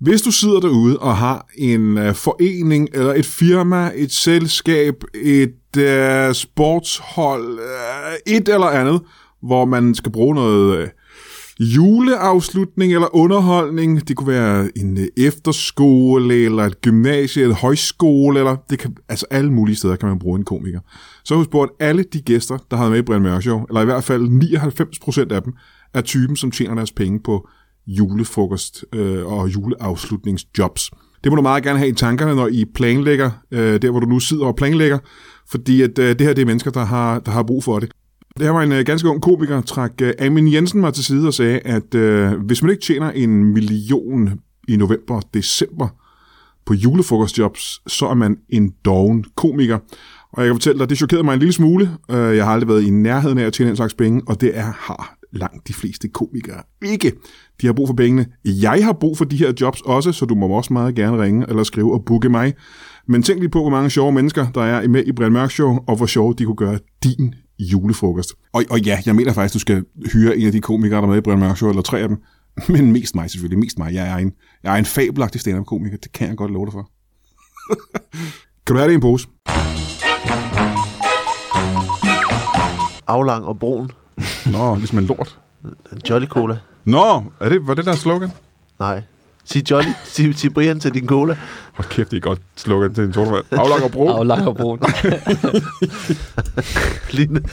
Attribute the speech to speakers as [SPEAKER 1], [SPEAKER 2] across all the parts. [SPEAKER 1] Hvis du sidder derude og har en øh, forening, eller et firma, et selskab, et øh, sportshold, øh, et eller andet, hvor man skal bruge noget øh, juleafslutning eller underholdning. Det kunne være en øh, efterskole, eller et gymnasie, eller højskole, eller det kan, altså alle mulige steder kan man bruge en komiker. Så har vi spurgt alle de gæster, der har været med i Brian Mørk Show, eller i hvert fald 99% af dem, er typen, som tjener deres penge på julefrokost øh, og juleafslutningsjobs. Det må du meget gerne have i tankerne, når I planlægger, øh, der hvor du nu sidder og planlægger, fordi at, øh, det her det er mennesker, der har, der har brug for det. Det her var en øh, ganske ung komiker, trak øh, Amin Jensen mig til side og sagde, at øh, hvis man ikke tjener en million i november og december på julefrokostjobs, så er man en doven komiker. Og jeg kan fortælle dig, det chokerede mig en lille smule. Øh, Jeg har aldrig været i nærheden af at tjene den slags penge, og det er har langt de fleste komikere ikke. De har brug for pengene. Jeg har brug for de her jobs også, så du må også meget gerne ringe eller skrive og booke mig. Men tænk lige på, hvor mange sjove mennesker, der er med i Brian Mørk Show, og hvor sjove de kunne gøre din julefrokost. Og, og ja, jeg mener faktisk, du skal hyre en af de komikere, der er med i Brian Mørk Show, eller tre af dem. Men mest mig selvfølgelig, mest mig. Jeg er en, jeg er en fabelagtig stand-up-komiker, det kan jeg godt love dig for. kan du have det i en pose?
[SPEAKER 2] Aflang og brun.
[SPEAKER 1] Nå, ligesom en lort.
[SPEAKER 2] Jolly Cola.
[SPEAKER 1] Nå, er det, var det der slogan?
[SPEAKER 2] Nej. Sig Jolly, sig, sig Brian til din cola.
[SPEAKER 1] Hvor kæft, det er godt slogan til en tortevand. Aflang og brug.
[SPEAKER 3] Aflang og brun.
[SPEAKER 2] Line.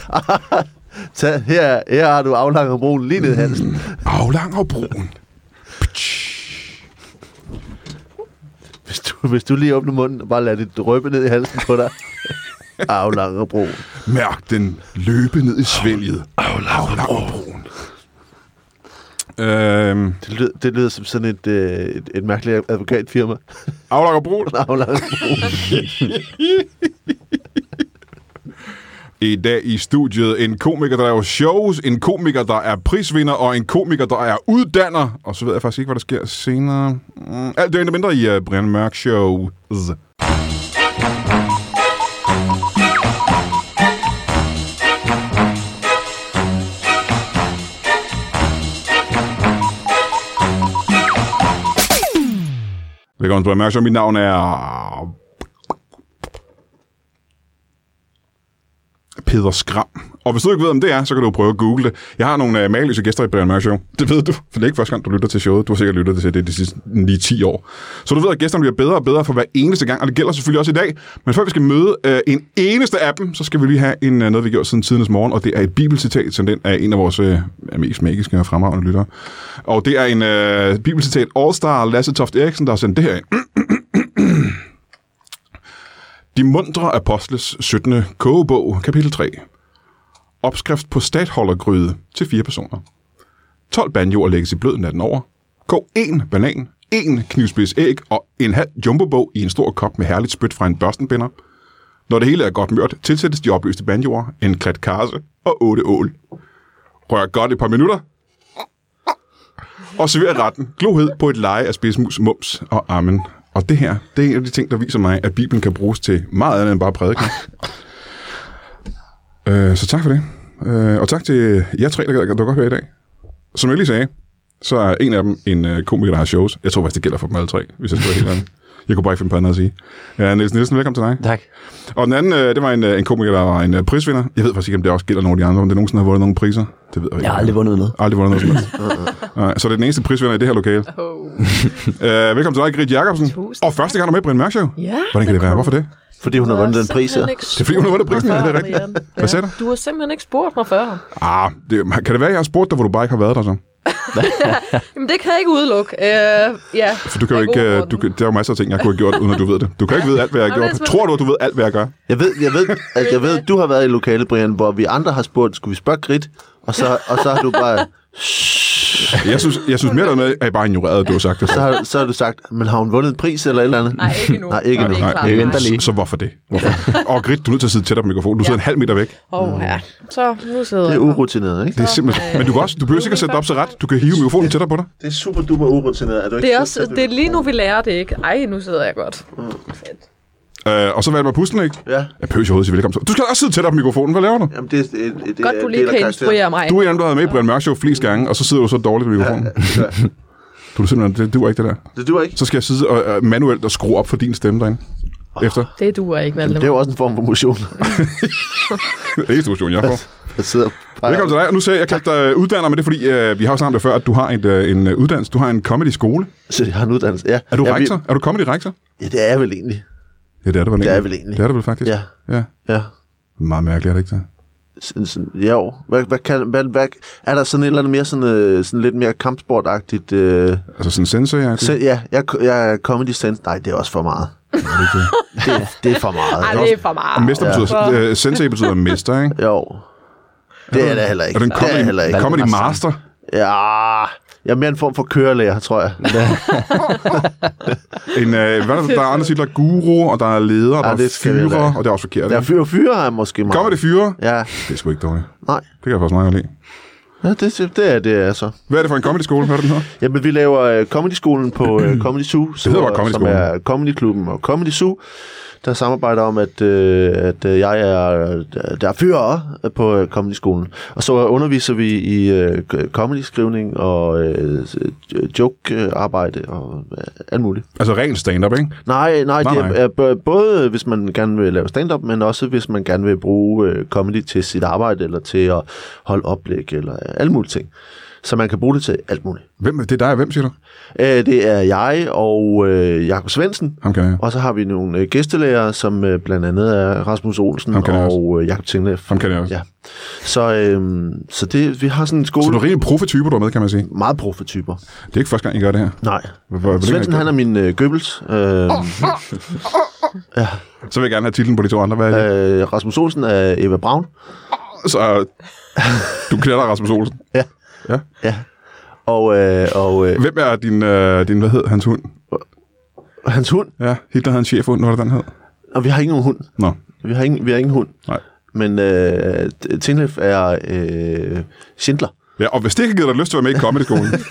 [SPEAKER 2] Tag, her, er- her har du aflang og brun lige ned i halsen.
[SPEAKER 1] Aflang og brun.
[SPEAKER 2] Hvis du, hvis du lige åbner munden og bare lader det drøbe ned i halsen på dig. Aflang og brun.
[SPEAKER 1] Mærk den løbe ned i svælget. Aflang og brun. Øhm,
[SPEAKER 2] Det lyder, det lyder som sådan et, øh, et, et mærkeligt advokatfirma.
[SPEAKER 1] aflang og brun.
[SPEAKER 2] Aflang og brun.
[SPEAKER 1] I dag i studiet en komiker, der laver shows, en komiker, der er prisvinder, og en komiker, der er uddanner. Og så ved jeg faktisk ikke, hvad der sker senere. Mm, alt det er mindre i uh, Brian Mørk Show. Velkommen til Brian Mørk Show. Mit navn er Peder Skram. Og hvis du ikke ved, om det er, så kan du prøve at google det. Jeg har nogle uh, mageløse gæster i Brian Mørk Show. Det ved du, for det er ikke første gang, du lytter til showet. Du har sikkert lyttet til det de sidste 9-10 år. Så du ved, at gæsterne bliver bedre og bedre for hver eneste gang, og det gælder selvfølgelig også i dag. Men før vi skal møde uh, en eneste af dem, så skal vi lige have en, uh, noget, vi har gjort siden tidernes morgen, og det er et bibelcitat, som den er en af vores uh, mest magiske og fremragende lyttere. Og det er en uh, bibelcitat All-Star Lasse Toft Eriksen, der har sendt det her ind. De mundre apostles 17. kogebog, kapitel 3. Opskrift på statholdergryde til fire personer. 12 banjoer lægges i blød natten over. Kog en banan, en knivspids æg og en halv jumbobog i en stor kop med herligt spyt fra en børstenbinder. Når det hele er godt mørt, tilsættes de opløste banjoer, en klat karse og otte ål. Rør godt et par minutter. Og server retten glohed på et leje af spidsmus, mums og ammen. Og det her, det er en af de ting, der viser mig, at Bibelen kan bruges til meget andet end bare prædiken. øh, så tak for det. Øh, og tak til jer tre, der gad at dukke op her i dag. Som jeg lige sagde, så er en af dem en øh, komiker, der har shows. Jeg tror faktisk, det gælder for dem alle tre, hvis jeg skal være helt ærlig. Jeg kunne bare ikke finde på andet at sige. Ja, Niels Nielsen, velkommen til dig.
[SPEAKER 3] tak.
[SPEAKER 1] Og den anden, øh, det var en, øh, en komiker, der var en øh, prisvinder. Jeg ved faktisk ikke, om det også gælder nogen af de andre, om det nogensinde har vundet nogle priser. Det ved jeg ikke.
[SPEAKER 3] Jeg har aldrig vundet noget.
[SPEAKER 1] Aldrig vundet noget som helst. Nej, Så det er den eneste prisvinder i det her lokale.
[SPEAKER 4] Oh.
[SPEAKER 1] Øh, velkommen til dig, Grit Jacobsen.
[SPEAKER 4] Tusind
[SPEAKER 1] Og første gang, du er med i Brian Mørk Show.
[SPEAKER 4] Ja.
[SPEAKER 1] Hvordan kan det være? Hvorfor det?
[SPEAKER 2] Fordi hun har vundet den pris her.
[SPEAKER 1] Det er fordi, hun har vundet prisen, ja, det er rigtigt. Hvad sagde du?
[SPEAKER 4] Du har simpelthen ikke spurgt mig før.
[SPEAKER 1] Ah, det, kan det være, jeg har spurgt dig, hvor du bare ikke har været der så?
[SPEAKER 4] Jamen, det kan jeg ikke udelukke. Øh, ja,
[SPEAKER 1] For du kan jo ikke, øh, du, kan- der er jo masser af ting, jeg kunne have gjort, uden at du ved det. Du kan ikke vide alt, hvad jeg har
[SPEAKER 4] Nå, det er
[SPEAKER 1] gjort. Tror du, at du ved alt, hvad jeg gør?
[SPEAKER 2] Jeg ved, jeg ved, at jeg ved, du har været i lokale, Brian, hvor vi andre har spurgt, skulle vi spørge Grit? Og så, og så har du bare...
[SPEAKER 1] Jeg synes, jeg synes mere der med, at jeg bare ignorerede, at du har sagt det.
[SPEAKER 2] Så har, så har du sagt, men har hun vundet en pris eller et eller andet?
[SPEAKER 4] Nej, ikke endnu.
[SPEAKER 2] Nej, ikke
[SPEAKER 4] Nej,
[SPEAKER 2] endnu.
[SPEAKER 4] det er klart.
[SPEAKER 3] vi venter lige.
[SPEAKER 1] Så, så hvorfor det? Hvorfor? Og Grit, du er nødt til at sidde tættere på mikrofonen. Du sidder en halv meter væk.
[SPEAKER 4] Åh, ja. Så nu sidder
[SPEAKER 2] Det er
[SPEAKER 4] jeg.
[SPEAKER 2] urutineret, ikke?
[SPEAKER 1] Det er simpelthen... Men du, kan også, du behøver sikkert sætte dig op så ret. Du kan hive mikrofonen tættere på dig.
[SPEAKER 2] Det er super duper urutineret. Er du ikke
[SPEAKER 4] Det er, også, det er lige nu, vi lærer det, ikke? Ej, nu sidder jeg godt.
[SPEAKER 1] Øh, og så valgte mig pusten, ikke?
[SPEAKER 2] Ja.
[SPEAKER 1] Jeg behøver overhovedet sige velkommen til. Du skal også sidde tættere på mikrofonen. Hvad laver du?
[SPEAKER 2] Jamen, det, er- det, det,
[SPEAKER 4] Godt,
[SPEAKER 2] det,
[SPEAKER 4] du lige kan instruere mig.
[SPEAKER 1] Du er en, af dem, der har været med i Brian Mørk Show flest gange, og så sidder du så dårligt på mikrofonen. Du er simpelthen, det duer ikke det der.
[SPEAKER 2] Det duer ikke.
[SPEAKER 1] Så skal jeg sidde og, og manuelt og skrue op for din stemme derinde. Efter.
[SPEAKER 4] Det duer ikke,
[SPEAKER 2] Jamen,
[SPEAKER 4] Valdemar.
[SPEAKER 2] det er jo også en form for motion.
[SPEAKER 1] Det er ikke situation, jeg får.
[SPEAKER 2] Jeg sidder og peger.
[SPEAKER 1] Velkommen til dig. Og nu ser jeg, jeg kaldte dig uddanner, men det er fordi, øh, vi har jo snakket om det før, at du har et, øh, en øh, uddannelse. Du har en comedy-skole.
[SPEAKER 2] Så jeg har en uddannelse. Ja.
[SPEAKER 1] Er du
[SPEAKER 2] ja, vi-
[SPEAKER 1] rektor? Er du comedy-rektor?
[SPEAKER 2] Ja, det er jeg vel egentlig.
[SPEAKER 1] Ja, det er det vel egentlig.
[SPEAKER 2] er vel egentlig.
[SPEAKER 1] Det er det vel faktisk.
[SPEAKER 2] Ja.
[SPEAKER 1] ja.
[SPEAKER 2] Ja.
[SPEAKER 1] Meget mærkeligt, er det ikke det?
[SPEAKER 2] Sådan, sådan, jo. Hvad, hvad kan, hvad, hvad, er der sådan et eller andet mere sådan, øh, sådan lidt mere kampsportagtigt? Øh,
[SPEAKER 1] Altså sådan sensor, ja.
[SPEAKER 2] så, ja, jeg, jeg er comedy sense. Nej, det er også for meget. det, det er for meget.
[SPEAKER 4] Ej, det er for meget.
[SPEAKER 1] Og mester betyder, ja. øh, sensei betyder mester, ikke?
[SPEAKER 2] Jo. Det er det heller ikke.
[SPEAKER 1] Er du en
[SPEAKER 2] det er jeg heller
[SPEAKER 1] comedy,
[SPEAKER 2] ikke. Altså.
[SPEAKER 1] comedy
[SPEAKER 3] Valdemar
[SPEAKER 1] master?
[SPEAKER 2] Ja, jeg er mere en form for kørelærer, tror jeg.
[SPEAKER 1] En, øh, hvad er der, der er andre titler? Guru, og der er leder, og
[SPEAKER 2] Ja,
[SPEAKER 1] der er
[SPEAKER 2] det skal vi heller
[SPEAKER 1] fyre,
[SPEAKER 2] ikke.
[SPEAKER 1] og det er også forkert.
[SPEAKER 2] Der
[SPEAKER 1] Ja,
[SPEAKER 2] er fyre, fyre er måske meget.
[SPEAKER 1] Kommer det fyre?
[SPEAKER 2] Ja,
[SPEAKER 1] Det er sgu ikke dårligt.
[SPEAKER 2] nej.
[SPEAKER 1] Det kan jeg faktisk meget godt lide.
[SPEAKER 2] Ja, det, det er det, altså.
[SPEAKER 1] Hvad er det for en comedy-skole? Hvad er det, den hedder?
[SPEAKER 2] Jamen, vi laver øh, Comedy-skolen på øh, Comedy Zoo, som,
[SPEAKER 1] hedder bare Comedy
[SPEAKER 2] som
[SPEAKER 1] Skolen.
[SPEAKER 2] er Comedy-klubben og Comedy Zoo, der samarbejder om, at, øh, at øh, jeg er, øh, der er fyre på øh, Comedy-skolen. Og så underviser vi i øh, k- comedy-skrivning og øh, joke-arbejde og øh, alt muligt.
[SPEAKER 1] Altså ren stand-up, ikke?
[SPEAKER 2] Nej,
[SPEAKER 1] Nej,
[SPEAKER 2] nej, nej, det
[SPEAKER 1] nej.
[SPEAKER 2] er, er b- både hvis man gerne vil lave stand-up, men også hvis man gerne vil bruge øh, comedy til sit arbejde, eller til at holde oplæg, eller øh, alle mulige ting. Så man kan bruge det til alt muligt.
[SPEAKER 1] Hvem, det er dig og hvem, siger du?
[SPEAKER 2] Øh, det er jeg og øh, Jakob Svendsen.
[SPEAKER 1] Ham kan jeg.
[SPEAKER 2] Og så har vi nogle øh, gæstelærere, som øh, blandt andet er Rasmus Olsen
[SPEAKER 1] Ham kender jeg
[SPEAKER 2] og øh, Jakob Tinglev.
[SPEAKER 1] Ham kender jeg også.
[SPEAKER 2] Ja. Så, øh, så det, vi har sådan en
[SPEAKER 1] Så
[SPEAKER 2] skole...
[SPEAKER 1] du er rimelig profe-typer, du er med, kan man sige.
[SPEAKER 2] Meget profetyper.
[SPEAKER 1] Det er ikke første gang, I gør det her.
[SPEAKER 2] Nej.
[SPEAKER 1] Hvor- hvor længe
[SPEAKER 2] Svendsen,
[SPEAKER 1] har I
[SPEAKER 2] han er min øh, Goebbels. Øh,
[SPEAKER 1] Så vil jeg gerne have titlen på de to andre. Hvad er det?
[SPEAKER 2] øh, Rasmus Olsen er Eva Braun.
[SPEAKER 1] Så du kender dig, Rasmus Olsen.
[SPEAKER 2] Ja.
[SPEAKER 1] Ja.
[SPEAKER 2] Ja. Og, øh, og øh,
[SPEAKER 1] Hvem er din, øh, din hvad hed hans hund?
[SPEAKER 2] hans hund.
[SPEAKER 1] Ja, Hitler havde en chefhund, hvad er det, den hed?
[SPEAKER 2] Og vi har ikke nogen hund.
[SPEAKER 1] Nå,
[SPEAKER 2] Vi har ingen, vi har ingen hund.
[SPEAKER 1] nej.
[SPEAKER 2] Men øh, Tinglev er øh, Schindler.
[SPEAKER 1] Ja, og hvis det ikke har givet dig lyst til at være med i comedy-skolen,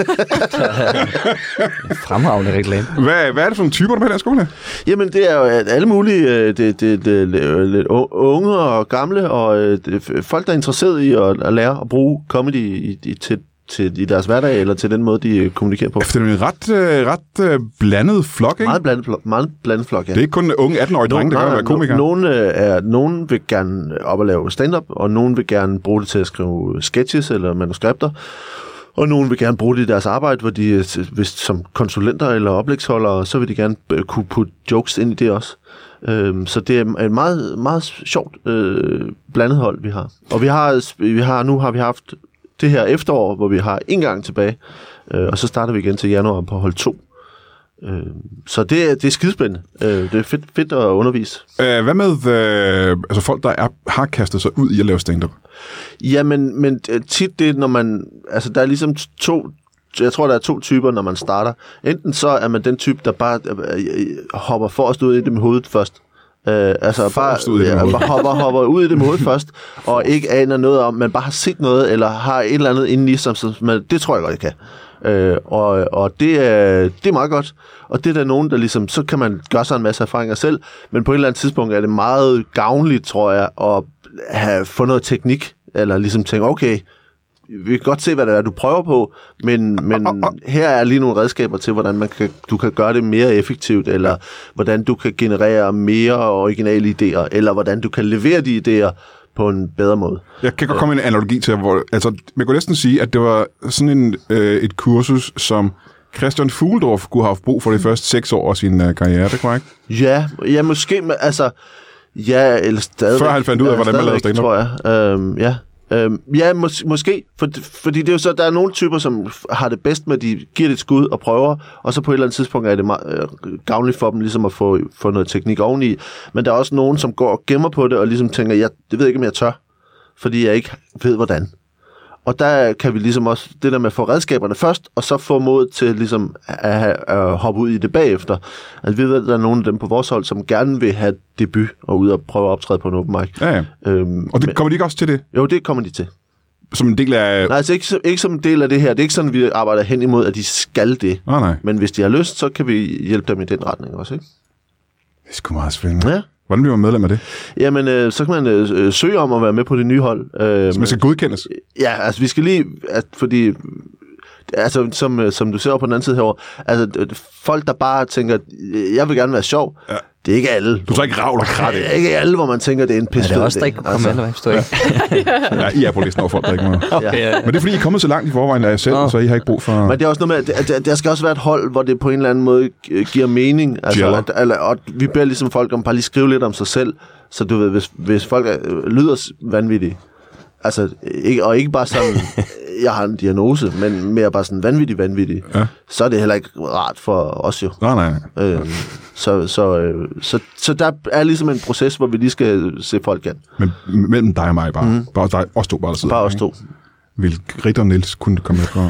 [SPEAKER 3] Fremragende reklame.
[SPEAKER 1] hvad, hvad er det for nogle typer, der er med i den her skole? her?
[SPEAKER 2] Jamen, det er jo at alle mulige øh, det, det, det, det, lidt u- unge og gamle, og øh, det, f- folk, der er interesseret i at, at lære at bruge comedy i, i, til, til, i deres hverdag, eller til den måde, de øh, kommunikerer på.
[SPEAKER 1] For det er jo en ret, øh, ret øh, blandet flok, ikke?
[SPEAKER 2] Meget blandet flok, meget blandet flok ja.
[SPEAKER 1] Det er ikke kun unge 18-årige drenge, der
[SPEAKER 2] Nej,
[SPEAKER 1] gør at
[SPEAKER 2] nej,
[SPEAKER 1] være komikere.
[SPEAKER 2] no- Nogen, øh, er, nogen vil gerne øh, op og lave stand-up, og nogen vil gerne bruge det til at skrive sketches eller manuskripter. Og nogen vil gerne bruge det i deres arbejde, hvor de, øh, s- hvis, som konsulenter eller oplægsholdere, så vil de gerne øh, kunne putte jokes ind i det også. Øhm, så det er et meget, meget sjovt øh, blandet hold, vi har. Og vi har, vi har, nu har vi haft det her efterår, hvor vi har en gang tilbage, øh, og så starter vi igen til januar på hold 2. Øh, så det, er- det er skidespændende. Øh, det er fedt, fedt at undervise.
[SPEAKER 1] Øh, hvad med øh, altså folk, der er, har kastet sig ud i at lave stand-up?
[SPEAKER 2] Ja, men, men øh, tit det, når man... Altså, der er ligesom to... Jeg tror, der er to typer, når man starter. Enten så er man den type, der bare øh, øh, hopper forrest ud i det med hovedet først. Øh, altså
[SPEAKER 1] Forrest
[SPEAKER 2] bare,
[SPEAKER 1] ud i det med
[SPEAKER 2] ja,
[SPEAKER 1] hovedet.
[SPEAKER 2] bare hopper, hopper ud i det med hovedet først, og ikke aner noget om, man bare har set noget, eller har et eller andet indeni, som, som man, det tror jeg godt, jeg kan. Øh, og og det, er, det er meget godt. Og det er der nogen, der ligesom, så kan man gøre sig en masse erfaringer selv, men på et eller andet tidspunkt er det meget gavnligt, tror jeg, at have, få noget teknik, eller ligesom tænke, okay, vi kan godt se, hvad det er, du prøver på, men, men her er lige nogle redskaber til, hvordan man kan, du kan gøre det mere effektivt, eller hvordan du kan generere mere originale idéer, eller hvordan du kan levere de idéer på en bedre måde.
[SPEAKER 1] Jeg kan godt komme med en analogi til, hvor, altså, man kunne næsten sige, at det var sådan en, øh, et kursus, som Christian Fugeldorf kunne have haft brug for de første seks år af sin øh, karriere, det er korrekt?
[SPEAKER 2] Ja, ja måske, men altså, ja, eller stadigvæk.
[SPEAKER 1] Før han fandt ud af,
[SPEAKER 2] Ja,
[SPEAKER 1] hvordan man lavede
[SPEAKER 2] stadigvæk,
[SPEAKER 1] stand-up.
[SPEAKER 2] tror jeg. Øhm, ja. Øhm, ja, mås- måske, for, fordi det er jo så, der er nogle typer, som f- har det bedst med, at de giver det et skud og prøver, og så på et eller andet tidspunkt er det meget, øh, gavnligt for dem ligesom at få, få noget teknik oveni. Men der er også nogen, som går og gemmer på det og ligesom tænker, jeg det ved jeg ikke, om jeg tør, fordi jeg ikke ved, hvordan. Og der kan vi ligesom også, det der med at få redskaberne først, og så få mod til ligesom at, at, at hoppe ud i det bagefter. Altså vi ved, at der er nogle af dem på vores hold, som gerne vil have debut og ud og prøve at optræde på en open mic.
[SPEAKER 1] Ja, ja.
[SPEAKER 2] Øhm,
[SPEAKER 1] Og det, kommer de ikke også til det,
[SPEAKER 2] jo, det kommer de til.
[SPEAKER 1] som en del af...
[SPEAKER 2] Nej, altså ikke, som- ikke som en del af det her. Det er ikke sådan, vi arbejder hen imod, at de skal det.
[SPEAKER 1] Nej, nej.
[SPEAKER 2] Men hvis de har lyst, så kan vi hjælpe dem i den retning også, ikke?
[SPEAKER 1] Det er sgu meget spændende.
[SPEAKER 2] Ja.
[SPEAKER 1] Hvordan bliver man medlem af det?
[SPEAKER 2] Jamen, øh, så kan man øh, øh, søge om at være med på det nye hold. Øh,
[SPEAKER 1] Man skal godkendes.
[SPEAKER 2] Ja, altså vi skal lige, at, fordi altså, som, øh, som du ser over på den anden side herover, altså øh, folk, der bare tænker, øh, jeg vil gerne være sjov, ja. det er ikke alle.
[SPEAKER 1] Du tager ikke ravl og krat
[SPEAKER 2] Det er ikke alle, hvor man tænker, det er altså- en
[SPEAKER 3] Er
[SPEAKER 2] pisse
[SPEAKER 3] det også, der ikke kunne komme med, eller hvad? Jeg Forstår ikke.
[SPEAKER 1] Ja, I er på listen over folk, der ikke må.
[SPEAKER 3] Okay, ja.
[SPEAKER 1] Men det er fordi, I er kommet så langt i forvejen af jer selv,
[SPEAKER 3] Nå.
[SPEAKER 1] så I har ikke brug for...
[SPEAKER 2] Men det er også noget med, at der, der skal også være et hold, hvor det på en eller anden måde gi- giver mening. Altså,
[SPEAKER 1] Gælder.
[SPEAKER 2] at, eller, og vi beder ligesom folk om bare lige skrive lidt om sig selv, så du ved, hvis, hvis folk er, øh, lyder s- vanvittige, altså, ikke, og ikke bare sådan, øh, jeg har en diagnose, men mere bare sådan vanvittig vanvittig, ja. så er det heller ikke rart for os jo.
[SPEAKER 1] Nej, nej.
[SPEAKER 2] Øh, så, så, øh, så, så der er ligesom en proces, hvor vi lige skal se folk an.
[SPEAKER 1] Men mellem dig og mig bare. Mm. Bare dig, os to bare, der sidder.
[SPEAKER 2] Bare os
[SPEAKER 1] ikke?
[SPEAKER 2] to.
[SPEAKER 1] Vil Ritter og Niels kunne komme med fra?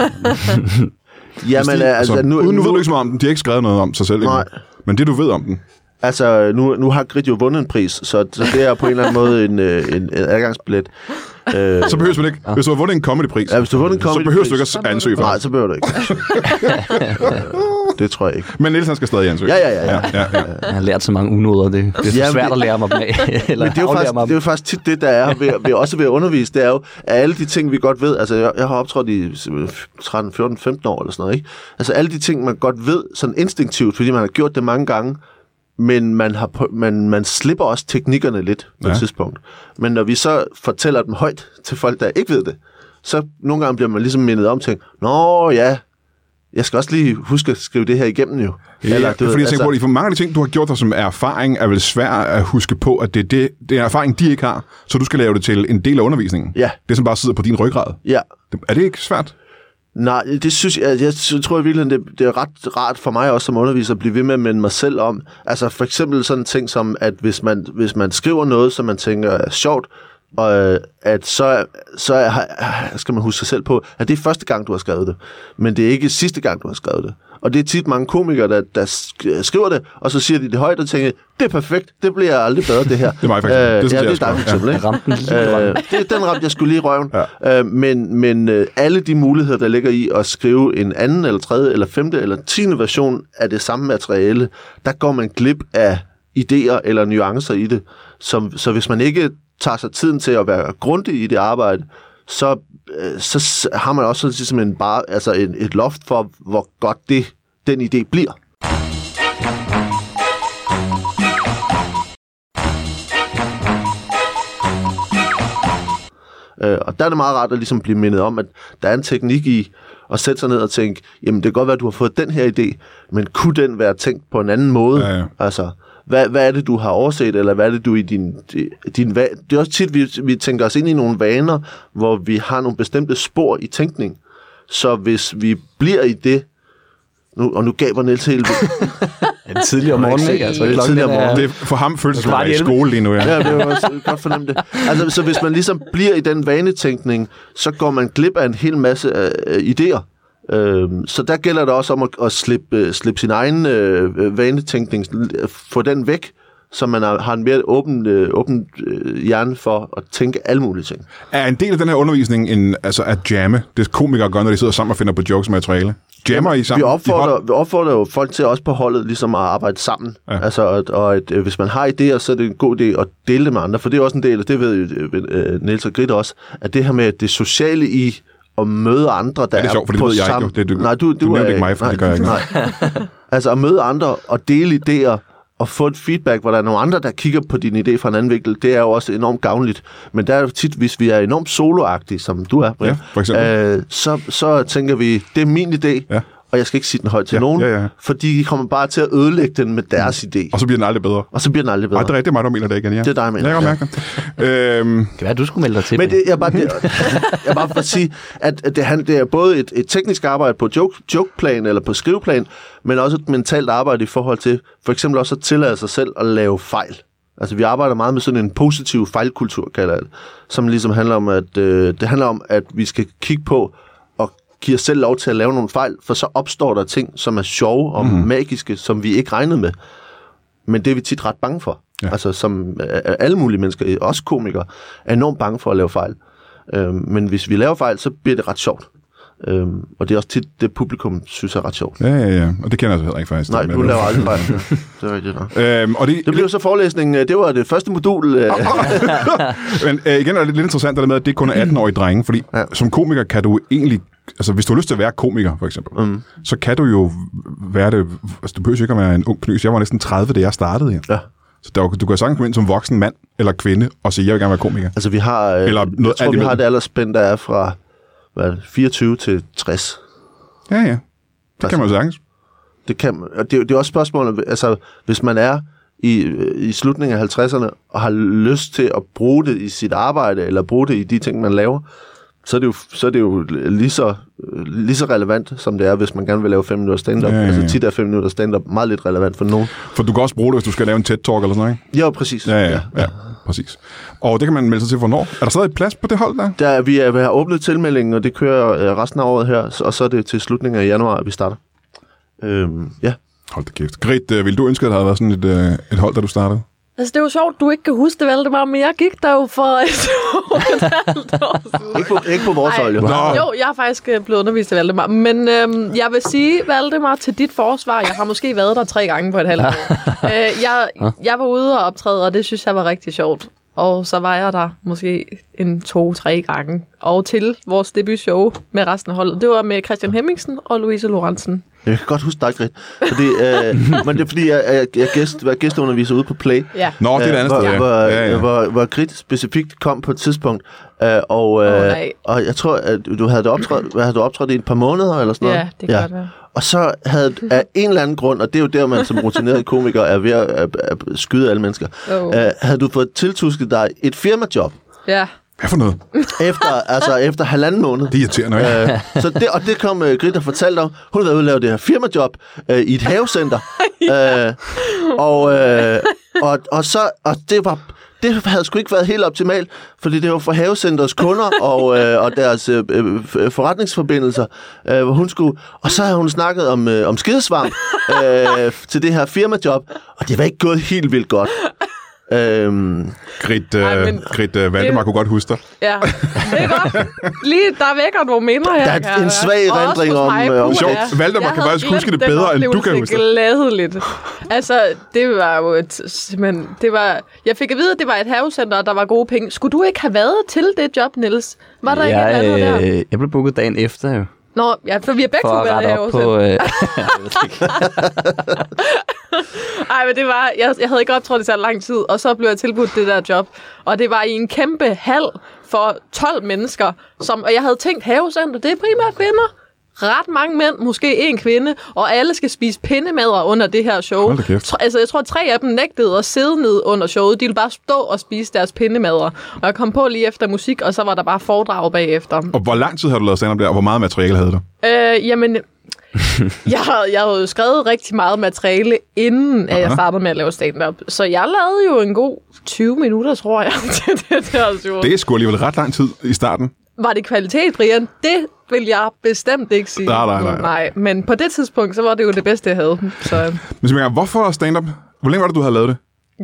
[SPEAKER 2] Jamen, altså,
[SPEAKER 1] nu,
[SPEAKER 2] nu,
[SPEAKER 1] uden, nu ved du
[SPEAKER 2] nu,
[SPEAKER 1] ikke så meget om den. De har ikke skrevet noget om sig selv. endnu.
[SPEAKER 2] Nej.
[SPEAKER 1] Men det, du ved om den,
[SPEAKER 2] altså, nu, nu har Grit jo vundet en pris, så, så det er på en eller anden måde en, øh, en, en adgangsbillet. Øh,
[SPEAKER 1] så behøver man ikke. Hvis du har vundet en comedypris,
[SPEAKER 2] ja, hvis du har vundet en
[SPEAKER 1] så
[SPEAKER 2] comedypris-
[SPEAKER 1] behøver du ikke at ansøge for.
[SPEAKER 2] Nej, så behøver du ikke. det tror jeg ikke.
[SPEAKER 1] Men Niels, han skal stadig ansøge.
[SPEAKER 2] Ja, ja, ja, ja.
[SPEAKER 1] ja, ja.
[SPEAKER 3] Jeg har lært så mange unoder, det, det er så
[SPEAKER 2] Jamen,
[SPEAKER 3] svært
[SPEAKER 2] det-
[SPEAKER 3] at lære mig dem af. Eller
[SPEAKER 2] Men det er, jo
[SPEAKER 3] aflære
[SPEAKER 2] faktisk,
[SPEAKER 3] mig
[SPEAKER 2] det er jo faktisk tit det, der er ved, ved, også ved at undervise, det er jo, at alle de ting, vi godt ved, altså jeg, jeg har optrådt i 13, 14, 15 år eller sådan noget, ikke? Altså alle de ting, man godt ved, sådan instinktivt, fordi man har gjort det mange gange, men man, har, på- man, man slipper også teknikkerne lidt på ja.
[SPEAKER 1] Ja.
[SPEAKER 2] et tidspunkt. Men når vi så fortæller dem højt til folk, der ikke ved det, så nogle gange bliver man ligesom mindet om ting. Nå ja, jeg skal også lige huske at skrive det her igennem jo.
[SPEAKER 1] Ja, Eller,
[SPEAKER 2] du
[SPEAKER 1] fordi
[SPEAKER 2] ved, altså-
[SPEAKER 1] jeg tænker på, at for mange af de ting, du har gjort dig som er erfaring, er vel svært at huske på, at det er, det, det er erfaring, de ikke har, så du skal lave det til en del af undervisningen.
[SPEAKER 2] Ja.
[SPEAKER 1] Det, som bare sidder på din ryggrad.
[SPEAKER 2] Ja,
[SPEAKER 1] Det- Er det ikke svært?
[SPEAKER 2] Nej, det synes jeg, jeg sy- tror i virkeligheden, det, det er ret rart for mig også som underviser at blive ved med at minde mig selv om. Altså for eksempel sådan en ting som, at hvis man, hvis man skriver noget, som man tænker er sjovt, og øh, at så, så er- skal man huske sig selv på, at det er første gang, du har skrevet det, men det er ikke sidste gang, du har skrevet det. Og det er tit mange komikere, der, der sk- øh, skriver det, og så siger de det højt og tænker, det er perfekt, det bliver aldrig bedre, det her. det
[SPEAKER 1] er mig, for eksempel. Det
[SPEAKER 2] Øh,
[SPEAKER 1] synes
[SPEAKER 2] ja,
[SPEAKER 1] jeg,
[SPEAKER 2] det er
[SPEAKER 1] jeg
[SPEAKER 2] dig for
[SPEAKER 1] skriver.
[SPEAKER 2] eksempel.
[SPEAKER 3] Jeg
[SPEAKER 2] ikke?
[SPEAKER 3] ramte den lige i
[SPEAKER 2] Øh, det, den ramte jeg skulle lige i røven. Ja. Øh, men men øh, alle de muligheder, der ligger i at skrive en anden, eller tredje, eller femte, eller tiende version af det samme materiale, der går man glip af idéer eller nuancer i det. Som, så hvis man ikke tager sig tiden til at være grundig i det arbejde, så, øh, så s- har man også sådan ligesom en bar, altså en, et loft for, hvor godt det, den idé bliver. Øh, og der er det meget rart at ligesom blive mindet om, at der er en teknik i at sætte sig ned og tænke, jamen det kan godt være, at du har fået den her idé, men kunne den være tænkt på en anden måde?
[SPEAKER 1] Ja, ja.
[SPEAKER 2] Altså, hvad, hvad er det, du har overset, eller hvad er det, du i din... din va- det er også tit, vi, vi tænker os ind i nogle vaner, hvor vi har nogle bestemte spor i tænkning. Så hvis vi bliver i det, nu, og nu gaber Niels helt vildt.
[SPEAKER 3] Ja, tidligere om morgenen, ikke? Altså,
[SPEAKER 2] Det er
[SPEAKER 3] klokken
[SPEAKER 2] tidligere om
[SPEAKER 3] den er-
[SPEAKER 2] morgenen.
[SPEAKER 1] Det er for ham føles det, som
[SPEAKER 3] Kvart
[SPEAKER 1] at være
[SPEAKER 3] i
[SPEAKER 1] i
[SPEAKER 3] elleve.
[SPEAKER 1] skole lige nu. Ja.
[SPEAKER 2] Ja, det var også godt fornemme det. Altså, så hvis man ligesom bliver i den vanetænkning, så går man glip af en hel masse øh, øh, idéer. Øhm, så der gælder det også om at, at slippe, øh, slippe sin egen øh, øh, vanetænkning, l- få den væk, så man har, har en mere åben, øh, åben øh, hjerne for at tænke alle mulige ting.
[SPEAKER 1] Er en del af den her undervisning en, altså at jamme? Det er komikere gør, når de sidder sammen og finder på jokes og materiale. Jammer I sammen?
[SPEAKER 2] Vi
[SPEAKER 1] I
[SPEAKER 2] opfordrer,
[SPEAKER 1] hold?
[SPEAKER 2] vi opfordrer jo folk til også på holdet ligesom at arbejde sammen.
[SPEAKER 1] Ja.
[SPEAKER 2] Ja. Altså, og, og at, øh, hvis man har idéer, så er det en god idé at dele det med andre, for det er også en del, og det ved jo, øh, Niels og Grit også, at det her med det sociale i at møde andre, der
[SPEAKER 1] Ja, det er sjovt, for det
[SPEAKER 2] på
[SPEAKER 1] ved jeg ikke,
[SPEAKER 2] samme-
[SPEAKER 1] jo. Det er du-
[SPEAKER 2] nej, du,
[SPEAKER 1] du nævnte
[SPEAKER 2] er,
[SPEAKER 1] ikke mig, for
[SPEAKER 2] nej,
[SPEAKER 1] det gør jeg ikke.
[SPEAKER 2] Nej. altså at møde andre og dele idéer og få et feedback, hvor der er nogle andre, der kigger på din idé fra en anden vinkel, det er jo også enormt gavnligt. Men der er jo tit, hvis vi er enormt soloagtige, som du er, Brian,
[SPEAKER 1] Ja, for eksempel.
[SPEAKER 2] øh, så, så tænker vi, det er min idé,
[SPEAKER 1] Ja.
[SPEAKER 2] ja. og jeg skal ikke sige den højt til
[SPEAKER 1] Ja,
[SPEAKER 2] nogen,
[SPEAKER 1] ja, ja.
[SPEAKER 2] fordi de kommer bare til at ødelægge den med deres idé,
[SPEAKER 1] Og så bliver den aldrig bedre.
[SPEAKER 2] og så bliver den aldrig bedre.
[SPEAKER 1] Ej, det er rigtigt, det er mig, der mener det igen, ja.
[SPEAKER 2] Det er dig, der mener
[SPEAKER 1] Jeg kan
[SPEAKER 2] det.
[SPEAKER 1] mærke det. øhm,
[SPEAKER 3] Det kan være, du skulle melde dig til.
[SPEAKER 2] Men
[SPEAKER 3] det,
[SPEAKER 2] det, jeg er bare, det, jeg er bare for at sige, at, at det, han, det er både et, et teknisk arbejde på joke, jokeplan eller på skriveplan, men også et mentalt arbejde i forhold til for eksempel også at tillade sig selv at lave fejl. Altså vi arbejder meget med sådan en positiv fejlkultur, kalder jeg det, som ligesom handler om, at øh, det handler om, at vi skal kigge på og give os selv lov til at lave nogle fejl, for så opstår der ting, som er sjove og mm-hmm. magiske, som vi ikke regnede med. Men det er vi tit ret bange for. Ja. Altså som øh, alle mulige mennesker, også komikere, er enormt bange for at lave fejl. Øh, men hvis vi laver fejl, så bliver det ret sjovt. Øh, og det er også tit det, publikum synes er ret sjovt.
[SPEAKER 1] ja, ja, ja. Og det kender jeg så heller ikke, faktisk.
[SPEAKER 2] Nej,
[SPEAKER 1] Men-
[SPEAKER 2] du laver aldrig fejl. det er rigtigt. nok.
[SPEAKER 1] Øhm, og det,
[SPEAKER 2] Det blev så forelæsningen. øh, Det var det første modul. Øh,
[SPEAKER 1] Men øh, igen er det lidt interessant det der med, at det kun er 18-årige drenge, fordi ja. som komiker kan du egentlig altså hvis du har lyst til at være komiker, for eksempel, mm. så kan du jo være det, altså du behøver jo ikke at være en ung knøs. Jeg var næsten 30, da jeg startede her.
[SPEAKER 2] Ja.
[SPEAKER 1] Så der, du kan sagtens komme ind som voksen mand eller kvinde og sige, jeg vil gerne være komiker.
[SPEAKER 2] Altså, vi har... Øh,
[SPEAKER 1] Eller noget
[SPEAKER 2] jeg tror,
[SPEAKER 1] alt
[SPEAKER 2] vi har
[SPEAKER 1] imellem.
[SPEAKER 2] det aldersspænd, der er fra hvad, er det, 24 til 60.
[SPEAKER 1] Ja, ja. Det kan man jo sagtens.
[SPEAKER 2] Det, kan, man. og det, er jo- det er også spørgsmålet, altså, hvis man er i, øh, i slutningen af 50'erne og har lyst til at bruge det i sit arbejde, eller bruge det i de ting, man laver, så er det jo, så er det jo lige, så, øh, lige så relevant, som det er, hvis man gerne vil lave 5 minutter stand-up.
[SPEAKER 1] Ja,
[SPEAKER 2] Ja,
[SPEAKER 1] ja,
[SPEAKER 2] ja,
[SPEAKER 1] ja.
[SPEAKER 2] Altså tit er 5 minutter stand-up meget lidt relevant for nogen.
[SPEAKER 1] For du kan også bruge det, hvis du skal lave en TED-talk eller sådan noget, ikke?
[SPEAKER 2] Ja, præcis.
[SPEAKER 1] Ja, ja, ja, ja. Præcis. Og det kan man melde sig til for hvornår. Er der stadig plads på det hold der?
[SPEAKER 2] Der, er- vi, er, vi har åbnet tilmeldingen, og det kører øh, resten af året her, og så er det til slutningen af januar, at vi starter. Øhm, ja.
[SPEAKER 1] Hold da kæft. Grit, øh, ville du ønske, at der havde været sådan et, øh, et hold, da du startede?
[SPEAKER 4] Altså, det er jo sjovt, du ikke kan huske det, Valdemar, men jeg gik der jo for et år siden.
[SPEAKER 2] Ikke på, ikke på vores hold, jo.
[SPEAKER 1] Nå.
[SPEAKER 4] Jo, jeg er faktisk øh, blevet undervist af Valdemar. Men øhm, jeg vil sige, Valdemar, til dit forsvar, jeg har måske været der tre gange på et halvt år. øh, jeg, jeg var ude og optræde, og det synes jeg var rigtig sjovt. Og så var jeg der måske en to-tre gange. Og til vores debutshow med resten af holdet. Det var med Christian Hemmingsen og Louise Lorentzen.
[SPEAKER 2] Jeg kan godt huske dig, Grit. Fordi, øh, men det er fordi, jeg, jeg, jeg gæst, var gæsteunderviser ude på Play. Øh,
[SPEAKER 4] Ja.
[SPEAKER 1] Nå, det er et andet
[SPEAKER 2] hvor,
[SPEAKER 1] sted, ja.
[SPEAKER 2] Hvor,
[SPEAKER 1] ja, ja.
[SPEAKER 2] Hvor, hvor Grit specifikt kom på et tidspunkt, øh, og,
[SPEAKER 4] Åh,
[SPEAKER 2] øh,
[SPEAKER 4] nej.
[SPEAKER 2] og jeg tror, at du havde det optrådt, hvad havde du optrådt i et par måneder eller sådan
[SPEAKER 4] Ja,
[SPEAKER 2] noget.
[SPEAKER 4] det kan godt være.
[SPEAKER 2] Og så havde af en eller anden grund, og det er jo der, man som rutineret komiker er ved at, at, at skyde alle mennesker,
[SPEAKER 4] Åh.
[SPEAKER 2] øh, havde du fået tiltusket dig et firmajob
[SPEAKER 4] Ja.
[SPEAKER 1] Hvad for noget?
[SPEAKER 2] efter, altså, efter halvanden måned.
[SPEAKER 1] Det er irriterende, ikke?
[SPEAKER 2] Øh, så det, og det kom øh, Grita og fortalte om. Hun havde været ude og lave det her firmajob øh, i et havecenter. øh, og, øh, og, og, så, og det var... Det havde sgu ikke været helt optimalt, fordi det var for havecenters kunder og, øh, og deres øh, øh, f- forretningsforbindelser, øh, hvor hun skulle... Og så havde hun snakket om, øh, om skidesvamp øh, til det her firmajob, og det var ikke gået helt vildt godt. Øhm,
[SPEAKER 1] Grit, øh,
[SPEAKER 4] Ej, men-
[SPEAKER 1] Grit øh, Valdemar
[SPEAKER 4] Det-
[SPEAKER 1] kunne godt huske dig.
[SPEAKER 4] Ja, det er godt. Lige, der vækker nogle minder her.
[SPEAKER 2] Der er
[SPEAKER 4] kan jeg
[SPEAKER 2] en
[SPEAKER 4] høre.
[SPEAKER 2] svag
[SPEAKER 4] Og også
[SPEAKER 2] erindring
[SPEAKER 4] hos
[SPEAKER 2] om,
[SPEAKER 4] mig,
[SPEAKER 2] øh, om-
[SPEAKER 4] puha.
[SPEAKER 1] Sjovt. Valdemar
[SPEAKER 4] Jeg
[SPEAKER 1] kan
[SPEAKER 4] havde
[SPEAKER 1] faktisk huske
[SPEAKER 4] glemt
[SPEAKER 1] det bedre,
[SPEAKER 4] den
[SPEAKER 1] end du kan
[SPEAKER 4] oplevelse
[SPEAKER 1] huske det.
[SPEAKER 4] gladeligt. Altså, det var jo et, simpelthen... Det var, jeg fik at vide, at det var et havecenter, og der var gode penge. Skulle du ikke have været til det job, Niels? Var der ikke et
[SPEAKER 3] jeg, øh,
[SPEAKER 4] eller andet der?
[SPEAKER 3] jeg blev booket dagen efter jo,
[SPEAKER 4] Nå, ja, for vi har begge
[SPEAKER 3] for
[SPEAKER 4] to
[SPEAKER 3] at
[SPEAKER 4] været i
[SPEAKER 3] rette op
[SPEAKER 4] havecenter.
[SPEAKER 3] på... Øh,
[SPEAKER 4] Ej, men det var, jeg, jeg havde ikke optrådt i så lang tid, og så blev jeg tilbudt det der job. Og det var i en kæmpe hal for 12 mennesker, som, og jeg havde tænkt, havecenter, det er primært kvinder. Ret mange mænd, måske en kvinde, og alle skal spise pindemadder under det her show.
[SPEAKER 1] Hold da kæft.
[SPEAKER 4] Tr- altså, jeg tror, tre af dem nægtede at sidde ned under showet. De ville bare stå og spise deres pindemadder. Og jeg kom på lige efter musik, og så var der bare foredrag bagefter.
[SPEAKER 1] Og hvor lang tid har du lavet stand-up der, og hvor meget materiale havde du?
[SPEAKER 4] Øh, jamen, jeg havde, jeg havde jo skrevet rigtig meget materiale, inden at jeg
[SPEAKER 1] Aha.
[SPEAKER 4] startede med at lave stand-up. Så jeg lavede jo en god 20 minutter, tror jeg, til det der show.
[SPEAKER 1] Det
[SPEAKER 4] Det...
[SPEAKER 1] er sgu alligevel ret lang tid i starten.
[SPEAKER 4] Var det kvalitet, Brian? Det vil jeg bestemt ikke sige.
[SPEAKER 1] Nej, nej, nej.
[SPEAKER 4] nej. Men på det tidspunkt, så var det jo det bedste, jeg havde. Så øh,
[SPEAKER 1] Men så hvorfor stand-up? Hvor længe var det, du havde lavet det?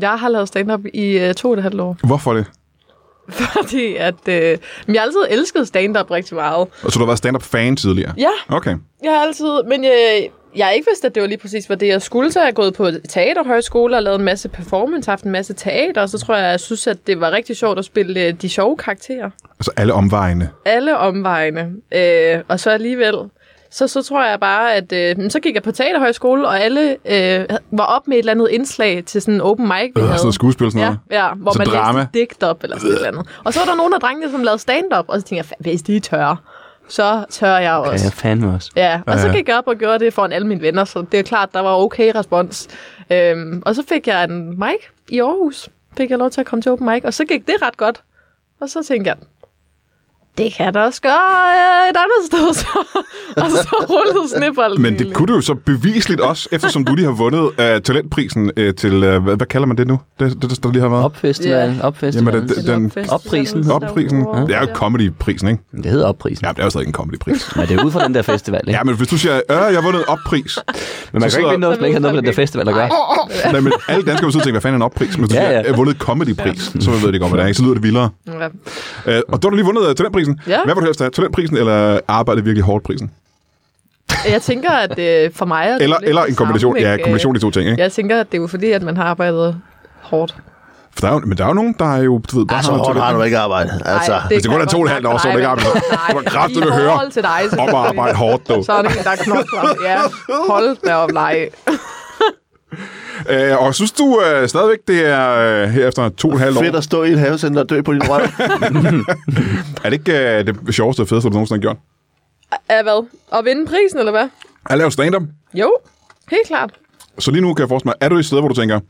[SPEAKER 4] jeg har lavet stand-up i øh, to og et halvt år.
[SPEAKER 1] Hvorfor det?
[SPEAKER 4] Fordi at, øh, men jeg har altid elsket stand-up rigtig meget.
[SPEAKER 1] Og så du har været stand-up-fan tidligere?
[SPEAKER 4] Ja,
[SPEAKER 1] Okay.
[SPEAKER 4] Jeg har altid, men jeg, jeg har ikke vidst, at det var lige præcis, hvad det jeg skulle. Så har jeg gået på teaterhøjskole og lavet en masse performance, haft en masse teater, og så tror jeg, jeg synes, at det var rigtig sjovt at spille øh, de sjove karakterer.
[SPEAKER 1] Altså alle omvejene.
[SPEAKER 4] Alle omvejene. Øh, og så alligevel, så, så tror jeg bare, at øh, men så gik jeg på teaterhøjskole, og alle øh, var op med et eller andet indslag til sådan en open mic, vi
[SPEAKER 1] Øh,
[SPEAKER 4] havde.
[SPEAKER 1] sådan noget skuespil sådan
[SPEAKER 4] Ja,
[SPEAKER 1] noget.
[SPEAKER 4] ja, hvor
[SPEAKER 1] Så
[SPEAKER 4] så man drama.
[SPEAKER 1] drama.
[SPEAKER 4] læste digt op eller sådan et eller andet. Og så var der nogle af drengene, som lavede stand-up, og så tænkte jeg, hvis de tør, så tør jeg
[SPEAKER 3] ja,
[SPEAKER 4] også.
[SPEAKER 3] jeg fandme også.
[SPEAKER 4] Ja, og
[SPEAKER 1] Ja,
[SPEAKER 4] så
[SPEAKER 1] ja.
[SPEAKER 4] gik jeg op og gjorde det foran alle mine venner, så det er klart, der var okay respons. Øhm, og så fik jeg en mic i Aarhus. Fik jeg lov til at komme til open mic, og så gik det ret godt. Og så tænkte jeg, det kan da også gøre øh, et andet sted. Så. og så rullede snibolden.
[SPEAKER 1] Men det
[SPEAKER 4] egentlig.
[SPEAKER 1] kunne du jo så bevisligt også, eftersom du lige har vundet uh, talentprisen uh, til, uh, hvad, hvad kalder man det nu? Det, det, der lige har været?
[SPEAKER 3] Opfestivalen,
[SPEAKER 4] Ja.
[SPEAKER 3] opfestivalen.
[SPEAKER 1] Jamen, det- det-
[SPEAKER 4] Eller
[SPEAKER 1] den-
[SPEAKER 4] fest-
[SPEAKER 3] Opprisen.
[SPEAKER 4] sådan noget,
[SPEAKER 1] Opprisen?
[SPEAKER 4] der var-
[SPEAKER 1] Det er jo comedy-prisen, ikke?
[SPEAKER 3] det hedder opprisen.
[SPEAKER 1] Ja,
[SPEAKER 3] Ja.
[SPEAKER 1] det er jo stadig en comedy-pris.
[SPEAKER 3] Men det er ud fra den der festival, ikke?
[SPEAKER 1] ja, men hvis du siger, øh, jeg har vundet en oppris.
[SPEAKER 3] men man
[SPEAKER 1] så
[SPEAKER 3] kan ikke
[SPEAKER 1] sidder-
[SPEAKER 3] vinde noget, hvis man ikke har noget med den der festival at gøre.
[SPEAKER 1] Nej, men alle danskere vil sidde og tænke, hvad fanden er en oppris? Men hvis du
[SPEAKER 3] Ja,
[SPEAKER 1] siger,
[SPEAKER 3] ja.
[SPEAKER 1] jeg har vundet en comedy-pris, så ved jeg det godt, hvad det er. Ikke? Så lyder det vildere.
[SPEAKER 4] Ja.
[SPEAKER 1] Øh, og du har du lige vundet øh, talentprisen.
[SPEAKER 4] Ja.
[SPEAKER 1] Hvad vil du helst have? Talentprisen eller arbejde virkelig hårdt prisen?
[SPEAKER 4] Jeg tænker, at øh, for mig... Er det
[SPEAKER 1] Eller,
[SPEAKER 4] lidt øh.
[SPEAKER 1] eller
[SPEAKER 4] det
[SPEAKER 1] en kombination,
[SPEAKER 4] samme,
[SPEAKER 1] ja,
[SPEAKER 4] ikke?
[SPEAKER 1] kombination af de to ting. Ikke?
[SPEAKER 4] Jeg tænker, at det er jo fordi, at man har arbejdet hårdt.
[SPEAKER 1] For der er jo, men der er jo nogen, der er jo, du ved, bare
[SPEAKER 2] Altså,
[SPEAKER 1] har
[SPEAKER 2] hårdt
[SPEAKER 1] noget
[SPEAKER 2] har du
[SPEAKER 1] toilet.
[SPEAKER 2] ikke arbejdet. Altså,
[SPEAKER 4] Ej,
[SPEAKER 1] Hvis det
[SPEAKER 4] kan
[SPEAKER 1] kun er
[SPEAKER 4] jeg
[SPEAKER 1] to og et
[SPEAKER 4] godt
[SPEAKER 1] halvt
[SPEAKER 4] mærke.
[SPEAKER 1] år, så er det ikke
[SPEAKER 4] Nej,
[SPEAKER 1] arbejdet. Det var kraftigt at
[SPEAKER 4] i
[SPEAKER 1] høre
[SPEAKER 4] forhold til dig,
[SPEAKER 1] om at arbejde hårdt, dog.
[SPEAKER 4] Så er det en, der knokler. Ja, hold da op, nej.
[SPEAKER 1] Øh, og synes du øh, stadigvæk, det er øh, her efter to og et halvt år,
[SPEAKER 2] fedt at stå i et havecenter og dø på din røv.
[SPEAKER 1] er det ikke øh, det sjoveste og fedeste, du nogensinde har gjort?
[SPEAKER 4] Er hvad? At vinde prisen, eller hvad?
[SPEAKER 1] At lave stand-up.
[SPEAKER 4] Jo, helt klart.
[SPEAKER 1] Så lige nu kan jeg forestille mig, er du et sted, hvor du tænker,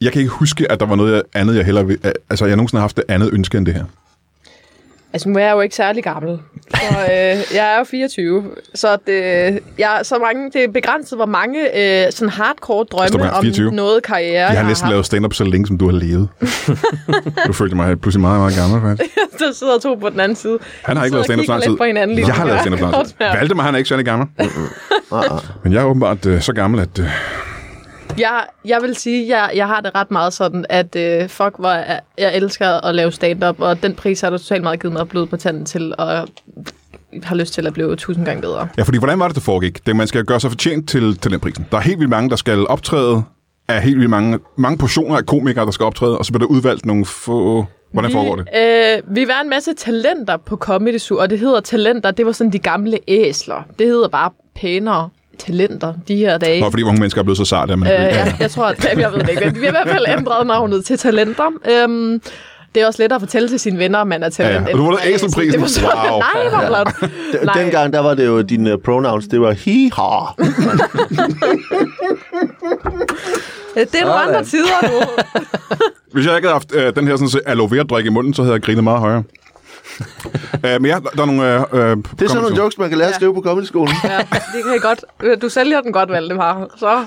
[SPEAKER 1] jeg kan ikke huske, at der var noget jeg- andet, jeg hellere vil, altså jeg nogensinde har haft det andet ønske end det her.
[SPEAKER 4] Altså, nu er jeg jo ikke særlig gammel. Så, øh, jeg er jo 24, så, det, jeg, så mange, det er begrænset, hvor mange øh, sådan hardcore
[SPEAKER 1] Står
[SPEAKER 4] drømme
[SPEAKER 1] der
[SPEAKER 4] om
[SPEAKER 1] 24?
[SPEAKER 4] noget karriere,
[SPEAKER 1] Jeg har næsten
[SPEAKER 4] haft.
[SPEAKER 1] lavet stand-up så længe, som du har levet. du følte mig pludselig meget, meget gammel, faktisk.
[SPEAKER 4] Der sidder to på den anden side.
[SPEAKER 1] Han har ikke
[SPEAKER 4] Sidder
[SPEAKER 1] lavet stand-up
[SPEAKER 4] og kigger
[SPEAKER 1] så lang
[SPEAKER 4] lidt
[SPEAKER 1] tid.
[SPEAKER 4] på hinanden lige
[SPEAKER 1] Jeg
[SPEAKER 4] nu.
[SPEAKER 1] har lavet
[SPEAKER 4] Ja,
[SPEAKER 1] stand-up så lang tid.
[SPEAKER 4] godt mærke.
[SPEAKER 1] Valdemar, han er ikke særlig gammel.
[SPEAKER 2] Ah,
[SPEAKER 1] Men jeg er åbenbart øh, så gammel, at øh,
[SPEAKER 4] Jeg, jeg vil sige, at jeg, jeg har det ret meget sådan, at øh, fuck, hvor jeg, jeg elsker at lave stand-up, og den pris har du totalt meget givet mig at bløde på tanden til, og har lyst til at blive tusind gange bedre.
[SPEAKER 1] Ja, fordi hvordan var det, det foregik? Det, man skal gøre sig fortjent til, til den prisen. Der er helt vildt mange, der skal optræde af helt vildt mange, mange portioner af komikere, der skal optræde, og så bliver der udvalgt nogle få... Hvordan foregår det?
[SPEAKER 4] det? Øh, vi var en masse talenter på Comedy Zoo, og det hedder talenter, det var sådan de gamle æsler. Det hedder bare pænere talenter de her dage.
[SPEAKER 1] Nå, fordi unge mennesker er blevet så sarte, at man...
[SPEAKER 4] Øh, jeg, jeg tror, at jamen, jeg ved det ikke, men vi har i hvert fald ændret navnet til talenter. Øhm, det er også lettere at fortælle til sine venner, at man er talent.
[SPEAKER 1] Ja, og du har
[SPEAKER 4] end
[SPEAKER 1] vundet
[SPEAKER 4] man er æsel.
[SPEAKER 1] æselprisen.
[SPEAKER 4] Det var så,
[SPEAKER 1] Wow.
[SPEAKER 4] Nej, hvor blot.
[SPEAKER 2] D- Dengang, der var det jo dine øh, pronouns, det var hi-ha.
[SPEAKER 4] Øh, Det er nogle
[SPEAKER 3] Sådan.
[SPEAKER 4] andre tider nu.
[SPEAKER 1] Hvis jeg ikke havde haft øh, den her sådan, så aloe vera drik i munden, så havde jeg grinet meget højere. øh, men ja, der, der er nogle... Øh, øh,
[SPEAKER 2] Det er sådan nogle jokes, man kan lære at skrive på comedy-skolen.
[SPEAKER 4] Ja, det kan jeg godt. øh, Du sælger den godt, Valdemar. Så.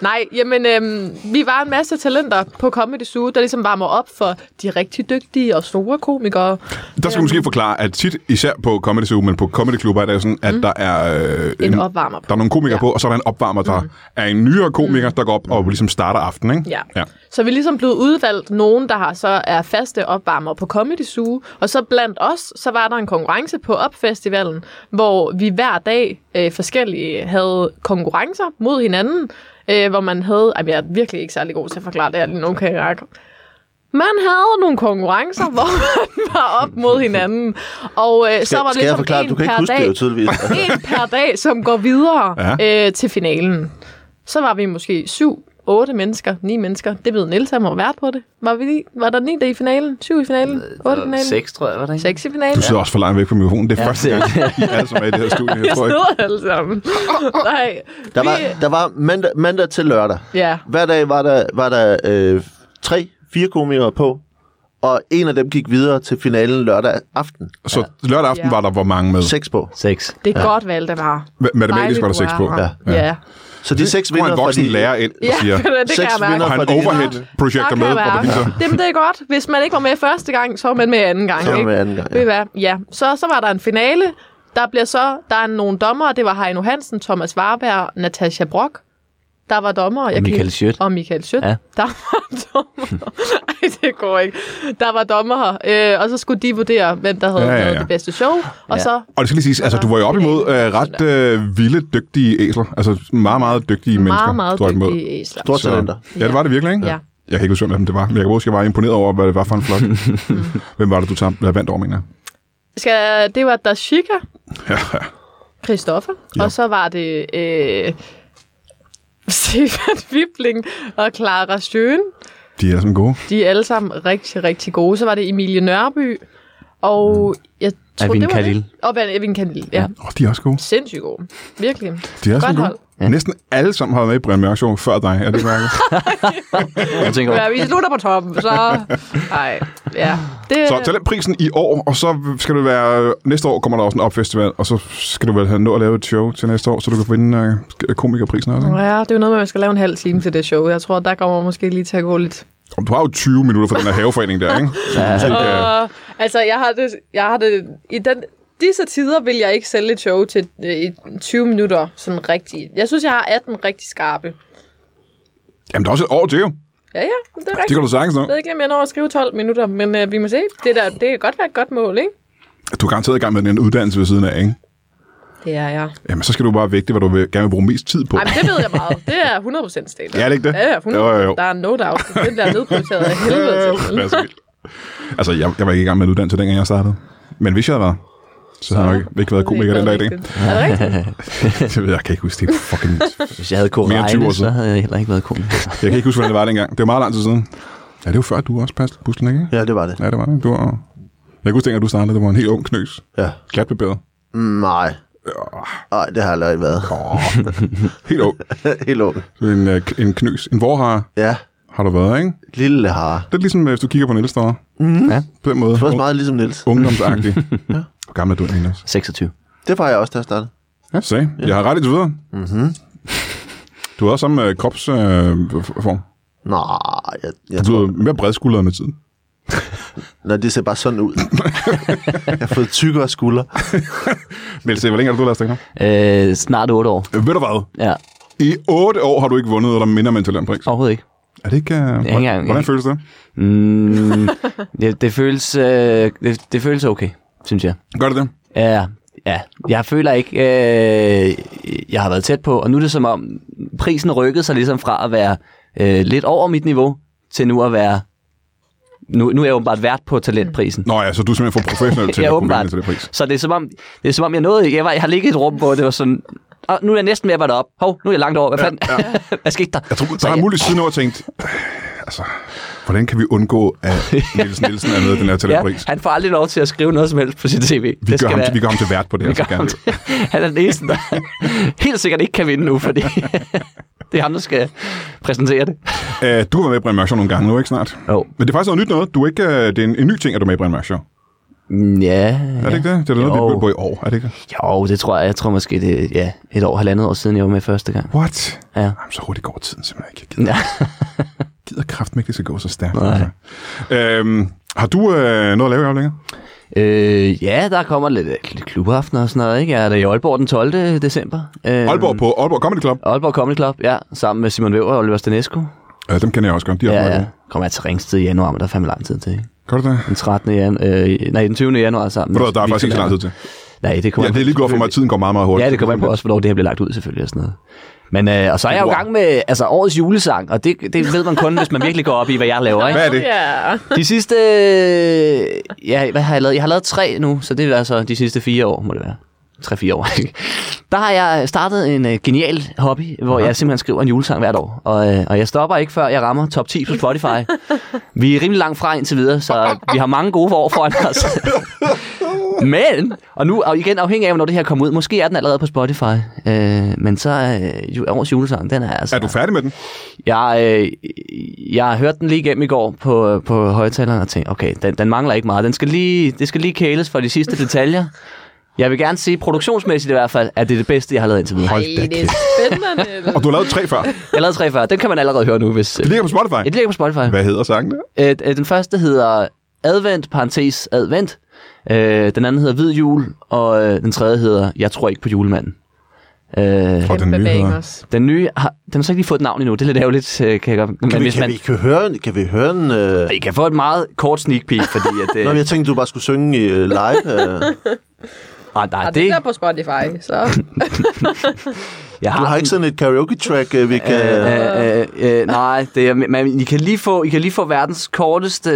[SPEAKER 4] Nej, jamen, øhm, vi var en masse talenter på Comedy Zoo, der ligesom varmer op for de rigtig dygtige og store komikere.
[SPEAKER 1] Der skal vi måske forklare, at tit, især på Comedy Zoo, men på Comedy Club, er det jo sådan, at mm. der er... Øh,
[SPEAKER 4] En opvarmer på.
[SPEAKER 1] Der er nogle komikere ja.
[SPEAKER 4] Ja.
[SPEAKER 1] på,
[SPEAKER 4] Mm.
[SPEAKER 1] og så er der en opvarmer, der mm. er en nyere komiker, der går op og ligesom starter aftenen, ikke?
[SPEAKER 4] Ja.
[SPEAKER 1] ja.
[SPEAKER 4] ja. Så vi er ligesom blevet udvalgt nogen, der har så er faste opvarmere på Comedy Zoo. Og så blandt os, så var der en konkurrence på Opfestivalen, hvor vi hver dag øh, forskellige havde konkurrencer mod hinanden. Øh, hvor man havde... Ej, men jeg er virkelig ikke særlig god til at forklare det her lige nu, kan jeg ikke. Man havde nogle konkurrencer, hvor man var op mod hinanden. Og øh, så var det
[SPEAKER 2] Skal jeg
[SPEAKER 4] ligesom
[SPEAKER 2] forklare,
[SPEAKER 4] en
[SPEAKER 2] du kan
[SPEAKER 4] per
[SPEAKER 2] ikke huske
[SPEAKER 4] dag
[SPEAKER 2] det jo tydeligvis.
[SPEAKER 4] en per dag, som går videre ja. øh, til finalen. Så var vi måske syv, otte mennesker, ni mennesker. Det ved Niels, han må være på det. Var, vi, ni- var der ni der i finalen? Syv i finalen? Otte i finalen?
[SPEAKER 3] Seks, tror jeg, var det ikke?
[SPEAKER 4] Seks i finalen?
[SPEAKER 1] Du sidder også for langt væk fra mikrofonen. Det er ja,
[SPEAKER 3] Ja,
[SPEAKER 1] første
[SPEAKER 3] det er
[SPEAKER 1] gang, I er som er i det her studie. Jeg
[SPEAKER 4] Jeg
[SPEAKER 1] tror ikke.
[SPEAKER 4] sidder alle sammen. Nej.
[SPEAKER 2] Der
[SPEAKER 4] vi-
[SPEAKER 2] var, der var mandag, mandag til lørdag.
[SPEAKER 4] Ja.
[SPEAKER 2] Hver dag var der, var der øh, tre, fire komikere på, og en af dem gik videre til finalen lørdag aften.
[SPEAKER 1] Så lørdag aften
[SPEAKER 4] Ja.
[SPEAKER 1] var der hvor mange med?
[SPEAKER 2] Seks på.
[SPEAKER 3] Seks.
[SPEAKER 4] Det er ja. godt valgt, det var.
[SPEAKER 1] Ma- Matematisk var der seks på.
[SPEAKER 4] Ja. ja.
[SPEAKER 2] Så de seks
[SPEAKER 1] Hvor
[SPEAKER 2] vinder
[SPEAKER 1] en voksen
[SPEAKER 2] fordi-
[SPEAKER 1] lærer ind og siger,
[SPEAKER 4] ja det kan
[SPEAKER 2] Seks
[SPEAKER 4] jeg mærke.
[SPEAKER 1] og
[SPEAKER 2] vinder.
[SPEAKER 1] har en
[SPEAKER 2] Fordi-
[SPEAKER 1] overhead-projekter
[SPEAKER 4] Så
[SPEAKER 1] med,
[SPEAKER 4] kan
[SPEAKER 1] hvor der
[SPEAKER 4] være.
[SPEAKER 1] viser,
[SPEAKER 4] Jamen, det er godt. Hvis man ikke var med første gang, så var man med anden gang.
[SPEAKER 2] Så var man
[SPEAKER 4] ikke?
[SPEAKER 2] med anden gang, ja.
[SPEAKER 4] Ved I hvad? ja. Så, så var der en finale. Der bliver så, der er nogle dommer, det var Heino Hansen, Thomas Warberg, Natasha Brock. Der var dommer. Jeg kan
[SPEAKER 3] Michael
[SPEAKER 4] ikke-
[SPEAKER 3] Schødt.
[SPEAKER 4] Og Michael Schødt.
[SPEAKER 3] Ja.
[SPEAKER 4] Der var dommer. Ej, det går ikke. Der var dommer. Øh, og så skulle de vurdere, hvem der havde
[SPEAKER 1] Ja,
[SPEAKER 4] ja,
[SPEAKER 1] ja,
[SPEAKER 4] ja,
[SPEAKER 1] ja.
[SPEAKER 4] lavet det bedste show. Og
[SPEAKER 3] Ja.
[SPEAKER 4] så
[SPEAKER 1] og det skal lige siges, altså du var jo op imod øh, ret øh, vilde, dygtige æsler. Altså meget, meget dygtige mennesker.
[SPEAKER 4] meget, meget
[SPEAKER 1] du var op imod.
[SPEAKER 4] dygtige æsler.
[SPEAKER 2] Store talenter.
[SPEAKER 1] Ja, det var det virkelig, ikke?
[SPEAKER 4] Ja.
[SPEAKER 1] Jeg kan ikke huske, hvem af dem det var, men jeg kan huske, at jeg var imponeret over, hvad det var for en flok. hvem var det, du tabte- vandt over, mener jeg?
[SPEAKER 4] Skal, det var Dashika,
[SPEAKER 1] Ja,
[SPEAKER 4] Christoffer,
[SPEAKER 1] Ja.
[SPEAKER 4] ja. og så var det øh, Stefan Wibling og Clara Sjøen.
[SPEAKER 1] de er sådan gode.
[SPEAKER 4] De er alle sammen rigtig, rigtig gode. Så var det Emilie Nørby, og jeg tror,
[SPEAKER 3] Avin
[SPEAKER 4] det var
[SPEAKER 3] Khalil.
[SPEAKER 4] det. Og Van- Avin Khalil, ja. ja.
[SPEAKER 3] Ja.
[SPEAKER 1] Åh, de er også gode.
[SPEAKER 4] Sindssygt gode. Virkelig.
[SPEAKER 1] De er
[SPEAKER 4] Godt
[SPEAKER 1] sådan gode.
[SPEAKER 4] hold.
[SPEAKER 1] Ja. Næsten alle sammen har været med i Brian Mørk Show før dig, er det mærket?
[SPEAKER 3] Jeg tænker,
[SPEAKER 4] Ja, vi slutter på toppen, så... Ej, ja. Det,
[SPEAKER 1] Så talentprisen i år, og så skal du være... Næste år kommer der også en opfestival, og så skal du vel have nå at lave et show til næste år, så du kan vinde øh, sk- komikerprisen også. Ikke?
[SPEAKER 4] Ja, det er jo noget med, at man skal lave en halv time til det show. Jeg tror, der kommer måske lige til at gå lidt
[SPEAKER 1] Om Du har jo 20 minutter for den her haveforening der, ikke? Så du måske kan-
[SPEAKER 4] Og, altså, jeg har det, jeg har det i den, disse tider vil jeg ikke sælge et show til øh, i 20 minutter sådan rigtigt. Jeg synes, jeg har 18 rigtig skarpe.
[SPEAKER 1] Jamen, der er også et år til jo.
[SPEAKER 4] Ja, ja, det er
[SPEAKER 1] Det
[SPEAKER 4] rigtigt.
[SPEAKER 1] kan du sagtens nå.
[SPEAKER 4] Jeg ved ikke, om jeg når at skrive 12 minutter, men øh, vi må se. Det, der, det kan godt være et godt mål, ikke?
[SPEAKER 1] Du er garanteret i gang med en uddannelse ved siden af, ikke?
[SPEAKER 4] Det er jeg.
[SPEAKER 1] Jamen, så skal du bare vægte, hvad du vil, gerne vil bruge mest tid på.
[SPEAKER 4] Ej, men det ved jeg meget. Det er 100% sten.
[SPEAKER 1] Ja, er det ikke det?
[SPEAKER 4] Ja, 100.
[SPEAKER 1] Jo, jo, jo.
[SPEAKER 4] Der er no doubt. Det bliver nedprioriteret af helvede til.
[SPEAKER 1] Det er så vildt. altså, jeg, jeg var ikke i gang med en uddannelse, dengang jeg startede. Men hvis jeg var, så havde jeg nok ikke været komiker den dag i dag.
[SPEAKER 4] Er det rigtigt?
[SPEAKER 1] Det ved jeg, jeg kan ikke huske det. er Fucking...
[SPEAKER 3] Hvis jeg havde
[SPEAKER 1] Mere end 20 år
[SPEAKER 3] korrejne, så
[SPEAKER 1] siden.
[SPEAKER 3] havde jeg heller ikke været komiker.
[SPEAKER 1] Jeg kan ikke huske, hvordan det var dengang. Det var meget lang tid siden. Ja, det var før, du også passede bussen, ikke?
[SPEAKER 2] Ja, det var det.
[SPEAKER 1] Ja, det var det. Du var... Jeg kan huske, dengang du startede, det var en helt ung knøs.
[SPEAKER 2] Ja.
[SPEAKER 1] Klatbebæret.
[SPEAKER 2] Nej.
[SPEAKER 1] Øh.
[SPEAKER 2] Nej, det har jeg aldrig været.
[SPEAKER 1] Åh, helt ung.
[SPEAKER 2] Helt ung.
[SPEAKER 1] Så En, øh, k- en knøs. En vorhare
[SPEAKER 2] Ja,
[SPEAKER 1] har du været, ikke?
[SPEAKER 2] lille har.
[SPEAKER 1] Det er ligesom, hvis du kigger på Niels der. Mm.
[SPEAKER 4] Mhm.
[SPEAKER 3] Ja.
[SPEAKER 1] På den måde.
[SPEAKER 2] Det var også meget ligesom Niels.
[SPEAKER 1] Ungdomsagtig. Hvor gammel er du, Niels?
[SPEAKER 3] 26.
[SPEAKER 2] Det var jeg også, der startede.
[SPEAKER 1] Ja, sagde. Jeg har ret indtil videre. Mm-hmm. Du har også samme øh, kropsform. Øh, f- form.
[SPEAKER 2] Nej, jeg, jeg
[SPEAKER 1] du
[SPEAKER 2] tror,
[SPEAKER 1] bliver mere bredskuldret med tiden.
[SPEAKER 2] nej, det ser bare sådan ud. jeg har fået tykkere skuldre.
[SPEAKER 1] Niels, hvor længe har du lavet stand
[SPEAKER 3] Øh, snart 8 år.
[SPEAKER 1] Ved du hvad?
[SPEAKER 3] Ja,
[SPEAKER 1] I otte år har du ikke vundet, eller minder man til den pris.
[SPEAKER 3] overhovedet ikke.
[SPEAKER 1] Er det ikke... Uh,
[SPEAKER 3] ikke engang-
[SPEAKER 1] hvordan føles det?
[SPEAKER 3] Mm, det, det, føles, øh, det, det føles okay, synes jeg.
[SPEAKER 1] Gør det det?
[SPEAKER 3] Ja, ja. Jeg føler ikke, øh, jeg har været tæt på, og nu er det som om, prisen rykkede sig ligesom fra at være øh, lidt over mit niveau, til nu at være, nu, nu er jeg åbenbart vært på talentprisen.
[SPEAKER 1] Nå ja, så du er simpelthen for professionel til
[SPEAKER 3] Ja,
[SPEAKER 1] at kunne
[SPEAKER 3] åbenbart.
[SPEAKER 1] vinde til det pris.
[SPEAKER 3] Så det er som om, det er som om jeg nåede ikke. Jeg, var, jeg har ligget i et rum, hvor det var sådan, og nu er jeg næsten ved at være deroppe. Hov, nu er jeg langt over. Hvad fanden? Ja. Hvad skete der?
[SPEAKER 1] Jeg tror, der har
[SPEAKER 3] jeg-
[SPEAKER 1] muligvis siden over tænkt, altså, hvordan kan vi undgå, at Niels Nielsen er med i den her talentpris?
[SPEAKER 3] han får aldrig lov til at skrive noget som helst på sit tv.
[SPEAKER 1] Vi gør, ham, til, vi gør ham til vært på det her.
[SPEAKER 3] Vi
[SPEAKER 1] så
[SPEAKER 3] gør ham
[SPEAKER 1] gerne.
[SPEAKER 3] til. Han er den eneste, der helt sikkert ikke kan vinde nu, fordi det er ham, der skal præsentere det.
[SPEAKER 1] Øh, du har været med i Brian Mørk Show nogle gange nu, ikke snart?
[SPEAKER 3] Jo.
[SPEAKER 1] Men det er faktisk noget nyt noget. Du er ikke, øh, det er en, en ny ting, at du er med i Brian Mørk Show.
[SPEAKER 3] Mm, Ja.
[SPEAKER 1] Er det ikke det? Det er da noget, vi
[SPEAKER 3] Jo.
[SPEAKER 1] begyndte på i år. Er det ikke det?
[SPEAKER 3] Jo, det tror jeg. Jeg tror måske, det er ja, et år, halvandet år siden, jeg var med første gang.
[SPEAKER 1] What?
[SPEAKER 3] Ja.
[SPEAKER 1] Jamen, så hurtigt går tiden simpelthen ikke. Jeg gider,
[SPEAKER 3] ja.
[SPEAKER 1] gider kraftmægtigt, det skal gå så stærkt. Altså. Øhm, har du øh, noget at lave i øjeblikket?
[SPEAKER 3] Øhm. Øh, ja, der kommer lidt, lidt klubaftener og sådan noget, ikke? Jeg er der i Aalborg den 12. december. Øh,
[SPEAKER 1] Aalborg på Aalborg Comedy Club.
[SPEAKER 3] Aalborg Comedy Club, ja. Sammen med Simon Væver og Oliver Stanesco.
[SPEAKER 1] Øh, dem kender jeg også godt. De har
[SPEAKER 3] Ja,
[SPEAKER 1] ja,
[SPEAKER 3] ja. Kommer jeg til Ringsted i januar, men der er fandme lang tid til, ikke?
[SPEAKER 1] Gør du det?
[SPEAKER 3] Den 13. Januar, øh, nej, den 20. januar sammen.
[SPEAKER 1] Ved du
[SPEAKER 3] med
[SPEAKER 1] hvad, der er faktisk ikke så lang tid til.
[SPEAKER 3] Nej, det kommer
[SPEAKER 1] Ja,
[SPEAKER 3] an
[SPEAKER 1] det
[SPEAKER 3] på-
[SPEAKER 1] er lige godt for mig, at tiden går meget, meget hurtigt.
[SPEAKER 3] Ja, det kommer an på også, hvornår det her bliver lagt ud selvfølgelig og sådan noget. Men, øh, og så er jeg jo i
[SPEAKER 1] Wow.
[SPEAKER 3] gang med altså, årets julesang, og det, det ved man kun, hvis man virkelig går op i, hvad jeg laver. Ikke?
[SPEAKER 1] Hvad er det?
[SPEAKER 4] Ja.
[SPEAKER 3] De sidste... øh, Ja, hvad har jeg lavet? Jeg har lavet tre nu, så det er altså de sidste fire år, må det være. Tre-fire år. ikke? Der har jeg startet en øh, genial hobby, hvor jeg simpelthen skriver en julesang hvert år. Og, øh, og jeg stopper ikke, før jeg rammer top 10 på Spotify. Vi er rimelig langt fra indtil videre, så vi har mange gode år foran os. Men, og nu og igen afhængig af, hvornår det her kommer ud. Måske er den allerede på Spotify. Øh, men så øh, ju- årets julesang, den er altså...
[SPEAKER 1] Er du færdig med den?
[SPEAKER 3] Jeg, øh, jeg har hørt den lige igennem i går på, øh, på højtaleren og tænkte, okay, den, den mangler ikke meget. Den skal lige, det skal lige kæles for de sidste detaljer. Jeg vil gerne sige, produktionsmæssigt i hvert fald, at det er det bedste, jeg har lavet indtil videre.
[SPEAKER 1] Hold da
[SPEAKER 4] Ej, det er
[SPEAKER 1] kæft.
[SPEAKER 4] spændende.
[SPEAKER 1] Og du har lavet tre før.
[SPEAKER 3] Jeg lavede tre før. Den kan man allerede høre nu, hvis... Øh,
[SPEAKER 1] Det ligger på Spotify.
[SPEAKER 3] ja, det ligger på Spotify.
[SPEAKER 1] Hvad hedder sangen der?
[SPEAKER 3] Øh, øh, den første hedder Advent, parentes Advent. Øh, den anden hedder Hvid Jul, og øh, den tredje hedder Jeg tror ikke på julemanden.
[SPEAKER 1] Og
[SPEAKER 3] Øh,
[SPEAKER 1] den
[SPEAKER 4] Kæmpe
[SPEAKER 1] nye hedder.
[SPEAKER 4] bangers.
[SPEAKER 3] den nye, har, den har så ikke lige fået et navn endnu. Det er lidt ærgerligt, øh, kan jeg godt. Men
[SPEAKER 2] Kan, vi,
[SPEAKER 3] hvis
[SPEAKER 2] kan,
[SPEAKER 3] man,
[SPEAKER 2] vi, kan, vi høre, en- kan vi høre en... Øh...
[SPEAKER 3] I kan få et meget kort sneak peek, fordi at... Øh,
[SPEAKER 2] Nå, men jeg tænkte, du bare skulle synge i øh, live. Øh.
[SPEAKER 3] Ah, nej, det,
[SPEAKER 4] Og det er
[SPEAKER 3] det
[SPEAKER 4] på Spotify, så
[SPEAKER 3] jeg
[SPEAKER 2] Du har ikke sådan et karaoke-track, øh, vi kan... Øh,
[SPEAKER 3] Øh, øh, øh, nej, det er, man, I, kan lige få, I kan lige få verdens korteste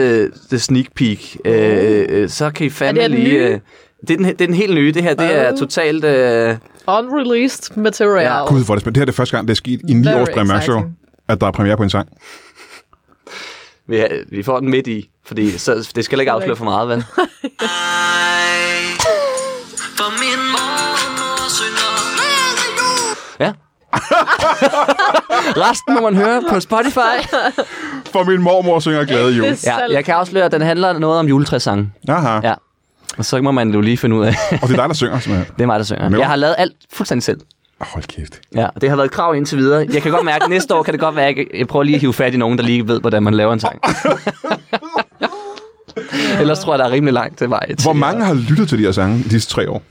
[SPEAKER 3] øh, sneak peek. Øh, øh, så kan I fandme
[SPEAKER 4] Er det den
[SPEAKER 3] lige...
[SPEAKER 4] nye?
[SPEAKER 3] Øh, det, er den, det er den helt nye. Det her det er
[SPEAKER 4] Oh.
[SPEAKER 3] totalt... Øh,
[SPEAKER 4] unreleased material.
[SPEAKER 3] Ja,
[SPEAKER 1] Gud, hvor er det spændende. Det her er det første gang, det er sket i ni
[SPEAKER 4] Very
[SPEAKER 1] års Brian Mørk Show, at der er premiere på en sang.
[SPEAKER 3] vi, har- vi får den midt i, fordi så, det skal ikke afsløre for meget, vel?
[SPEAKER 5] For min mormor synger Glædelig jul
[SPEAKER 3] Ja. Resten må man høre på Spotify.
[SPEAKER 1] For min mormor synger glade jul.
[SPEAKER 4] Det-
[SPEAKER 3] Ja, jeg kan afsløre, at den handler noget om juletræssange.
[SPEAKER 1] Aha.
[SPEAKER 3] Ja. Og så må man jo lige finde ud af.
[SPEAKER 1] Og det er dig, der synger, simpelthen.
[SPEAKER 3] det er mig, der synger.
[SPEAKER 1] Men-
[SPEAKER 3] Jeg har lavet alt fuldstændig selv.
[SPEAKER 1] Ah, Hold kæft.
[SPEAKER 3] Ja, det har været et krav indtil videre. Jeg kan godt mærke, at næste år kan det godt være, at jeg- jeg prøver lige at hive fat i nogen, der lige ved, hvordan man laver en sang. Ellers tror jeg, der er rimelig langt til vej. til-
[SPEAKER 1] Hvor mange har lyttet til de her sange de sidste tre år?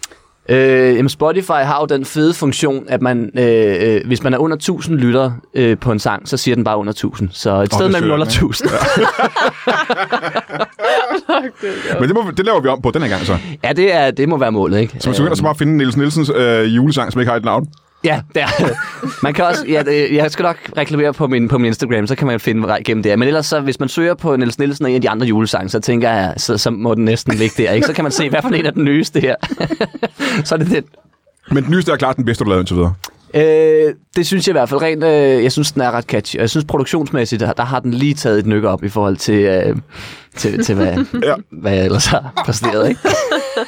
[SPEAKER 3] Øh, jamen Spotify har jo den fede funktion, at man, øh, øh, hvis man er under 1000 lytter øh, på en sang, så siger den bare under 1000. Så et sted
[SPEAKER 1] det
[SPEAKER 3] mellem
[SPEAKER 1] søger
[SPEAKER 3] 0 og
[SPEAKER 1] den, ikke?
[SPEAKER 3] 1000.
[SPEAKER 1] Men det, må, det laver vi om på den her gang så. Så
[SPEAKER 3] Ja, det, er, det må være målet, ikke?
[SPEAKER 1] man skal begynde så bare at finde Niels Nielsens øh, julesang, som ikke har et navn.
[SPEAKER 3] Ja, der. Man kan også, ja, det, jeg skal nok reklamere på min, på min Instagram, så kan man finde vej gennem det. Men ellers, så, hvis man søger på Niels Nielsen og en af de andre julesange, så tænker jeg, så, så må den næsten ligge der. Ikke? Så kan man se, hvad for en er den nyeste her. så er det den.
[SPEAKER 1] Men den nyeste er klart den bedste, du lavede indtil videre.
[SPEAKER 3] Øh, det synes jeg i hvert fald rent, øh, jeg synes, den er ret catchy. Og jeg synes, produktionsmæssigt, der, der har den lige taget et nykke op i forhold til, øh, til, til hvad,
[SPEAKER 1] Ja.
[SPEAKER 3] hvad jeg ellers har præsteret. Ikke?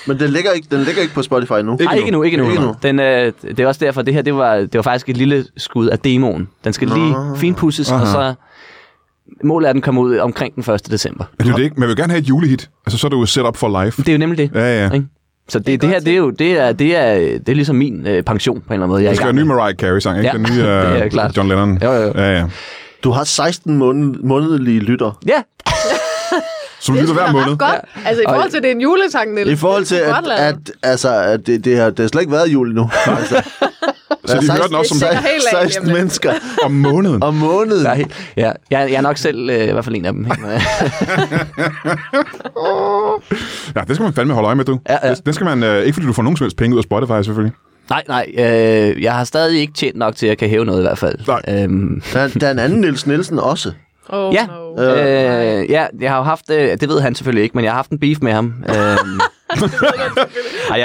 [SPEAKER 2] Men den ligger ikke, den ligger ikke på Spotify nu.
[SPEAKER 3] Ej, ikke nu, ikke nu. Ikke nu. Den, øh, det er også derfor, det her det var, det var faktisk et lille skud af demoen. Den skal lige finpusses, og så målet er, at den kommer ud omkring den 1. december.
[SPEAKER 1] Men det er jo det ikke. Man vil gerne have et julehit. Altså, så er det jo set up for life.
[SPEAKER 3] Det er jo nemlig det.
[SPEAKER 1] Ja, ja.
[SPEAKER 3] Ikke? Så det, det, her, det er jo det er, det er, det er ligesom min øh, pension på en eller anden måde. Jeg er
[SPEAKER 1] Det
[SPEAKER 3] i
[SPEAKER 1] skal være
[SPEAKER 3] gang
[SPEAKER 1] en ny
[SPEAKER 3] med.
[SPEAKER 1] Mariah Carey-sang, ikke?
[SPEAKER 3] Ja,
[SPEAKER 1] Den nye
[SPEAKER 3] det er
[SPEAKER 1] øh,
[SPEAKER 3] klart.
[SPEAKER 1] John Lennon.
[SPEAKER 3] Jo, jo, jo.
[SPEAKER 1] Ja, ja.
[SPEAKER 2] Du har 16 måned, månedlige lytter.
[SPEAKER 3] Ja,
[SPEAKER 1] Som lytter hver måned.
[SPEAKER 4] Godt. Altså i forhold til, at det er en julesang, Niels.
[SPEAKER 2] I forhold til,
[SPEAKER 4] det er
[SPEAKER 2] at,
[SPEAKER 4] godt lavet.
[SPEAKER 2] at, altså, at det, det, har, det har slet ikke været jul endnu. Altså,
[SPEAKER 1] Så de hører den også som
[SPEAKER 4] Det er helt af,
[SPEAKER 2] 16
[SPEAKER 4] jamen.
[SPEAKER 2] mennesker
[SPEAKER 1] om måneden.
[SPEAKER 2] om måneden.
[SPEAKER 3] der er helt, ja jeg, jeg er nok selv øh, i hvert fald en af dem.
[SPEAKER 1] Ja, det skal man fandme holde øje med, du.
[SPEAKER 3] Ja, ja.
[SPEAKER 1] Det- Det skal man, øh, ikke fordi du får nogen som helst penge ud af Spotify, selvfølgelig.
[SPEAKER 3] nej, nej. Øh, jeg har stadig ikke tjent nok til, at jeg kan hæve noget i hvert fald.
[SPEAKER 1] Nej.
[SPEAKER 3] Øhm,
[SPEAKER 2] Der, er- der er en anden Niels Nielsen også.
[SPEAKER 4] Oh,
[SPEAKER 3] ja,
[SPEAKER 4] no.
[SPEAKER 3] øh, ja, jeg har jo haft, øh, det ved han selvfølgelig ikke, men jeg har haft en beef med ham. Øhm, Ej, jeg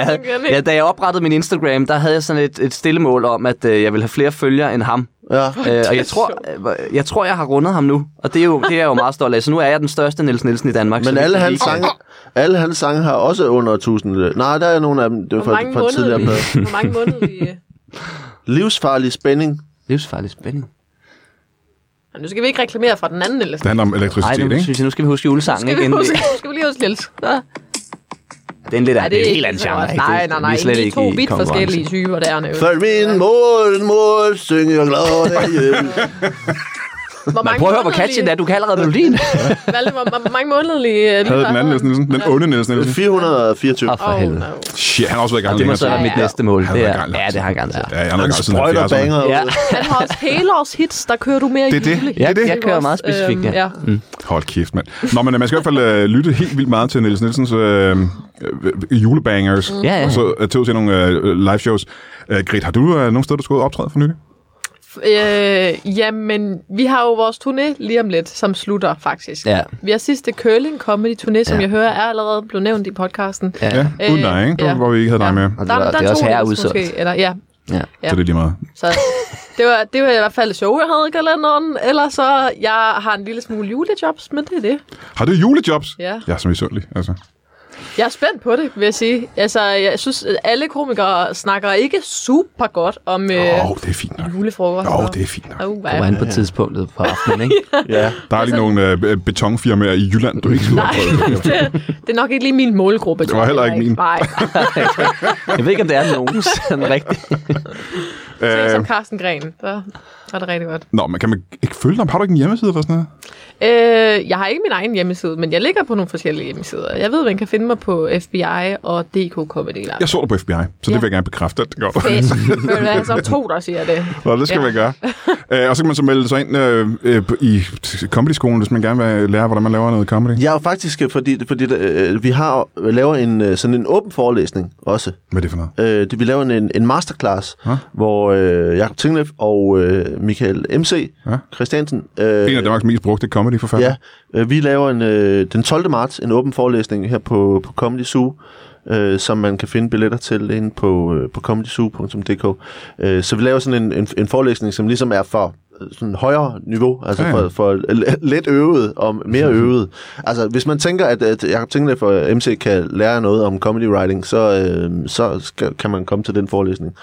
[SPEAKER 3] havde,
[SPEAKER 4] selvfølgelig.
[SPEAKER 3] ja, da jeg oprettede min Instagram, der havde jeg sådan et, et stille mål om, at øh, jeg ville have flere følgere end ham.
[SPEAKER 2] Ja.
[SPEAKER 3] Øh, og jeg tror, øh, jeg tror, jeg har rundet ham nu, og det er, jo, det er jeg jo meget stolt af. Så nu er jeg den største Niels Nielsen i Danmark. så
[SPEAKER 2] Men
[SPEAKER 3] det-
[SPEAKER 2] alle hans, sange, alle hans sange har også under 1000. lytter. Nej, der er nogle af dem det er
[SPEAKER 4] Hvor
[SPEAKER 2] fra,
[SPEAKER 4] mange
[SPEAKER 2] fra tidligere plader.
[SPEAKER 4] månedlige? Hvor mange månedlige?
[SPEAKER 2] Livsfarlig spænding.
[SPEAKER 3] Livsfarlig spænding.
[SPEAKER 4] Nå, Nu skal vi ikke reklamere fra den anden, Niels.
[SPEAKER 1] Det handler om
[SPEAKER 3] Nej,
[SPEAKER 1] elektricitet,
[SPEAKER 3] nu
[SPEAKER 1] ikke?
[SPEAKER 3] synes jeg, nu skal vi huske julesangen.
[SPEAKER 4] Skal vi,
[SPEAKER 3] Ikke? Endelig.
[SPEAKER 4] huske, skal vi lige huske Niels? Nå.
[SPEAKER 3] Det er en lidt
[SPEAKER 4] Ej,
[SPEAKER 3] af, det er en helt
[SPEAKER 4] ikke
[SPEAKER 3] anden
[SPEAKER 4] så
[SPEAKER 3] genre.
[SPEAKER 4] godt.
[SPEAKER 3] ikke?
[SPEAKER 4] Nej,
[SPEAKER 3] Det-
[SPEAKER 4] nej,
[SPEAKER 3] vi er
[SPEAKER 4] nej.
[SPEAKER 3] slet
[SPEAKER 4] Vi er
[SPEAKER 3] ikke
[SPEAKER 4] to
[SPEAKER 3] i
[SPEAKER 4] vidt
[SPEAKER 3] konkurrence.
[SPEAKER 4] forskellige typer dernede.
[SPEAKER 2] For min mor, mor, synger jeg glad derhjemme.
[SPEAKER 4] Hvor
[SPEAKER 3] Men prøv at høre, hvor catchy den er. Du kan allerede melodien.
[SPEAKER 4] Valde, hvor, hvor mange månedlige øh,
[SPEAKER 1] Havde den anden
[SPEAKER 4] har
[SPEAKER 1] Niels Nielsen, den onde Niels Nielsen.
[SPEAKER 2] 424.
[SPEAKER 3] Åh, for
[SPEAKER 4] Oh,
[SPEAKER 3] helvede.
[SPEAKER 4] no.
[SPEAKER 1] Shit, han har også været i gang
[SPEAKER 3] Det må
[SPEAKER 1] længe.
[SPEAKER 3] så være mit
[SPEAKER 4] Ja, ja.
[SPEAKER 3] næste mål.
[SPEAKER 1] Han
[SPEAKER 3] Det
[SPEAKER 1] har
[SPEAKER 3] er,
[SPEAKER 1] gang lang
[SPEAKER 3] ja,
[SPEAKER 1] tid.
[SPEAKER 3] det har jeg gerne sagt.
[SPEAKER 1] Ja, jeg har
[SPEAKER 2] Han
[SPEAKER 1] gang siden
[SPEAKER 2] sprøjter
[SPEAKER 1] 70'erne.
[SPEAKER 2] banger
[SPEAKER 3] Ja,
[SPEAKER 2] ud.
[SPEAKER 4] Han har også helårshits, der kører du mere i
[SPEAKER 1] Det er det.
[SPEAKER 4] jule.
[SPEAKER 1] Det er det.
[SPEAKER 3] jeg kører meget
[SPEAKER 4] Ikke også?
[SPEAKER 3] specifikt,
[SPEAKER 4] Øhm,
[SPEAKER 3] ja. Mm.
[SPEAKER 4] ja.
[SPEAKER 1] Hold kæft, mand. Nå, men øh, man skal i hvert fald øh, lytte helt vildt meget til Niels Nielsens øh, øh, julebangers.
[SPEAKER 3] Ja, ja.
[SPEAKER 1] Og så øh, til at se nogle øh, live shows. Øh, Grit, har du øh, nogle steder, du skal ud og optræde for nylig?
[SPEAKER 4] Øh, jamen, vi har jo vores turné lige om lidt, som slutter faktisk.
[SPEAKER 3] Ja.
[SPEAKER 4] Vi har sidste Curling Comedy Turné, som
[SPEAKER 3] Ja.
[SPEAKER 4] ja. jeg hører er allerede blevet nævnt i podcasten.
[SPEAKER 3] Ja.
[SPEAKER 1] Ja, uden
[SPEAKER 4] Øh,
[SPEAKER 1] dig, ikke? Det var,
[SPEAKER 4] ja.
[SPEAKER 1] hvor vi ikke havde dig med.
[SPEAKER 3] Og det var- det er
[SPEAKER 4] tog
[SPEAKER 3] også
[SPEAKER 4] vi
[SPEAKER 3] herre
[SPEAKER 4] vist
[SPEAKER 3] udsolgt.
[SPEAKER 4] måske, Eller, ja,
[SPEAKER 3] Ja.
[SPEAKER 1] Så det er lige meget.
[SPEAKER 4] så det var, det var i hvert fald et show, jeg havde i kalenderen. Eller så, jeg har en lille smule julejobs, men det er det.
[SPEAKER 1] Har du julejobs?
[SPEAKER 4] Ja.
[SPEAKER 1] Jeg er så misundelig, altså.
[SPEAKER 4] Jeg er spændt på det, vil jeg sige. Altså, jeg synes, at alle komikere snakker ikke super godt om øh,
[SPEAKER 1] Åh,
[SPEAKER 4] oh.
[SPEAKER 1] oh, det er fint nok.
[SPEAKER 4] julefrokoster.
[SPEAKER 1] Åh, oh, det er fint nok.
[SPEAKER 4] Oh,
[SPEAKER 3] Det var han på tidspunktet på aftenen, ikke?
[SPEAKER 2] Ja.
[SPEAKER 1] Der
[SPEAKER 4] Altså-
[SPEAKER 1] er lige nogle øh, øh, betonfirmaer i Jylland, du ikke skal ud og prøve.
[SPEAKER 4] det, det er nok ikke lige min målgruppe.
[SPEAKER 1] Det var heller ikke min.
[SPEAKER 4] Nej,
[SPEAKER 3] Jeg ved ikke, om det er nogen sådan rigtigt.
[SPEAKER 4] det
[SPEAKER 1] Øh,
[SPEAKER 4] som Carsten Gren. Der var det rigtig godt.
[SPEAKER 1] Nå, men kan man ikke følge dig? Har du ikke en hjemmeside eller sådan noget?
[SPEAKER 4] Øh, jeg har ikke min egen hjemmeside, men jeg ligger på nogle forskellige hjemmesider. Jeg ved, man kan finde mig på FBI og DK Comedy Lab.
[SPEAKER 1] Jeg så dig på FBI, så det vil jeg gerne bekræfte, at det går.
[SPEAKER 4] Fedt. Ved du hvad, så er der to, der siger det.
[SPEAKER 1] Nå, det skal ja.
[SPEAKER 4] Ja.
[SPEAKER 1] man gøre. Øh, og så kan man så melde sig ind øh, øh, på- i comedy-skolen, hvis man gerne vil lære, hvordan man laver noget comedy. Ja.
[SPEAKER 2] Jeg er jo faktisk, øh, fordi, fordi øh, vi har laver en, øh, sådan en åben forelæsning også.
[SPEAKER 1] Hvad er det for noget?
[SPEAKER 2] Øh, det, vi laver en, en masterclass,
[SPEAKER 1] Ja.
[SPEAKER 2] hvor øh, Jakob Tinglev og øh, Michael MC
[SPEAKER 1] Ja.
[SPEAKER 2] Christiansen, øh,
[SPEAKER 1] En af Danmarks mest brugte comedy-forfatter.
[SPEAKER 2] ja, øh, vi laver en, øh, den 12. marts en åben forelæsning her på, på Comedy Zoo, øh, som man kan finde billetter til inde på, øh, på comedyzoo.dk. Øh, så vi laver sådan en, en, en forelæsning, som ligesom er for øh, sådan højere niveau, altså
[SPEAKER 1] Ja,
[SPEAKER 2] ja,
[SPEAKER 1] ja.
[SPEAKER 2] ja. for, for l- let øvet og mere øvet. Altså, hvis man tænker, at, at Jacob Tinglev for MC kan lære noget om comedy writing, så, øh, så skal, kan man komme til den forelæsning.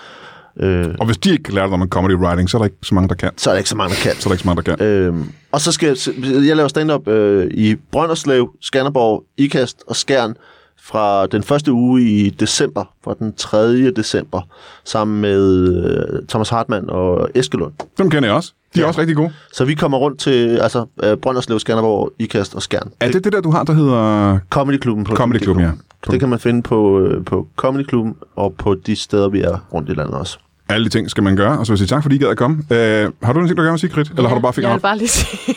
[SPEAKER 2] Øh,
[SPEAKER 1] Og hvis de ikke kan lære dig om comedy-writing, så er der ikke så mange, der kan.
[SPEAKER 2] så er der ikke så mange, der kan.
[SPEAKER 1] Så er der ikke så mange, der kan.
[SPEAKER 2] Øhm, og så skal jeg, jeg laver stand-up øh, i Brønderslev, Skanderborg, Ikast og Skjern fra den første uge i december, fra den 3. december, sammen med øh, Thomas Hartmann og Eskelund.
[SPEAKER 1] Dem kender jeg også. De er ja. også rigtig gode.
[SPEAKER 2] Så vi kommer rundt til altså, øh, Brønderslev, Skanderborg, Ikast og Skjern.
[SPEAKER 1] Er det det der, du har, der hedder...
[SPEAKER 2] Comedyklubben på
[SPEAKER 1] Comedyklubben, ja.
[SPEAKER 2] Det kan man finde på, øh, på Comedy Klubben og på de steder, vi er rundt i landet også.
[SPEAKER 1] Alle de ting skal man gøre, og så vil jeg sige tak, fordi I gad at komme. Øh, har du noget ting, du gerne vil sige, Krit? Eller har du bare
[SPEAKER 4] jeg
[SPEAKER 1] fingeren
[SPEAKER 4] vil
[SPEAKER 1] op?
[SPEAKER 4] bare lige sige,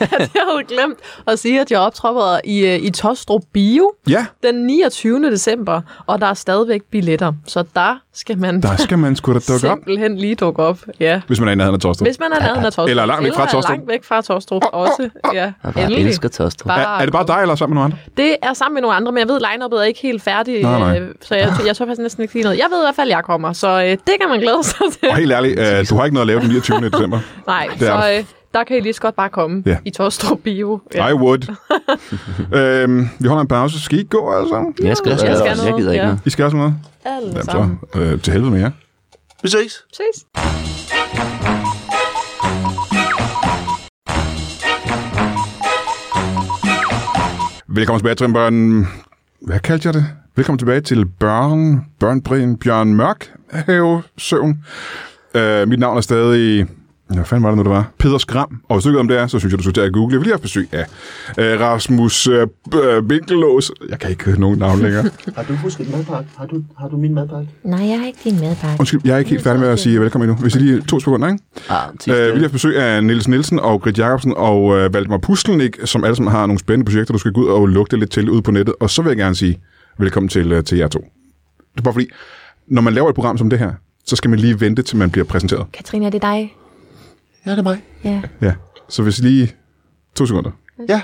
[SPEAKER 4] at jeg havde glemt at sige, at jeg optropper i, øh, i Tostrup Bio
[SPEAKER 1] Ja,
[SPEAKER 4] den 29. december, og der er stadigvæk billetter, så der skal man
[SPEAKER 1] der skal man sgu da dukke op,
[SPEAKER 4] simpelthen lige dukke op. Ja.
[SPEAKER 1] hvis man er i nærheden af Torstrup.
[SPEAKER 4] Hvis man er nærheden af Tostrup.
[SPEAKER 1] Eller langt væk fra
[SPEAKER 4] er
[SPEAKER 1] Tostrup.
[SPEAKER 4] langt væk fra Tostrup også. Ja,
[SPEAKER 3] Jeg bare
[SPEAKER 4] endelig.
[SPEAKER 3] elsker Tostrup.
[SPEAKER 1] Er, er det bare dig, eller sammen med nogen andre?
[SPEAKER 4] Det er sammen med nogle andre, men jeg ved, line er ikke helt færdig,
[SPEAKER 1] Nej, nej.
[SPEAKER 4] øh, så jeg, jeg tør faktisk næsten ikke sige noget. Jeg ved i hvert fald, at jeg kommer, så øh, det kan man glæde sig til.
[SPEAKER 1] Og helt ærligt, øh, du har ikke noget at lave den 29. december.
[SPEAKER 4] Nej,
[SPEAKER 1] er
[SPEAKER 4] så
[SPEAKER 1] der.
[SPEAKER 4] øh, der kan I lige så godt bare komme
[SPEAKER 1] Ja.
[SPEAKER 4] ja. i Tostrup Bio.
[SPEAKER 1] I would. øhm, vi holder en pause. Skal I gå, altså?
[SPEAKER 3] Jeg skal,
[SPEAKER 4] Jeg
[SPEAKER 3] jeg, skal,
[SPEAKER 4] skal noget,
[SPEAKER 3] jeg gider ikke
[SPEAKER 4] ja.
[SPEAKER 3] noget.
[SPEAKER 1] I skal også noget?
[SPEAKER 4] Alle
[SPEAKER 1] Jamen,
[SPEAKER 4] sammen.
[SPEAKER 1] så øh, til helvede med jer.
[SPEAKER 2] Vi ses!
[SPEAKER 4] Ses.
[SPEAKER 1] Velkommen tilbage til børn... Hvad kaldte jeg det? Velkommen tilbage til børn... Børnbrin Bjørn Mørk have søvn. Øh, mit navn er stadig... Hvad fanden var det nu, det var? Peder Skram. Og hvis du ikke ved, om det er, så synes jeg, du skulle til at google. Vi lige har haft besøg af øh, Rasmus øh, øh, Vinkelås. Jeg kan ikke høre nogen navn længere.
[SPEAKER 2] Har du husket madpakke? Har du, har du min madpakke?
[SPEAKER 6] Nej, jeg har ikke din madpakke.
[SPEAKER 1] Undskyld, jeg er ikke helt færdig med at sige velkommen endnu. Hvis I lige to sekunder, ikke?
[SPEAKER 3] Ah,
[SPEAKER 1] Øh, vi
[SPEAKER 3] øh,
[SPEAKER 1] har haft besøg af Niels Nielsen og Grit Jacobsen og øh, Valdemar Puslenik, som alle sammen har nogle spændende projekter, du skal gå ud og lugte lidt til ude på nettet. Og så vil jeg gerne sige velkommen til, øh, til jer to. Det er bare fordi, når man laver et program som det her, så skal man lige vente, til man bliver præsenteret.
[SPEAKER 6] Katrine, er det dig?
[SPEAKER 2] Ja, det er mig.
[SPEAKER 6] Ja.
[SPEAKER 1] Ja. Så hvis I lige... To sekunder.
[SPEAKER 2] Ja.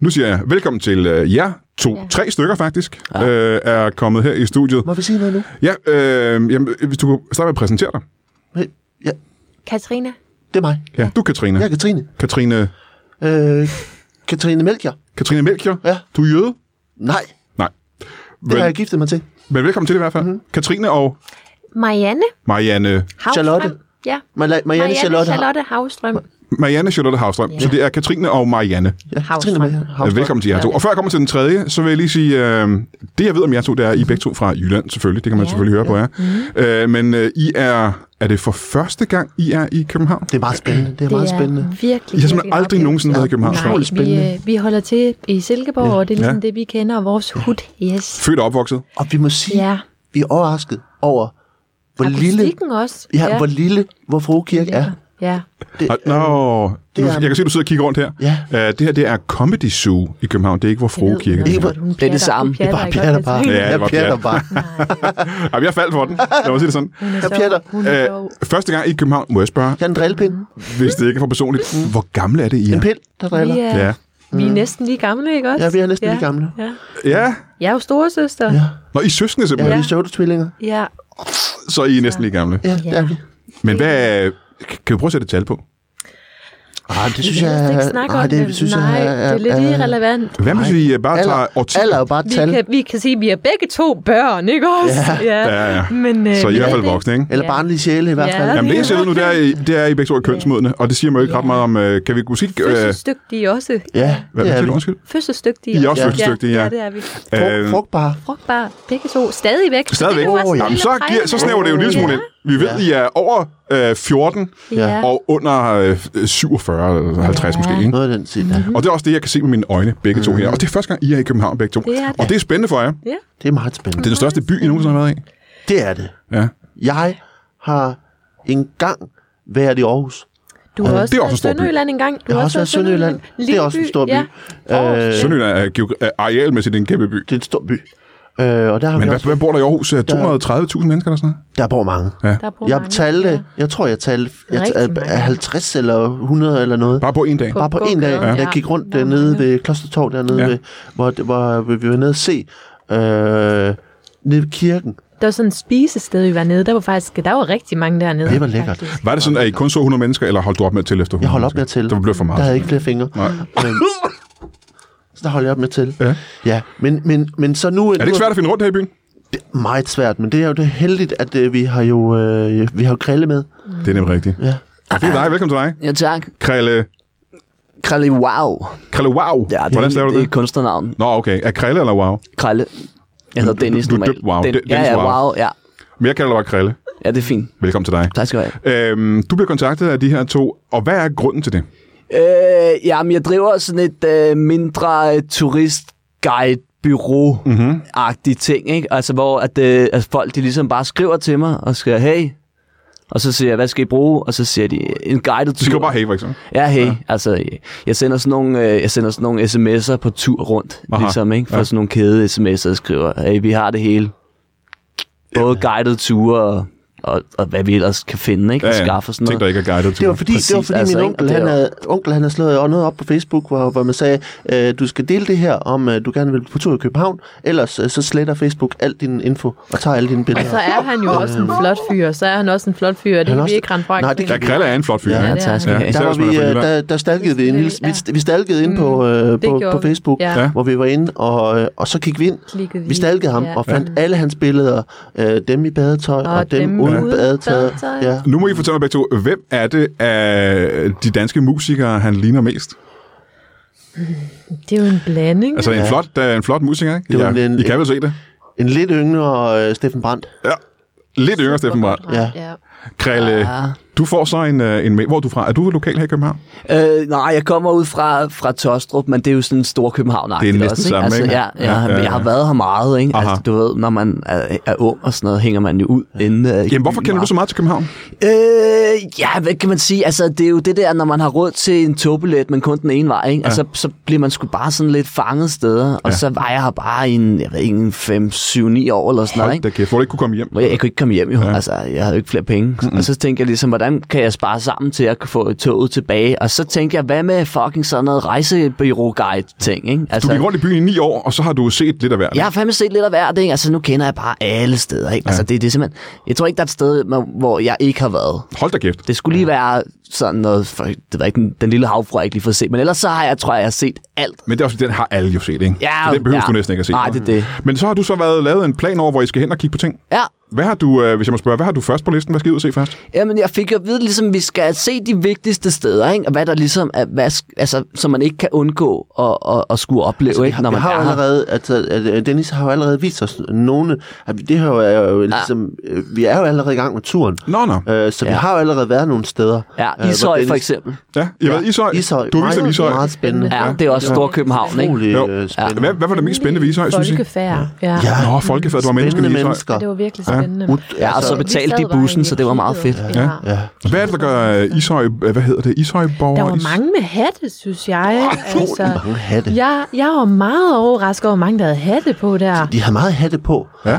[SPEAKER 1] Nu siger jeg velkommen til øh, jer to, ja. tre stykker faktisk, ja. øh, er kommet her i studiet.
[SPEAKER 2] Må vi sige noget nu?
[SPEAKER 1] Ja, øh, jamen, hvis du kunne starte med at præsentere dig.
[SPEAKER 2] Hey, Ja,
[SPEAKER 6] Katrine?
[SPEAKER 2] det er mig.
[SPEAKER 1] Ja. Du, Katrine.
[SPEAKER 2] Jeg
[SPEAKER 1] Ja.
[SPEAKER 2] er Katrine.
[SPEAKER 1] Katrine,
[SPEAKER 2] Øh, Katrine Melchior.
[SPEAKER 1] Katrine Melchior.
[SPEAKER 2] Ja.
[SPEAKER 1] Du er jøde.
[SPEAKER 2] Nej,
[SPEAKER 1] Nej.
[SPEAKER 2] det har jeg giftet mig til.
[SPEAKER 1] Men velkommen til det i hvert fald. Mm-hmm. Katrine og
[SPEAKER 6] Marianne?
[SPEAKER 1] Marianne,
[SPEAKER 6] Havstrøm?
[SPEAKER 2] Charlotte.
[SPEAKER 6] Ja.
[SPEAKER 2] Marianne, Marianne Charlotte, har-
[SPEAKER 6] Charlotte Havstrøm.
[SPEAKER 1] Marianne Charlotte Havstrøm. Ja. Så det er Katrine og Marianne.
[SPEAKER 2] Ja, Katrine
[SPEAKER 6] Havstrøm.
[SPEAKER 2] Melchior.
[SPEAKER 1] Havstrøm.
[SPEAKER 2] Havstrøm.
[SPEAKER 1] Velkommen til jer to. Og før jeg kommer til den tredje, så vil jeg lige sige, øh, det jeg ved om jer to, det er, at I er begge to fra Jylland selvfølgelig. Det kan man ja.
[SPEAKER 6] Ja.
[SPEAKER 1] selvfølgelig høre på jer. Mm-hmm. Øh, men øh, I er, er det for første gang, I er i København?
[SPEAKER 2] Det er meget spændende. Det er meget spændende.
[SPEAKER 6] virkelig,
[SPEAKER 1] I har simpelthen
[SPEAKER 6] virkelig
[SPEAKER 1] aldrig
[SPEAKER 6] oplevelse.
[SPEAKER 1] nogensinde været i København.
[SPEAKER 6] Nej,
[SPEAKER 2] Utroligt spændende.
[SPEAKER 6] Vi, øh, vi holder til i Silkeborg, og det er ligesom
[SPEAKER 1] Ja.
[SPEAKER 6] det, vi kender, og vores hud. Yes.
[SPEAKER 1] Født og opvokset.
[SPEAKER 2] Og vi må sige,
[SPEAKER 6] Ja.
[SPEAKER 2] vi er overrasket over, hvor lille,
[SPEAKER 6] Akustikken også.
[SPEAKER 2] ja, hvor lille hvor Frue Kirke er.
[SPEAKER 6] Ja.
[SPEAKER 1] Det, Nå, nu,
[SPEAKER 2] er-
[SPEAKER 1] jeg kan se, du sidder og kigger rundt her.
[SPEAKER 2] Ja.
[SPEAKER 1] Øh, det her, det er Comedy Zoo i København. Det er ikke vores frue kirke.
[SPEAKER 2] Det er hvor-
[SPEAKER 6] Det
[SPEAKER 3] det er det samme.
[SPEAKER 2] Det er bare pjatter bare.
[SPEAKER 1] Ja, det
[SPEAKER 2] jeg
[SPEAKER 1] var
[SPEAKER 2] pjatter
[SPEAKER 1] pjat.
[SPEAKER 2] bare.
[SPEAKER 1] Jamen, jeg faldt for den. Lad mig sige det sådan.
[SPEAKER 2] Jeg pjatter.
[SPEAKER 1] Øh, første gang i København, må jeg spørge,
[SPEAKER 2] Jeg er en drillpind.
[SPEAKER 1] hvis det ikke er for personligt, hvor gamle er det, I er?
[SPEAKER 2] En pind, der driller.
[SPEAKER 6] Vi er,
[SPEAKER 1] Ja.
[SPEAKER 4] Vi er næsten lige gamle, ikke også?
[SPEAKER 2] Ja, vi er næsten lige gamle.
[SPEAKER 4] Ja.
[SPEAKER 1] ja.
[SPEAKER 4] Jeg er jo storesøster.
[SPEAKER 2] Ja.
[SPEAKER 4] Ja.
[SPEAKER 1] Nå, I er søskende
[SPEAKER 2] Ja,
[SPEAKER 1] simpelthen,
[SPEAKER 2] vi
[SPEAKER 1] ja.
[SPEAKER 2] er søvdetvillinger.
[SPEAKER 4] ja.
[SPEAKER 1] så I er næsten lige gamle.
[SPEAKER 2] Ja, det er vi.
[SPEAKER 1] Men hvad, kan vi prøve at sætte et tal på?
[SPEAKER 2] Ej, Ah, det synes jeg...
[SPEAKER 4] helst ikke snakke
[SPEAKER 2] ej,
[SPEAKER 4] om
[SPEAKER 2] det,
[SPEAKER 4] det.
[SPEAKER 2] synes
[SPEAKER 4] Nej,
[SPEAKER 2] jeg,
[SPEAKER 4] det er lidt irrelevant.
[SPEAKER 1] Hvad hvis vi øh, bare tager årti?
[SPEAKER 2] Alder er jo bare et
[SPEAKER 4] Vi
[SPEAKER 2] tal.
[SPEAKER 4] kan, vi kan sige, at vi er begge to børn, ikke også? Ja.
[SPEAKER 1] Ja, ja.
[SPEAKER 4] Men, øh,
[SPEAKER 1] Så I er i hvert fald
[SPEAKER 4] det-
[SPEAKER 1] voksne, ikke?
[SPEAKER 2] Eller
[SPEAKER 6] Ja.
[SPEAKER 2] barnlige sjæle i hvert
[SPEAKER 4] Ja.
[SPEAKER 2] fald.
[SPEAKER 1] Jamen det, jeg ser ud nu, det er, I- det er I begge to er kønsmodne, og det siger mig jo ikke ret meget om, øh, kan vi måske... ikke, Øh, hvad,
[SPEAKER 4] Fødselsdygtige også.
[SPEAKER 2] Ja,
[SPEAKER 1] hvad
[SPEAKER 2] det er
[SPEAKER 1] siger
[SPEAKER 2] vi.
[SPEAKER 1] du? Undskyld.
[SPEAKER 4] Fødselsdygtige.
[SPEAKER 1] I er også fødselsdygtige, ja.
[SPEAKER 4] ja. det er vi.
[SPEAKER 2] Frugt,
[SPEAKER 1] Øh,
[SPEAKER 2] frugtbare.
[SPEAKER 4] Frugtbare. Begge to. Stadigvæk. Så det
[SPEAKER 1] Stadigvæk.
[SPEAKER 4] kan jo være sådan en
[SPEAKER 1] Jamen,
[SPEAKER 4] lille
[SPEAKER 1] så, giver, så
[SPEAKER 4] pejlemærke.
[SPEAKER 1] snæver det jo en lille smule ind. Vi ved, I er over øh, 14
[SPEAKER 6] Ja.
[SPEAKER 1] og under øh, 47 eller 50 måske, ikke?
[SPEAKER 2] Noget af den stil,
[SPEAKER 4] Mm.
[SPEAKER 2] ja.
[SPEAKER 1] Og det er også det, jeg kan se med mine øjne, begge to her. Og det er første gang, I er i København, begge to.
[SPEAKER 4] Det er det. Mm.
[SPEAKER 1] Og det er spændende for jer.
[SPEAKER 4] Ja.
[SPEAKER 2] Det er meget
[SPEAKER 1] Det
[SPEAKER 2] spændende.
[SPEAKER 1] er den største by, I nogensinde har været i.
[SPEAKER 2] Det er det.
[SPEAKER 1] Ja.
[SPEAKER 2] Jeg har engang været i Aarhus.
[SPEAKER 4] Du har
[SPEAKER 1] det
[SPEAKER 4] også
[SPEAKER 1] er
[SPEAKER 4] været
[SPEAKER 1] også
[SPEAKER 4] i
[SPEAKER 1] en stor by.
[SPEAKER 4] Sønderjylland engang. Du
[SPEAKER 2] Jeg har
[SPEAKER 4] har
[SPEAKER 2] også været i
[SPEAKER 4] været
[SPEAKER 2] Sønderjylland. Det er
[SPEAKER 4] Lille
[SPEAKER 2] også en stor by.
[SPEAKER 4] Ja.
[SPEAKER 2] Øh,
[SPEAKER 1] Sønderjylland er geogra- er arealmæssigt en kæmpe by.
[SPEAKER 2] Det er en stor by. Øh, og der, har
[SPEAKER 1] Men
[SPEAKER 2] vi
[SPEAKER 1] hvad,
[SPEAKER 2] også,
[SPEAKER 1] hvad bor der i Aarhus? Øh, 230.000 mennesker eller sådan noget?
[SPEAKER 2] der bor mange.
[SPEAKER 4] Der bor
[SPEAKER 2] Jeg
[SPEAKER 4] mange.
[SPEAKER 2] talte, jeg tror, jeg talte jeg
[SPEAKER 6] Rigtig
[SPEAKER 2] talte,
[SPEAKER 6] mange.
[SPEAKER 2] 50 eller 100 eller noget.
[SPEAKER 1] Bare på en dag.
[SPEAKER 2] Bare på en dag.
[SPEAKER 4] gågaden,
[SPEAKER 2] Jeg
[SPEAKER 4] ja.
[SPEAKER 2] gik rundt dernede ved Klostertorv, dernede,
[SPEAKER 1] Ja.
[SPEAKER 2] ved, hvor, hvor vi var nede og se øh, nede ved kirken.
[SPEAKER 4] Der var sådan et spisested, vi var nede. Der var faktisk, der var rigtig mange dernede.
[SPEAKER 2] Det var lækkert.
[SPEAKER 4] faktisk.
[SPEAKER 1] Var det sådan, at I kun så 100 mennesker, eller holdt du op med at tælle efter 100
[SPEAKER 2] Jeg holdt op med at
[SPEAKER 1] mennesker?
[SPEAKER 2] tælle.
[SPEAKER 1] Det blev for meget.
[SPEAKER 2] Der havde jeg ikke flere fingre.
[SPEAKER 1] Nej.
[SPEAKER 2] Men, så der holdt jeg op med at tælle.
[SPEAKER 1] Ja.
[SPEAKER 2] ja men, men, men så nu...
[SPEAKER 1] Er det ikke svært at finde rundt her i byen?
[SPEAKER 2] Det er meget svært, men det er jo det heldigt, at øh, vi har jo øh, vi har jo grille med.
[SPEAKER 1] Det er nemlig rigtigt.
[SPEAKER 2] Ja.
[SPEAKER 1] Det er dig. Velkommen til dig.
[SPEAKER 3] Ja, tak.
[SPEAKER 1] Krille,
[SPEAKER 3] Kralle Wow.
[SPEAKER 1] Krille Wow.
[SPEAKER 3] Ja, det,
[SPEAKER 1] Hvordan staver
[SPEAKER 3] er,
[SPEAKER 1] du
[SPEAKER 3] det
[SPEAKER 1] det?
[SPEAKER 3] er kunstnernavn.
[SPEAKER 1] Nå, okay. Er Krille eller Wow?
[SPEAKER 3] Kralle. Jeg hedder
[SPEAKER 1] Du-
[SPEAKER 3] Dennis
[SPEAKER 1] du- du er
[SPEAKER 3] normalt.
[SPEAKER 1] døbt Wow.
[SPEAKER 3] Den-
[SPEAKER 1] Den-
[SPEAKER 3] ja,
[SPEAKER 1] Dennis
[SPEAKER 3] ja,
[SPEAKER 1] Wow.
[SPEAKER 3] wow. Ja.
[SPEAKER 1] Men jeg kalder dig bare Krille.
[SPEAKER 3] ja, det er fint.
[SPEAKER 1] Velkommen til dig.
[SPEAKER 3] Tak skal du have.
[SPEAKER 1] Øhm, du bliver kontaktet af de her to, og hvad er grunden til det?
[SPEAKER 3] Øh, jamen, jeg driver sådan et øh, mindre øh, turistguide bureau
[SPEAKER 1] Mhm.
[SPEAKER 3] agtige ting, ikke? Altså, hvor at, øh, altså, folk de ligesom bare skriver til mig og skriver, hey, og så siger jeg, hvad skal I bruge? Og så siger de, en guided
[SPEAKER 1] Du skal jo
[SPEAKER 3] tur.
[SPEAKER 1] bare have, for eksempel.
[SPEAKER 3] Ja, hey. Ja. Altså, jeg sender sådan nogle, øh, jeg sender sådan nogle sms'er på tur rundt,
[SPEAKER 1] Aha.
[SPEAKER 3] Aha. ligesom, ikke? For
[SPEAKER 1] Ja.
[SPEAKER 3] ja. sådan nogle kæde sms'er, der skriver, hey, vi har det hele. Både guided ture og, og, og hvad vi ellers kan finde, ikke? Ja, ja. Skaffe og sådan
[SPEAKER 1] Ting,
[SPEAKER 3] noget.
[SPEAKER 1] der ikke er guidet til.
[SPEAKER 2] Det var fordi,
[SPEAKER 3] Præcis,
[SPEAKER 2] det var fordi
[SPEAKER 3] altså,
[SPEAKER 2] min
[SPEAKER 3] ikke?
[SPEAKER 2] onkel,
[SPEAKER 3] Og det er
[SPEAKER 2] han
[SPEAKER 3] jo-
[SPEAKER 2] havde, onkel han havde slået noget op på Facebook, hvor, hvor man sagde, øh, du skal dele det her, om øh, du gerne vil på tur i København, ellers øh, så sletter Facebook alt din info og tager alle dine
[SPEAKER 4] Men
[SPEAKER 2] billeder.
[SPEAKER 4] så Altså, er han jo også en flot fyr, så er han også en flot fyr, og
[SPEAKER 2] Han
[SPEAKER 4] det
[SPEAKER 2] er
[SPEAKER 4] kan vi
[SPEAKER 2] også-
[SPEAKER 4] ikke rende fra.
[SPEAKER 2] Nej, det
[SPEAKER 1] Ja, Krille er en flot fyr.
[SPEAKER 2] Ja,
[SPEAKER 1] ikke?
[SPEAKER 4] det er
[SPEAKER 3] tak skal
[SPEAKER 1] Ja,
[SPEAKER 3] I have.
[SPEAKER 1] især
[SPEAKER 2] Der, var
[SPEAKER 1] hvis man er
[SPEAKER 2] vi,
[SPEAKER 1] fra
[SPEAKER 2] øh,
[SPEAKER 1] Jylland.
[SPEAKER 2] der, der stalkede vi en lille,
[SPEAKER 4] Ja.
[SPEAKER 2] vi, vi stalkede ind på, øh, på,
[SPEAKER 4] gjorde
[SPEAKER 2] på
[SPEAKER 4] vi.
[SPEAKER 2] Facebook,
[SPEAKER 4] Ja.
[SPEAKER 1] Ja.
[SPEAKER 2] hvor vi var inde, og, øh, og så gik vi ind.
[SPEAKER 6] Klikkede
[SPEAKER 2] Vi stalkede ham
[SPEAKER 6] Ja.
[SPEAKER 2] og fandt alle hans billeder. Øh, dem i badetøj og, og dem uden badetøj.
[SPEAKER 6] badetøj.
[SPEAKER 2] Ja.
[SPEAKER 1] Nu må I fortælle mig begge to, hvem er det af de danske musikere, han ligner mest?
[SPEAKER 4] Det er jo en blanding.
[SPEAKER 1] Altså en, flot, der er en flot musiker, ikke?
[SPEAKER 2] Det var
[SPEAKER 1] ja,
[SPEAKER 2] en-
[SPEAKER 1] I kan vel se det?
[SPEAKER 2] En lidt yngre øh, Steffen Brandt.
[SPEAKER 1] Ja. Lidt yngre, Steffen Brandt.
[SPEAKER 2] Ja.
[SPEAKER 4] ja.
[SPEAKER 1] Krille,
[SPEAKER 3] Ja.
[SPEAKER 1] du får så en, øh, en mail. Hvor er du fra? Er du lokal her i København?
[SPEAKER 3] Øh, nej, jeg kommer ud fra, fra Tostrup, men det er jo sådan en stor københavn
[SPEAKER 1] Det er næsten
[SPEAKER 3] også,
[SPEAKER 1] samme,
[SPEAKER 3] altså,
[SPEAKER 1] ikke?
[SPEAKER 3] Ja, ja, ja, ja, ja, jeg har været her meget, ikke?
[SPEAKER 1] Aha.
[SPEAKER 3] Altså, du ved, når man er, er ung og sådan noget, hænger man jo ud inden... Uh,
[SPEAKER 1] Jamen, hvorfor kender du så meget til København?
[SPEAKER 3] Øh, ja, hvad kan man sige? Altså, det er jo det der, når man har råd til en togbillet, men kun den ene vej, ikke? Altså, så bliver man sgu bare sådan lidt fanget steder, og
[SPEAKER 1] Ja.
[SPEAKER 3] ja. så var jeg her bare i en, jeg ved ikke, en 5, 7, 9 år eller sådan noget,
[SPEAKER 1] Hold
[SPEAKER 3] ikke?
[SPEAKER 1] da kæft, hvor du ikke kunne komme hjem.
[SPEAKER 3] Hvor jeg, jeg kunne ikke komme hjem jo,
[SPEAKER 1] Ja.
[SPEAKER 3] ja. altså jeg havde jo ikke flere penge. Mm-hmm. Og så tænkte jeg ligesom, hvordan kan jeg spare sammen til at kunne få toget tilbage? Og så tænkte jeg, hvad med fucking sådan noget rejsebureau-guide-ting, ikke?
[SPEAKER 1] Du
[SPEAKER 3] Altså,
[SPEAKER 1] gik rundt i byen i ni år, og så har du set lidt af hvert.
[SPEAKER 3] jeg har fandme set lidt af hvert, ikke? Altså nu kender jeg bare alle steder, ikke? Altså
[SPEAKER 1] Ja.
[SPEAKER 3] det, det er simpelthen, jeg tror ikke, der er et sted, hvor jeg ikke har været.
[SPEAKER 1] Hold da kæft.
[SPEAKER 3] Det skulle lige være sådan noget, for, det ved jeg ikke, den, den lille havfru, jeg ikke lige får set. Men ellers så har jeg, tror jeg, jeg har set alt.
[SPEAKER 1] Men det er også, den har alle jo set, ikke?
[SPEAKER 3] Ja,
[SPEAKER 1] så den behøver
[SPEAKER 3] ja.
[SPEAKER 1] du næsten ikke at se.
[SPEAKER 3] Nej, det er det.
[SPEAKER 1] Men så har du så været lavet en plan over, hvor I skal hen og kigge på ting.
[SPEAKER 3] Ja,
[SPEAKER 1] Hvad har du, øh, hvis jeg må spørge, hvad har du først på listen? Hvad skal I ud og se først?
[SPEAKER 3] jamen jeg fik jo at vide, ligesom, vi skal se de vigtigste steder, ikke? Og hvad der ligesom er, hvad, sk- altså, som man ikke kan undgå at, at, at skulle opleve, altså, ikke? Når
[SPEAKER 2] vi
[SPEAKER 3] man
[SPEAKER 2] har jo
[SPEAKER 3] er her.
[SPEAKER 2] allerede, altså, at, øh, Dennis har jo allerede vist os nogle, at vi- det her jo er jo ligesom, øh, vi er jo allerede i gang med turen.
[SPEAKER 1] Nå, nå.
[SPEAKER 2] Øh, så ja. vi
[SPEAKER 3] Ja.
[SPEAKER 2] har jo allerede været nogle steder. øh, hvor
[SPEAKER 3] Ja, Ishøj
[SPEAKER 2] Dennis-
[SPEAKER 3] for eksempel.
[SPEAKER 1] Ja, I har været i Ishøj.
[SPEAKER 2] Ishøj.
[SPEAKER 1] Du har vist dem
[SPEAKER 2] Meget-
[SPEAKER 1] Ishøj.
[SPEAKER 2] Meget spændende.
[SPEAKER 3] Ja, det er også Storkøbenhavn, ikke?
[SPEAKER 2] Utrolig,
[SPEAKER 1] Jo.
[SPEAKER 2] øh, spændende.
[SPEAKER 1] Hvad, hvad var det mest spændende ved Ishøj, synes I?
[SPEAKER 6] Folkefærd. Ja. ja.
[SPEAKER 2] Ja.
[SPEAKER 1] Nå, folkefærd, du var mennesker i
[SPEAKER 2] Spændende
[SPEAKER 1] Ishøj.
[SPEAKER 2] mennesker.
[SPEAKER 6] Det var virkelig spændende. Ja.
[SPEAKER 2] Ut-
[SPEAKER 3] Ja, og så
[SPEAKER 2] altså,
[SPEAKER 3] betalte de bussen, så det var meget fedt.
[SPEAKER 6] Ja.
[SPEAKER 2] ja.
[SPEAKER 1] Hvad er det, der gør øh, Ishøj, øh, hvad hedder det, Ishøjborg?
[SPEAKER 6] Der var mange med hatte, synes jeg. Altså,
[SPEAKER 2] mange hatte.
[SPEAKER 6] jeg, jeg var meget overrasket over, hvor mange der havde hatte på der.
[SPEAKER 2] De har meget hatte på.
[SPEAKER 1] Ja.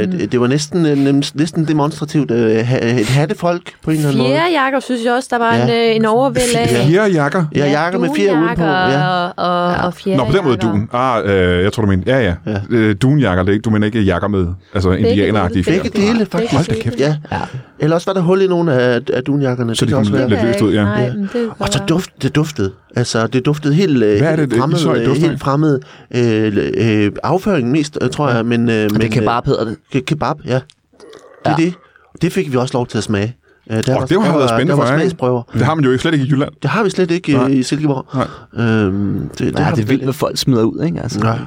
[SPEAKER 2] Øh, det, det var næsten, øh, nem- næsten demonstrativt øh, ha- et hattefolk på en eller anden måde.
[SPEAKER 6] Fjerde jakker, synes jeg også, der var
[SPEAKER 2] Ja.
[SPEAKER 6] ja. en, øh, en overvæld af.
[SPEAKER 1] Fire jakker.
[SPEAKER 2] Ja, jakker med fjerde udenpå. Ja.
[SPEAKER 6] og, og, og fjerde
[SPEAKER 1] Nå, på den måde duen. Ah, øh, jeg tror, du mener. Ja, ja.
[SPEAKER 2] Ja.
[SPEAKER 1] Øh, dunjakker, det er ikke, du mener ikke jakker med, altså indianeragtige
[SPEAKER 6] dele.
[SPEAKER 1] fjer.
[SPEAKER 2] Begge dele, faktisk.
[SPEAKER 1] Hold da kæft.
[SPEAKER 2] Ja. ja. Eller også var der hul i nogle af, af dunjakkerne.
[SPEAKER 1] Så de
[SPEAKER 2] kan
[SPEAKER 1] kom
[SPEAKER 2] også
[SPEAKER 1] lidt-
[SPEAKER 2] være.
[SPEAKER 1] lidt løst ud, ja.
[SPEAKER 6] Nej, men det
[SPEAKER 2] Og så
[SPEAKER 6] var...
[SPEAKER 2] duft, det duftede. Altså, det duftede helt, øh,
[SPEAKER 1] er det,
[SPEAKER 2] helt
[SPEAKER 1] det
[SPEAKER 2] fremmed,
[SPEAKER 1] Ishøj
[SPEAKER 2] øh,
[SPEAKER 1] dufter af?
[SPEAKER 2] helt fremmed øh, øh, afføring mest, øh, tror jeg. Men, øh,
[SPEAKER 3] Men
[SPEAKER 2] men,
[SPEAKER 3] det kan bare hedder det.
[SPEAKER 2] Øh, ke- kebab, ja. Det er det. Det fik vi også lov til at smage. Øh, der
[SPEAKER 1] Og det har været spændende
[SPEAKER 2] for
[SPEAKER 1] for
[SPEAKER 2] Der
[SPEAKER 1] jer.
[SPEAKER 2] var smagsprøver.
[SPEAKER 1] ikke? Det har man jo ikke slet ikke i Jylland.
[SPEAKER 2] Det har vi slet ikke øh, i Silkeborg. Øhm, det, det,
[SPEAKER 3] Ja,
[SPEAKER 2] har
[SPEAKER 3] det er
[SPEAKER 2] vi
[SPEAKER 3] vildt, hvad folk smider ud, ikke? Altså.
[SPEAKER 2] Nej.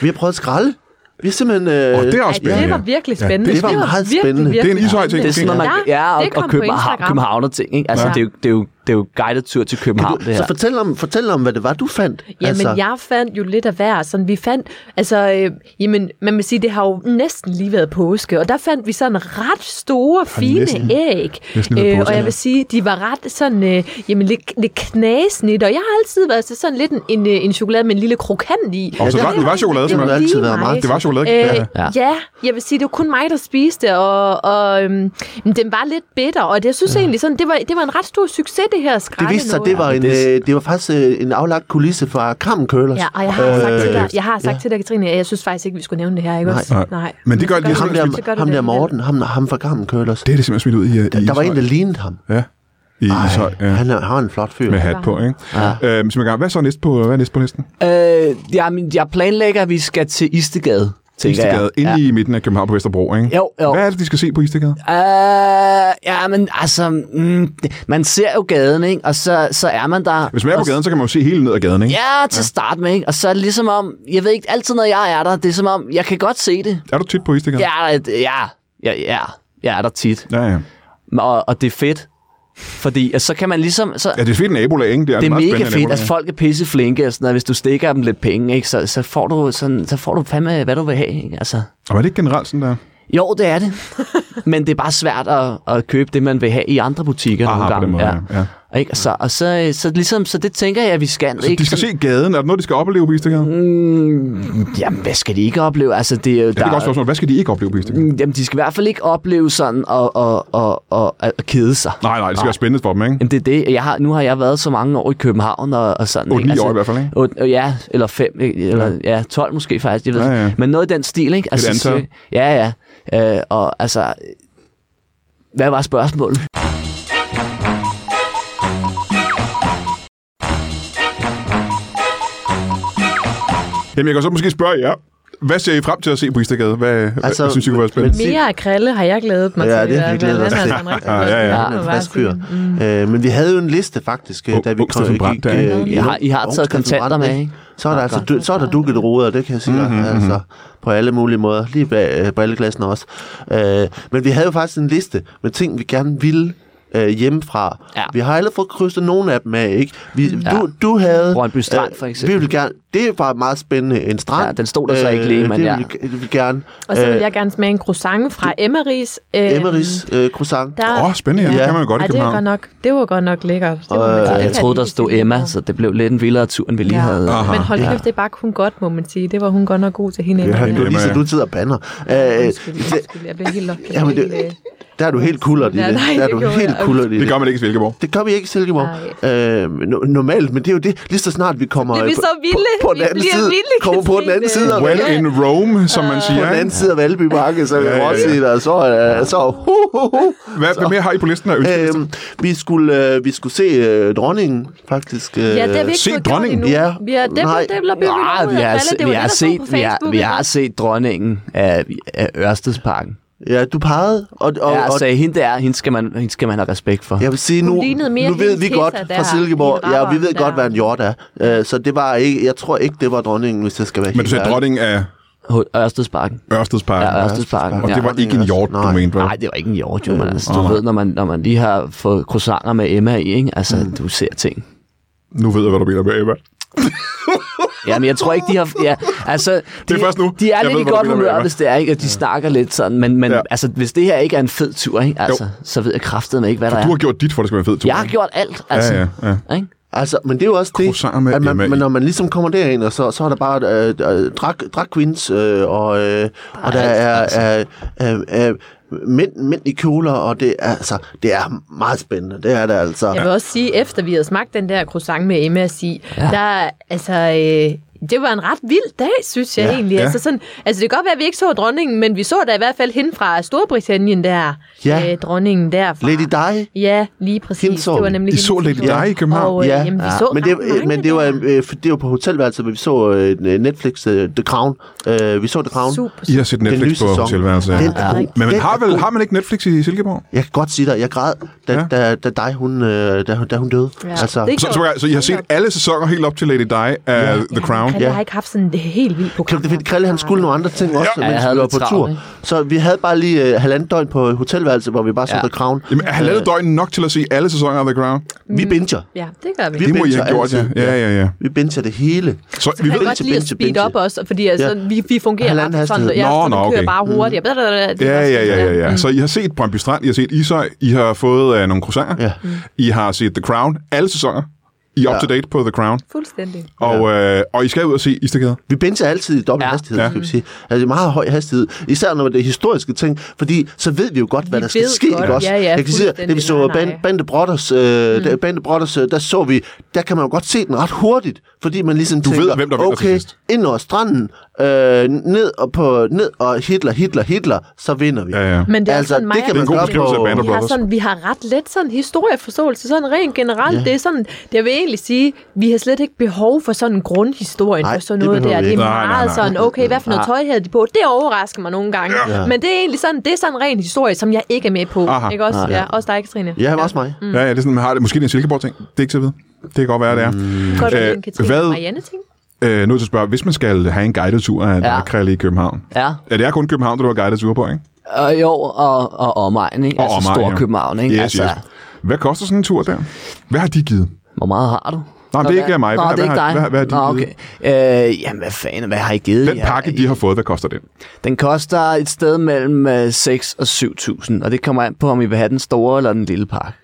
[SPEAKER 2] vi har prøvet at skralde. Vi har simpelthen... Øh,
[SPEAKER 1] Og det er også
[SPEAKER 6] Ja,
[SPEAKER 1] spændende.
[SPEAKER 6] det var virkelig spændende.
[SPEAKER 2] det var meget
[SPEAKER 6] virkelig,
[SPEAKER 2] spændende.
[SPEAKER 1] Det er en
[SPEAKER 6] virkelig
[SPEAKER 1] Ishøj ting.
[SPEAKER 3] Det er sådan, at man,
[SPEAKER 6] Ja,
[SPEAKER 3] ja, og,
[SPEAKER 6] det kom
[SPEAKER 3] og
[SPEAKER 6] på
[SPEAKER 3] København,
[SPEAKER 6] Instagram.
[SPEAKER 3] Københavner ting, ikke? Altså,
[SPEAKER 6] Ja.
[SPEAKER 3] det, er jo, det, er jo, det er jo guided tur til København,
[SPEAKER 2] du,
[SPEAKER 3] det
[SPEAKER 2] så
[SPEAKER 3] her.
[SPEAKER 2] fortæl om, fortæl om, hvad det var, du fandt.
[SPEAKER 6] Jamen, altså. jeg fandt jo lidt af hver. Sådan, vi fandt, altså, øh, jamen, man vil sige, det har jo næsten lige været påske, og der fandt vi sådan ret store, fine
[SPEAKER 1] næsten-
[SPEAKER 6] æg. Øh,
[SPEAKER 1] næsten lige været påske,
[SPEAKER 6] og
[SPEAKER 1] ja.
[SPEAKER 6] jeg vil sige, de var ret sådan, øh, jamen, lidt, lidt knasende, og jeg har altid været til sådan lidt en, en, øh, en chokolade med en lille krokant i.
[SPEAKER 1] Og så
[SPEAKER 2] det
[SPEAKER 1] var, det var chokolade,
[SPEAKER 2] det
[SPEAKER 1] som
[SPEAKER 2] har
[SPEAKER 1] er-
[SPEAKER 2] det altid
[SPEAKER 6] lige
[SPEAKER 2] været
[SPEAKER 6] mig.
[SPEAKER 2] meget.
[SPEAKER 1] Det var
[SPEAKER 6] Øh,
[SPEAKER 1] chokolade. Ja.
[SPEAKER 6] ja.
[SPEAKER 3] Ja.
[SPEAKER 6] ja, jeg vil sige, det var kun mig, der spiste det, og, og øhm, men den var lidt bitter, og det, jeg synes ja. egentlig sådan, det var, det var en ret stor succes, det her
[SPEAKER 2] Det
[SPEAKER 6] skralde
[SPEAKER 2] viste sig,
[SPEAKER 6] noget.
[SPEAKER 2] det var, en,
[SPEAKER 3] det-
[SPEAKER 2] øh, det var faktisk øh, en aflagt kulisse fra Kram Øh, Køllers.
[SPEAKER 6] Ja, og jeg har sagt til dig, jeg har sagt
[SPEAKER 2] ja.
[SPEAKER 6] ja. til dig, Katrine, at jeg synes faktisk ikke, vi skulle nævne det her, ikke
[SPEAKER 2] Nej.
[SPEAKER 6] også?
[SPEAKER 1] Nej. Men det gør de
[SPEAKER 6] så
[SPEAKER 2] ham
[SPEAKER 1] alligevel.
[SPEAKER 6] gør du- så gør
[SPEAKER 2] der,
[SPEAKER 6] du
[SPEAKER 2] ham
[SPEAKER 6] det
[SPEAKER 2] der
[SPEAKER 6] alligevel.
[SPEAKER 2] Morten, ham, ham fra Kram Køllers.
[SPEAKER 1] Det er det simpelthen smidt ud i, øh, i
[SPEAKER 2] Der var
[SPEAKER 1] Ishøj.
[SPEAKER 2] en, der lignede ham.
[SPEAKER 1] Ja, i Ishøj. Ja.
[SPEAKER 2] Ej, han er, han er en flot fyr.
[SPEAKER 1] Med hat på, ikke? Ja. Øhm, så man gør, hvad så er næste på, hvad er næste på listen?
[SPEAKER 3] Øh, jamen, jeg planlægger, at vi skal til Istegade, tænker
[SPEAKER 1] Istegade,
[SPEAKER 3] jeg.
[SPEAKER 1] inde i midten af København på Vesterbro, ikke?
[SPEAKER 3] Jo, jo.
[SPEAKER 1] Hvad er det, de skal se på Istegade?
[SPEAKER 3] Øh, ja, men altså, mm, det- man ser jo gaden, ikke? Og så, så er man der.
[SPEAKER 1] Hvis man er
[SPEAKER 3] Og
[SPEAKER 1] på
[SPEAKER 3] s-
[SPEAKER 1] gaden, så kan man jo se hele ned ad gaden, ikke?
[SPEAKER 3] Ja, til start med, ikke? Og så er det ligesom om, jeg ved ikke, altid når jeg er der, det er som om, jeg kan godt se det.
[SPEAKER 1] Er du tit på Istegade?
[SPEAKER 3] Jeg er der, et- ja, ja, ja, jeg er der tit.
[SPEAKER 1] Ja, ja.
[SPEAKER 3] Og, og det er fedt. Fordi altså, så kan man ligesom... Så,
[SPEAKER 1] Ja, det er fedt nabolag, ikke? Det er,
[SPEAKER 3] det er
[SPEAKER 1] meget
[SPEAKER 3] mega
[SPEAKER 1] spændende
[SPEAKER 3] fedt, altså,
[SPEAKER 1] nabolag.
[SPEAKER 3] at folk er pisse flinke og sådan noget. Hvis du stikker dem lidt penge, ikke, så, så, får du sådan, så får du fandme, hvad du vil have. Ikke? Altså,
[SPEAKER 1] Og er det ikke generelt sådan der?
[SPEAKER 3] jo, det er det. Men det er bare svært at, at købe det, man vil have i andre butikker
[SPEAKER 1] Aha,
[SPEAKER 3] nogle
[SPEAKER 1] på den
[SPEAKER 3] gange.
[SPEAKER 1] måde, ja. ja.
[SPEAKER 3] Og Ikke? Og Så, og så, så, ligesom, så det tænker jeg, at vi skal.
[SPEAKER 1] Så
[SPEAKER 3] ikke?
[SPEAKER 1] de skal se gaden. Er der noget, de skal opleve på Istegade? Mm,
[SPEAKER 3] Mm, jamen, hvad skal de ikke opleve? Altså, det er jo...
[SPEAKER 1] ja, det er et godt spørgsmål. Hvad skal de ikke opleve på Istegade?
[SPEAKER 3] Mm, Jamen, de skal i hvert fald ikke opleve sådan at, at, at, at, at, at kede sig.
[SPEAKER 1] Nej, nej, det skal være spændende for dem, ikke?
[SPEAKER 3] Jamen, det er det. Jeg har, nu har jeg været så mange år i København og, og sådan.
[SPEAKER 1] 8-9
[SPEAKER 3] ikke?
[SPEAKER 1] år i hvert fald, ikke?
[SPEAKER 3] 8, ja, eller 5, eller ja. 12 måske faktisk, jeg ved
[SPEAKER 1] Ja,
[SPEAKER 3] ja,
[SPEAKER 1] ja.
[SPEAKER 3] ja. Men noget i den stil, ikke?
[SPEAKER 1] Et antal.
[SPEAKER 3] cirka- Ja, ja. Øh, og altså, hvad var spørgsmålet?
[SPEAKER 1] Jamen, jeg kan så måske spørge jer. Hvad ser I frem til at se på Istegade? Hvad, altså,
[SPEAKER 2] Altså,
[SPEAKER 1] hvad synes I kunne være spændende?
[SPEAKER 2] men-
[SPEAKER 4] Mere af Krille har jeg glædet mig
[SPEAKER 2] Ja,
[SPEAKER 4] til.
[SPEAKER 2] det har vi
[SPEAKER 4] i hvert
[SPEAKER 2] glædet os
[SPEAKER 4] fald. Han er
[SPEAKER 2] til.
[SPEAKER 4] sådan rigtig
[SPEAKER 1] Ja,
[SPEAKER 4] glad.
[SPEAKER 1] ja, ja.
[SPEAKER 4] Det må
[SPEAKER 3] Han er
[SPEAKER 2] en
[SPEAKER 4] bare
[SPEAKER 2] frisk fyr.
[SPEAKER 4] sige.
[SPEAKER 2] Øh,
[SPEAKER 3] Mm.
[SPEAKER 2] men vi havde jo en liste faktisk, øh,
[SPEAKER 1] Ung-
[SPEAKER 2] da vi
[SPEAKER 1] Ung Steffen Brandt, der, ikke?
[SPEAKER 2] i-
[SPEAKER 3] I har- I har
[SPEAKER 2] Ung
[SPEAKER 3] taget
[SPEAKER 2] Steffen
[SPEAKER 3] kontanter
[SPEAKER 2] Brandt,
[SPEAKER 3] med,
[SPEAKER 2] ikke?
[SPEAKER 3] ikke?
[SPEAKER 2] Så er der altså du, så er der dukket ruder, det kan jeg
[SPEAKER 1] Mhm,
[SPEAKER 2] sige mm-hmm. altså, på alle mulige måder, lige bag øh, brilleklassen også. Øh, men vi havde jo faktisk en liste med ting, vi gerne ville øh, hjemmefra.
[SPEAKER 3] Ja.
[SPEAKER 2] Vi har allerede fået krydset nogle af dem af, ikke? Vi, ja. du, du havde...
[SPEAKER 3] Brøndby Strand,
[SPEAKER 2] øh,
[SPEAKER 3] for eksempel.
[SPEAKER 2] Vi ville gerne... Det var meget spændende, en strand. Øh,
[SPEAKER 3] Ja, den stod der så ikke lige, men
[SPEAKER 2] det
[SPEAKER 3] ja.
[SPEAKER 2] ville vi, vi gerne.
[SPEAKER 4] Og så vil
[SPEAKER 2] Øh,
[SPEAKER 4] jeg gerne smage en croissant fra Emmerys. Øh,
[SPEAKER 2] Emmerys øh, croissant.
[SPEAKER 4] Der,
[SPEAKER 1] Mm. Åh, oh, spændende. Ja. Det kan man jo godt i
[SPEAKER 4] Ej, det var
[SPEAKER 1] København.
[SPEAKER 4] godt nok, det var godt nok lækkert. Det må man
[SPEAKER 2] Øh,
[SPEAKER 4] sige.
[SPEAKER 3] Jeg
[SPEAKER 4] Det
[SPEAKER 3] troede, der
[SPEAKER 4] kan
[SPEAKER 3] stod
[SPEAKER 4] jeg ikke
[SPEAKER 3] Emma,
[SPEAKER 4] sige.
[SPEAKER 3] så det blev lidt en vildere tur, end vi lige
[SPEAKER 4] Ja.
[SPEAKER 3] havde. øh.
[SPEAKER 1] Aha.
[SPEAKER 4] Men hold
[SPEAKER 3] Ja.
[SPEAKER 4] kæft, det er bare kun godt, må man sige. Det var hun godt nok god til hende.
[SPEAKER 1] Ja,
[SPEAKER 4] Emma.
[SPEAKER 1] det
[SPEAKER 2] Du
[SPEAKER 1] Emma,
[SPEAKER 2] viser,
[SPEAKER 1] ja.
[SPEAKER 2] du sidder og bander. Øh,
[SPEAKER 4] Undskyld,
[SPEAKER 2] det,
[SPEAKER 4] undskyld, jeg blev helt øh. nok.
[SPEAKER 2] Jamen, det- der er du helt kuldert i
[SPEAKER 4] Nej,
[SPEAKER 2] det.
[SPEAKER 4] nej,
[SPEAKER 2] Der er
[SPEAKER 4] det
[SPEAKER 2] du
[SPEAKER 4] gjorde
[SPEAKER 2] helt
[SPEAKER 4] jeg.
[SPEAKER 2] kuldert i
[SPEAKER 1] Det
[SPEAKER 2] det.
[SPEAKER 1] gør man ikke i Silkeborg.
[SPEAKER 2] Det gør vi ikke i Silkeborg. Øh, no- normalt, men det er jo det. Lige så snart vi kommer
[SPEAKER 4] Bliver
[SPEAKER 2] øh,
[SPEAKER 4] vi
[SPEAKER 2] på,
[SPEAKER 4] så vilde?
[SPEAKER 2] på, på den
[SPEAKER 4] Vi
[SPEAKER 2] anden
[SPEAKER 4] bliver
[SPEAKER 2] side,
[SPEAKER 4] vilde,
[SPEAKER 2] kommer på den anden
[SPEAKER 4] Katrine.
[SPEAKER 2] side, af-
[SPEAKER 1] When
[SPEAKER 2] på
[SPEAKER 1] in Rome, som man siger.
[SPEAKER 2] den anden
[SPEAKER 1] ikke?
[SPEAKER 2] side af Valby Marked, så kan
[SPEAKER 1] Ja,
[SPEAKER 2] jeg
[SPEAKER 1] ja,
[SPEAKER 2] også
[SPEAKER 1] ja.
[SPEAKER 2] se dig. Så, øh, så hu, hu, hu.
[SPEAKER 1] Hvad, hvad mere har I på listen af ønsker?
[SPEAKER 2] Øhm, vi, skulle, øh, vi skulle se øh, dronningen, faktisk. Øh,
[SPEAKER 4] Ja, det har vi ikke
[SPEAKER 1] Se
[SPEAKER 4] fået
[SPEAKER 1] dronningen.
[SPEAKER 4] gjort endnu.
[SPEAKER 2] Ja,
[SPEAKER 4] vi har, det,
[SPEAKER 2] nej.
[SPEAKER 4] nej. Det blev bygget
[SPEAKER 3] Nej, Ah, vi har, se, vi, har set, vi, har, vi har set dronningen af, af Ørstedsparken.
[SPEAKER 2] ja, du pegede. Og, og,
[SPEAKER 3] Og, jeg
[SPEAKER 2] og,
[SPEAKER 3] sagde, hende der, hende skal man, hende skal man have respekt for.
[SPEAKER 2] Jeg vil sige nu,
[SPEAKER 4] lignede mere
[SPEAKER 2] nu ved
[SPEAKER 4] hendes
[SPEAKER 2] vi godt
[SPEAKER 4] tisser
[SPEAKER 2] fra
[SPEAKER 4] der,
[SPEAKER 2] Silkeborg,
[SPEAKER 4] hende
[SPEAKER 2] ja, vi
[SPEAKER 4] rapperen
[SPEAKER 2] ved godt,
[SPEAKER 4] der.
[SPEAKER 2] hvad en hjort er. Øh, så det var ikke, jeg tror ikke, det var dronningen, hvis det skal være
[SPEAKER 1] Men du sagde
[SPEAKER 2] ærlig.
[SPEAKER 1] dronning af
[SPEAKER 3] H- Ørstedsparken.
[SPEAKER 1] Ørstedsparken.
[SPEAKER 3] Ja, Ørstedsparken.
[SPEAKER 1] Og det var ikke en hjort, du
[SPEAKER 2] Nej.
[SPEAKER 1] mente, vel?
[SPEAKER 3] Nej, det var ikke en hjort, jo, men altså, du ved, når man, når man lige har fået croissanter med Emma i, ikke? altså, mm. du ser ting.
[SPEAKER 1] Nu ved jeg, hvad du mener med Emma.
[SPEAKER 3] Jamen, jeg tror ikke, de har... Ja, altså, de,
[SPEAKER 1] er først nu.
[SPEAKER 3] De er
[SPEAKER 1] Jeg
[SPEAKER 3] lidt
[SPEAKER 1] ved,
[SPEAKER 3] i
[SPEAKER 1] hvad du
[SPEAKER 3] godt
[SPEAKER 1] mener med
[SPEAKER 3] humør,
[SPEAKER 1] Emma.
[SPEAKER 3] hvis det er, ikke? Og de snakker lidt sådan, men, men
[SPEAKER 1] Ja.
[SPEAKER 3] ja. altså, hvis det her ikke er en fed tur, ikke? Altså, så ved jeg kraftedeme ikke, hvad der
[SPEAKER 1] Du
[SPEAKER 3] er.
[SPEAKER 1] har gjort dit, for at det skal være en fed tur.
[SPEAKER 3] Jeg har gjort alt, altså.
[SPEAKER 1] ja, ja.
[SPEAKER 3] Ikke?
[SPEAKER 2] Altså, men det er jo også det,
[SPEAKER 1] Croissanter med
[SPEAKER 2] at man,
[SPEAKER 1] Emma i.
[SPEAKER 2] men når man ligesom kommer derind, og så, så er der bare øh, øh, drag, drag queens, øh, og, øh, og der
[SPEAKER 4] altså.
[SPEAKER 2] er øh, øh, øh, mænd, mænd i kjoler, og det er, altså, det er meget spændende. Det er det altså.
[SPEAKER 4] Jeg vil også sige, efter vi havde smagt den der croissant med Emma at sige, ja. der, altså, øh, det var en ret vild dag, synes jeg ja, egentlig.
[SPEAKER 1] ja.
[SPEAKER 4] Ja. Altså, sådan, altså, det kan godt være, at vi ikke så dronningen, men vi så da i hvert fald hende fra Storbritannien der.
[SPEAKER 2] Ja.
[SPEAKER 4] Øh, dronningen derfra.
[SPEAKER 2] Lady Di?
[SPEAKER 4] Ja, lige præcis.
[SPEAKER 2] Hende så
[SPEAKER 4] det var
[SPEAKER 2] vi.
[SPEAKER 4] nemlig
[SPEAKER 1] I
[SPEAKER 4] hende,
[SPEAKER 1] så
[SPEAKER 4] vi
[SPEAKER 1] Lady Di i København?
[SPEAKER 4] Og, øh, ja. Jamen, vi så
[SPEAKER 2] men,
[SPEAKER 4] ret
[SPEAKER 2] det,
[SPEAKER 4] mange
[SPEAKER 2] men det, var,
[SPEAKER 4] der.
[SPEAKER 2] øh, for det var på hotelværelset, hvor vi så øh, Netflix, øh, The Crown. Øh, vi så The Crown.
[SPEAKER 4] Super.
[SPEAKER 1] I har set Netflix
[SPEAKER 2] nye
[SPEAKER 1] på
[SPEAKER 2] sæson.
[SPEAKER 1] hotelværelse. Ja.
[SPEAKER 2] Den er god.
[SPEAKER 1] Men man
[SPEAKER 2] Den
[SPEAKER 1] har,
[SPEAKER 2] er
[SPEAKER 1] vel,
[SPEAKER 2] god.
[SPEAKER 1] har man ikke Netflix i Silkeborg?
[SPEAKER 2] Jeg kan godt sige dig, jeg græd, da,
[SPEAKER 1] Ja.
[SPEAKER 2] ja. da, da, dig, hun, øh, da, da hun døde. Ja. Altså,
[SPEAKER 4] Det
[SPEAKER 1] Så, så, så I har set alle sæsoner helt op til Lady Di af The Crown?
[SPEAKER 4] Han ja. har ikke haft sådan et helt vildt
[SPEAKER 2] Kan
[SPEAKER 4] program.
[SPEAKER 2] det fordi Krille, han skulle nogle andre ting også,
[SPEAKER 3] Ja,
[SPEAKER 2] ja,
[SPEAKER 3] jeg
[SPEAKER 2] mens
[SPEAKER 3] havde
[SPEAKER 2] vi var
[SPEAKER 3] lidt
[SPEAKER 2] på
[SPEAKER 3] travlt,
[SPEAKER 2] tur.
[SPEAKER 3] ikke?
[SPEAKER 2] Så vi havde bare lige øh, halvandet døgn på hotelværelset, hvor vi bare så
[SPEAKER 3] Ja.
[SPEAKER 2] ja. The Crown.
[SPEAKER 1] Jamen, er halvandet døgn nok til at se alle sæsoner af The Crown?
[SPEAKER 2] Vi binger.
[SPEAKER 4] Ja, det gør vi.
[SPEAKER 2] Vi
[SPEAKER 1] Det må I
[SPEAKER 2] binger
[SPEAKER 1] have gjort, ja.
[SPEAKER 2] altid.
[SPEAKER 1] Ja, ja, ja.
[SPEAKER 2] Vi binger det hele.
[SPEAKER 1] Så vi
[SPEAKER 4] Jeg
[SPEAKER 1] ved...
[SPEAKER 4] kan godt
[SPEAKER 2] Binge,
[SPEAKER 4] lide at
[SPEAKER 2] binge,
[SPEAKER 4] speede
[SPEAKER 2] binge.
[SPEAKER 4] op også, fordi altså,
[SPEAKER 2] Ja.
[SPEAKER 4] ja. vi, vi fungerer
[SPEAKER 2] Halvanden
[SPEAKER 4] ret sådan.
[SPEAKER 2] hastighed.
[SPEAKER 4] Ja,
[SPEAKER 1] Nå,
[SPEAKER 4] så vi
[SPEAKER 1] nå, okay.
[SPEAKER 4] kører bare hurtigt. Mm.
[SPEAKER 1] Ja, ja, ja, ja, ja. Så I har set Brøndby Strand, I har set Ishøj, I har fået øh, nogle croissanter,
[SPEAKER 2] Ja.
[SPEAKER 1] I har set The Crown, alle sæsoner. I er up to date på The Crown,
[SPEAKER 4] Fuldstændig.
[SPEAKER 1] og, øh, og I skal ud og se Istegade.
[SPEAKER 2] Vi binger altid i dobbelt ja.
[SPEAKER 3] Ja.
[SPEAKER 2] hastighed,
[SPEAKER 1] Ja.
[SPEAKER 2] skal vi sige. Altså meget høj hastighed. Især når det er historiske ting, fordi så ved vi jo godt, hvad
[SPEAKER 4] Vi
[SPEAKER 2] der skal
[SPEAKER 4] ved
[SPEAKER 2] ske.
[SPEAKER 4] godt.
[SPEAKER 2] ikke også?
[SPEAKER 4] Ja, ja,
[SPEAKER 2] jeg kan sige, at da vi
[SPEAKER 4] fuldstændig.
[SPEAKER 2] så
[SPEAKER 4] Nej, Mm.
[SPEAKER 2] Band,
[SPEAKER 4] nej.
[SPEAKER 2] Bande Brothers, øh, der, Bande Brothers øh, der så vi, der kan man jo godt se den ret hurtigt, fordi man ligesom du
[SPEAKER 1] ved,
[SPEAKER 2] tænker,
[SPEAKER 1] hvem der vinder til
[SPEAKER 2] okay,
[SPEAKER 1] sidst."
[SPEAKER 2] ind over stranden, øh, ned, og på, ned og Hitler, Hitler, Hitler, så vinder vi.
[SPEAKER 1] Ja, ja.
[SPEAKER 4] Men det er
[SPEAKER 2] altså,
[SPEAKER 4] sådan mig
[SPEAKER 2] det kan
[SPEAKER 4] og
[SPEAKER 2] man
[SPEAKER 1] en god
[SPEAKER 2] gøre
[SPEAKER 1] beskrivelse af
[SPEAKER 2] på...
[SPEAKER 1] Band of
[SPEAKER 4] vi har,
[SPEAKER 1] Brothers.
[SPEAKER 4] sådan, vi har ret let sådan historieforståelse, sådan rent generelt. Ja. Det er sådan, det jeg vil egentlig sige, vi har slet ikke behov for sådan en grundhistorie
[SPEAKER 2] Nej,
[SPEAKER 4] for sådan
[SPEAKER 2] det
[SPEAKER 4] noget
[SPEAKER 2] behøver
[SPEAKER 4] der.
[SPEAKER 2] vi
[SPEAKER 4] Det er
[SPEAKER 2] ikke.
[SPEAKER 1] Nej, nej,
[SPEAKER 4] meget
[SPEAKER 1] nej.
[SPEAKER 4] sådan, okay, hvad for noget tøj havde de på? Det overrasker mig nogle gange. Ja. Men det er egentlig sådan, det er sådan en ren historie, som jeg ikke er med på.
[SPEAKER 1] Aha.
[SPEAKER 4] Ikke også? Ja. ja. Også dig, Katrine.
[SPEAKER 2] Ja, også mig.
[SPEAKER 1] Mm. Ja, ja, det er sådan, man har det. Måske det er en Silkeborg-ting. Det er ikke så vidt. Det kan godt være, det er. Mm.
[SPEAKER 4] Godt, øh, Katrine hvad?
[SPEAKER 1] hvad,
[SPEAKER 4] Marianne ting.
[SPEAKER 1] øh, nu til at spørge, hvis man skal have en guidetur af
[SPEAKER 3] Ja.
[SPEAKER 1] ja. Krille i København.
[SPEAKER 3] Ja.
[SPEAKER 1] Ja, det er kun København, der du har guidetur på, ikke?
[SPEAKER 3] Og jo, og, og omegn, ikke?
[SPEAKER 1] Og
[SPEAKER 3] altså,
[SPEAKER 1] omegn, ja.
[SPEAKER 3] Storkøbenhavn, ikke?
[SPEAKER 1] Yes,
[SPEAKER 3] altså,
[SPEAKER 1] yes. Hvad koster sådan en tur der? Hvad har de givet?
[SPEAKER 3] Hvor meget har du?
[SPEAKER 1] Nej, det er ikke af mig.
[SPEAKER 3] Nå,
[SPEAKER 1] Hvad-
[SPEAKER 3] det er ikke
[SPEAKER 1] hvad har-
[SPEAKER 3] dig.
[SPEAKER 1] hvad- hvad har de
[SPEAKER 3] Nå,
[SPEAKER 1] givet?
[SPEAKER 3] okay. Øh, jamen, hvad fanden, hvad har I givet?
[SPEAKER 1] Den
[SPEAKER 3] jer?
[SPEAKER 1] pakke, de har fået, hvad koster den?
[SPEAKER 3] Den koster et sted mellem øh, 6 og 7.000, og det kommer an på, om I vil have den store eller den lille pakke.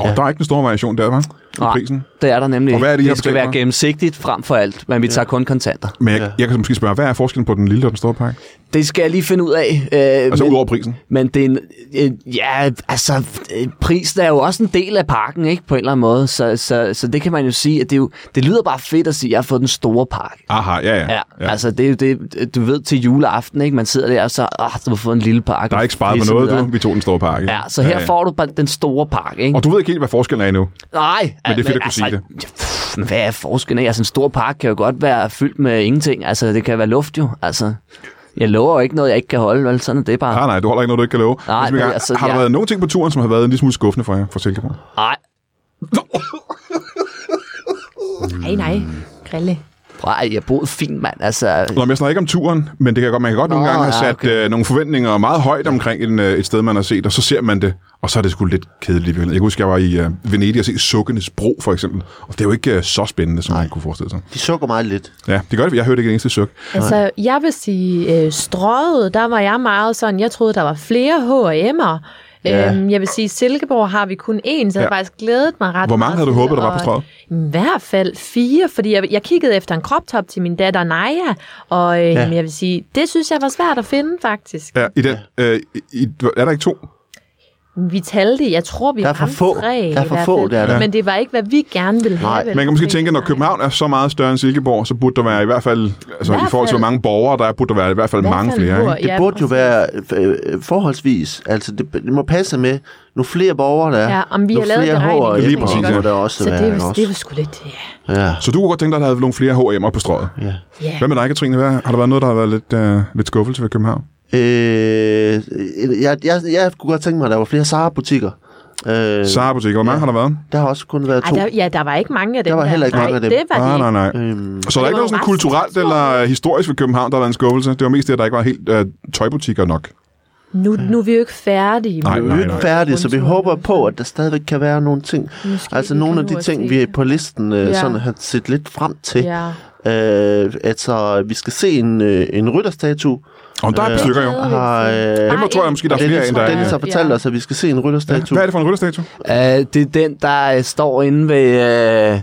[SPEAKER 1] Åh, der er ikke den store variation der, hva'? I
[SPEAKER 3] Nej.
[SPEAKER 1] prisen.
[SPEAKER 3] Det er der nemlig.
[SPEAKER 1] Og hvad er det, I har
[SPEAKER 3] det skal
[SPEAKER 1] betalt
[SPEAKER 3] være
[SPEAKER 1] for?
[SPEAKER 3] gennemsigtigt frem for alt, men vi tager kun kontanter.
[SPEAKER 1] Men jeg, jeg kan måske spørge, hvad er forskellen på den lille og den store pakke?
[SPEAKER 3] Det skal jeg lige finde ud af. Øh,
[SPEAKER 1] Altså
[SPEAKER 3] men-
[SPEAKER 1] ud over prisen.
[SPEAKER 3] Men det er en, øh, ja, altså, øh, prisen er jo også en del af pakken, ikke, på en eller anden måde. Så, så, så det kan man jo sige, at det, er jo, det lyder bare fedt at sige, at jeg har fået den store pakke.
[SPEAKER 1] Aha, ja, ja.
[SPEAKER 3] Ja, ja, altså det er jo det, du ved til juleaften, ikke? Man sidder der og så, ah, du har fået en lille pakke.
[SPEAKER 1] Der er ikke sparet på
[SPEAKER 3] Pisse
[SPEAKER 1] noget,
[SPEAKER 3] nederen.
[SPEAKER 1] du. Vi tog den store pakke.
[SPEAKER 3] Ja, så her får du bare den store pakke, ikke?
[SPEAKER 1] Og du ved ikke helt, hvad forskellen er endnu.
[SPEAKER 3] Nej.
[SPEAKER 1] Men det er fedt at kunne sige
[SPEAKER 3] det. Pff, hvad er forskellen? ikke? Altså, en stor pakke kan jo godt være fyldt med ingenting. Altså, det kan være luft jo. Altså, jeg lover jo ikke noget, jeg ikke kan holde. Vel? Sådan er det bare.
[SPEAKER 1] Ah, Nej, nej, du holder ikke noget, du ikke kan love.
[SPEAKER 3] Nej,
[SPEAKER 1] Hvis vi
[SPEAKER 3] men
[SPEAKER 1] kan-
[SPEAKER 3] altså,
[SPEAKER 1] har der
[SPEAKER 3] jeg-
[SPEAKER 1] været nogen ting på turen, som har været en lille smule skuffende for jer fra Silkeborg?
[SPEAKER 3] Nej.
[SPEAKER 6] Nej, nej. Grille.
[SPEAKER 3] Prøv, at, jeg boede fint, mand. Altså,
[SPEAKER 1] Nå, men jeg snakker ikke om turen, men det kan godt, man kan godt Nå, nogle
[SPEAKER 3] Nå,
[SPEAKER 1] gange have
[SPEAKER 3] ja,
[SPEAKER 1] sat okay. øh, nogle forventninger meget højt omkring en, øh, et sted, man har set, og så ser man det, og så er det sgu lidt kedeligt. i virkeligheden. Jeg kan huske, jeg var i øh, Venedig og se Sukkenes Bro, for eksempel, og det er jo ikke øh, så spændende, som man kunne forestille sig.
[SPEAKER 2] De sukker meget lidt.
[SPEAKER 1] Ja, det gør det, jeg hørte ikke en eneste suk.
[SPEAKER 6] Altså, jeg vil sige, øh, strøget, der var jeg meget sådan, jeg troede, der var flere H&M'er.
[SPEAKER 2] Ja.
[SPEAKER 6] Ja. Øhm, jeg vil sige, Silkeborg har vi kun én, så jeg
[SPEAKER 1] Ja.
[SPEAKER 6] har faktisk glædet mig ret
[SPEAKER 1] Hvor
[SPEAKER 6] meget
[SPEAKER 1] mange havde du
[SPEAKER 6] til,
[SPEAKER 1] håbet, der var på
[SPEAKER 6] og-
[SPEAKER 1] strøget?
[SPEAKER 6] I hvert fald fire, fordi jeg, jeg kiggede efter en crop top til min datter Naja, og øh, ja. jeg vil sige, det synes jeg var svært at finde faktisk.
[SPEAKER 1] Ja, i den, øh, i, i- er der ikke to?
[SPEAKER 6] Vi talte, jeg tror, vi
[SPEAKER 2] Der er for
[SPEAKER 6] ramte
[SPEAKER 2] få.
[SPEAKER 6] tre.
[SPEAKER 2] Der er
[SPEAKER 6] i
[SPEAKER 2] for
[SPEAKER 6] hvert
[SPEAKER 2] få,
[SPEAKER 6] fald.
[SPEAKER 2] det er der.
[SPEAKER 6] Men det var ikke, hvad vi gerne ville have.
[SPEAKER 2] Nej,
[SPEAKER 6] vel?
[SPEAKER 1] Man kan måske
[SPEAKER 6] Det-
[SPEAKER 1] tænke, at når København er så meget større end Silkeborg, så burde der være i hvert fald, altså i,
[SPEAKER 6] hvert
[SPEAKER 1] forhold til, hvor
[SPEAKER 6] fald-
[SPEAKER 1] mange borgere der er, burde der være i hvert fald
[SPEAKER 6] I hvert
[SPEAKER 1] mange
[SPEAKER 6] fald
[SPEAKER 1] flere. Ikke?
[SPEAKER 6] hvor-
[SPEAKER 2] Det ja, burde jo være øh, øh, forholdsvis, altså det, det må passe med, nu flere borgere der er,
[SPEAKER 6] Ja, om vi
[SPEAKER 2] nu
[SPEAKER 6] har lavet
[SPEAKER 2] flere
[SPEAKER 6] beregningen,
[SPEAKER 2] hår,
[SPEAKER 6] det
[SPEAKER 1] Lige præcis, ja.
[SPEAKER 2] må der også
[SPEAKER 6] Så
[SPEAKER 2] være.
[SPEAKER 6] det,
[SPEAKER 2] ikke
[SPEAKER 6] var,
[SPEAKER 2] også?
[SPEAKER 6] det var sgu lidt, ja.
[SPEAKER 2] ja.
[SPEAKER 1] Så du kunne godt tænke dig, at der havde nogle flere H&M'er på strøget?
[SPEAKER 2] Ja.
[SPEAKER 6] Ja.
[SPEAKER 1] Hvad med dig, Katrine? Hvad, har der været noget, der har været lidt, øh, lidt skuffelse ved København?
[SPEAKER 2] Øh, jeg, jeg, jeg kunne godt tænke mig, at der var flere Zara-butikker. Øh,
[SPEAKER 1] Sara butikker, hvor mange har der været?
[SPEAKER 2] der har også kun været
[SPEAKER 6] Ej,
[SPEAKER 2] to.
[SPEAKER 6] der, ja, der var ikke mange af dem
[SPEAKER 2] Der var heller ikke
[SPEAKER 6] nej,
[SPEAKER 2] mange af dem.
[SPEAKER 6] det var de
[SPEAKER 1] Nej,
[SPEAKER 6] ikke.
[SPEAKER 1] nej, nej.
[SPEAKER 3] Øh,
[SPEAKER 2] Øhm,
[SPEAKER 1] Så der
[SPEAKER 6] Det
[SPEAKER 1] er ikke
[SPEAKER 6] var
[SPEAKER 1] noget sådan
[SPEAKER 6] jo ret
[SPEAKER 1] kulturelt eller øh, historisk ved København, der har været en skuffelse. Det var mest det, at der ikke var helt øh, tøjbutikker nok.
[SPEAKER 6] Nu, nu er vi jo ikke færdige.
[SPEAKER 1] Nej,
[SPEAKER 2] vi er
[SPEAKER 1] nej,
[SPEAKER 2] jo ikke
[SPEAKER 1] nej.
[SPEAKER 2] færdige, så vi håber på, at der stadigvæk kan være nogle ting.
[SPEAKER 6] Måske
[SPEAKER 2] altså
[SPEAKER 6] vi
[SPEAKER 2] nogle
[SPEAKER 6] kan
[SPEAKER 2] af
[SPEAKER 6] nå
[SPEAKER 2] de
[SPEAKER 6] at
[SPEAKER 2] ting,
[SPEAKER 6] se
[SPEAKER 2] vi
[SPEAKER 6] det.
[SPEAKER 2] på listen øh,
[SPEAKER 6] Ja.
[SPEAKER 2] sådan har set lidt frem til.
[SPEAKER 6] Ja.
[SPEAKER 2] Øh, altså, vi skal se en, øh, en rytterstatue.
[SPEAKER 1] Og der er et stykker jo.
[SPEAKER 2] Har, øh,
[SPEAKER 1] Dem
[SPEAKER 6] Ej,
[SPEAKER 1] tror jeg måske, der er
[SPEAKER 6] det
[SPEAKER 1] flere
[SPEAKER 2] Dennis,
[SPEAKER 1] end der
[SPEAKER 6] tror jeg.
[SPEAKER 2] ligesom Dennis har
[SPEAKER 1] er.
[SPEAKER 6] Dennis
[SPEAKER 2] fortalt
[SPEAKER 6] Ja.
[SPEAKER 2] os, at vi skal se en rytterstatue.
[SPEAKER 1] Hvad er det for en rytterstatue?
[SPEAKER 3] Øh, det er den, der øh, står inde ved, øh,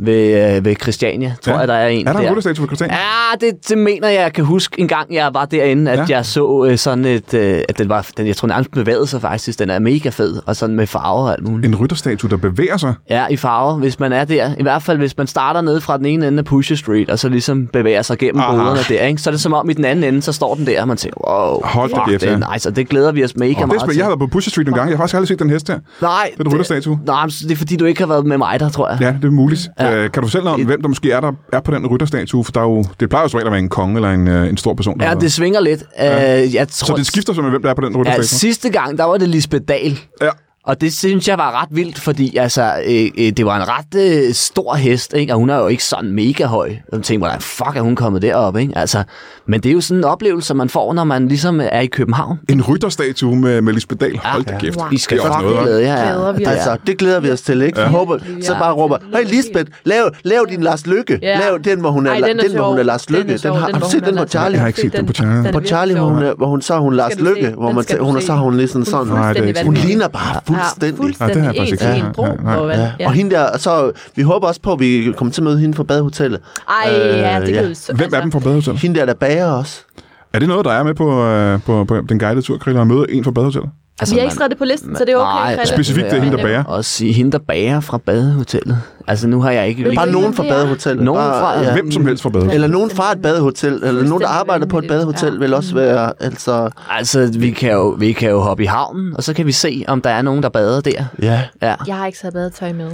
[SPEAKER 3] ved, øh, ved Christiania, tror
[SPEAKER 1] Ja.
[SPEAKER 3] jeg, der er en
[SPEAKER 1] Er der en
[SPEAKER 3] der.
[SPEAKER 1] rytterstatue ved Christian?
[SPEAKER 3] Ja, det, det mener jeg, jeg kan huske en gang, jeg var derinde, at
[SPEAKER 1] Ja.
[SPEAKER 3] ja. jeg så øh, sådan et, øh, at den var, den, jeg tror nærmest bevægede sig faktisk, den er mega fed, og sådan med farver og alt muligt.
[SPEAKER 1] En rytterstatue, der bevæger sig.
[SPEAKER 3] Ja, i farver, hvis man er der. I hvert fald, hvis man starter nede fra den ene ende af Pusher Street, og så ligesom bevæger sig gennem
[SPEAKER 1] Aha.
[SPEAKER 3] boderne der, ikke? så er det som om i den anden ende, så står den der, og man tænker, wow,
[SPEAKER 1] Hold da
[SPEAKER 3] fuck,
[SPEAKER 1] kæft,
[SPEAKER 3] det
[SPEAKER 1] ja.
[SPEAKER 3] er nice, og det glæder vi os mega
[SPEAKER 1] Og det er
[SPEAKER 3] meget
[SPEAKER 1] spændende.
[SPEAKER 3] til.
[SPEAKER 1] Jeg har været på Pusher Street nogle gange. Jeg har faktisk aldrig set den hest der.
[SPEAKER 3] Nej,
[SPEAKER 1] Den rytterstatue.
[SPEAKER 3] Nej, men det er fordi, du ikke har været med mig der, tror jeg.
[SPEAKER 1] Ja, det er muligt. Ja. Øh, kan du fortælle noget om, hvem der måske er, der er på den rytterstatue? For der er jo, det plejer jo som regel at være en konge eller en, øh, en stor person. Der
[SPEAKER 3] Ja,
[SPEAKER 1] har
[SPEAKER 3] det
[SPEAKER 1] været.
[SPEAKER 3] svinger lidt. Ja. Øh, jeg tror,
[SPEAKER 1] Så det skifter simpelthen, hvem der er på den
[SPEAKER 3] ja,
[SPEAKER 1] rytterstatue?
[SPEAKER 3] sidste gang, der var det Lisbeth Dahl.
[SPEAKER 1] Ja.
[SPEAKER 3] Og det synes jeg var ret vildt, fordi altså, øh, øh, det var en ret øh, stor hest, ikke? og hun er jo ikke sådan mega høj. Og man tænkte, hvordan fuck er hun kommet derop? Ikke? Altså, men det er jo sådan en oplevelse, man får, når man ligesom er i København.
[SPEAKER 1] En rytterstatue med, med Lisbeth Dahl.
[SPEAKER 3] Ah,
[SPEAKER 1] Hold da kæft.
[SPEAKER 3] Vi skal
[SPEAKER 1] Det er også
[SPEAKER 3] fucking
[SPEAKER 1] noget, hva'?
[SPEAKER 3] glæde jer.
[SPEAKER 6] Glæder vi
[SPEAKER 3] Ja.
[SPEAKER 6] os.
[SPEAKER 2] Altså, det glæder vi os til, ikke? Ja. Håber, så
[SPEAKER 3] Ja.
[SPEAKER 2] bare råber, hey Lisbeth, lav, lav din Lars Lykke.
[SPEAKER 4] Ja.
[SPEAKER 2] Lav den, hvor hun er,
[SPEAKER 4] Ej, den er
[SPEAKER 2] den, hvor hun
[SPEAKER 4] sjov.
[SPEAKER 2] er Lars Lykke.
[SPEAKER 4] Den er
[SPEAKER 2] Den
[SPEAKER 4] sjov.
[SPEAKER 2] har,
[SPEAKER 4] Den,
[SPEAKER 2] har du
[SPEAKER 4] hvor
[SPEAKER 2] set
[SPEAKER 4] hun er
[SPEAKER 2] den på
[SPEAKER 4] Lars
[SPEAKER 2] Charlie?
[SPEAKER 1] Jeg har ikke set den på Charlie.
[SPEAKER 2] På Charlie, hvor hun, er, hvor hun så er hun Lars
[SPEAKER 4] du se.
[SPEAKER 2] Lykke, hvor
[SPEAKER 4] Den
[SPEAKER 2] man,
[SPEAKER 4] skal
[SPEAKER 2] tæ-
[SPEAKER 4] du
[SPEAKER 2] hun, er-
[SPEAKER 4] se.
[SPEAKER 2] så har hun ligesom sådan.
[SPEAKER 1] Nej, det er ikke.
[SPEAKER 2] Hun ligner bare fuldstændig.
[SPEAKER 1] Ja, det har jeg faktisk
[SPEAKER 4] en
[SPEAKER 1] ikke set.
[SPEAKER 4] til en bro.
[SPEAKER 1] Nej, nej,
[SPEAKER 4] og hvad-
[SPEAKER 2] Ja. Og hende der, og så, vi håber også på, at vi kommer til at møde hende fra badehotellet. Øh,
[SPEAKER 6] Ej, ja, det kan ja.
[SPEAKER 1] Hvem er den fra Badehotellet?
[SPEAKER 2] Hende der, der bager os.
[SPEAKER 1] Er det noget, der er med på, øh, på, på den guidede tur, Krille, at møde en fra Badehotellet?
[SPEAKER 3] Altså,
[SPEAKER 6] Vi har
[SPEAKER 3] man-
[SPEAKER 6] ikke skrevet det på listen, så det er okay.
[SPEAKER 3] Nej,
[SPEAKER 6] Krille.
[SPEAKER 1] Specifikt det er hende, der bager.
[SPEAKER 3] Og sige hende, der bager fra badehotellet. Altså, nu har jeg ikke...
[SPEAKER 2] Bare nogen fra badehotellet.
[SPEAKER 3] Nogen
[SPEAKER 2] bare,
[SPEAKER 3] fra-
[SPEAKER 1] Ja. Hvem som helst fra Badehotellet?
[SPEAKER 2] Eller nogen fra et badehotel, eller nogen, der arbejder på et badehotel, vil også være, altså...
[SPEAKER 3] Altså, vi kan, jo, vi kan jo hoppe i havnen, og så kan vi se, om der er nogen, der bader der.
[SPEAKER 2] Ja.
[SPEAKER 3] Ja.
[SPEAKER 6] Jeg har ikke taget badetøj med.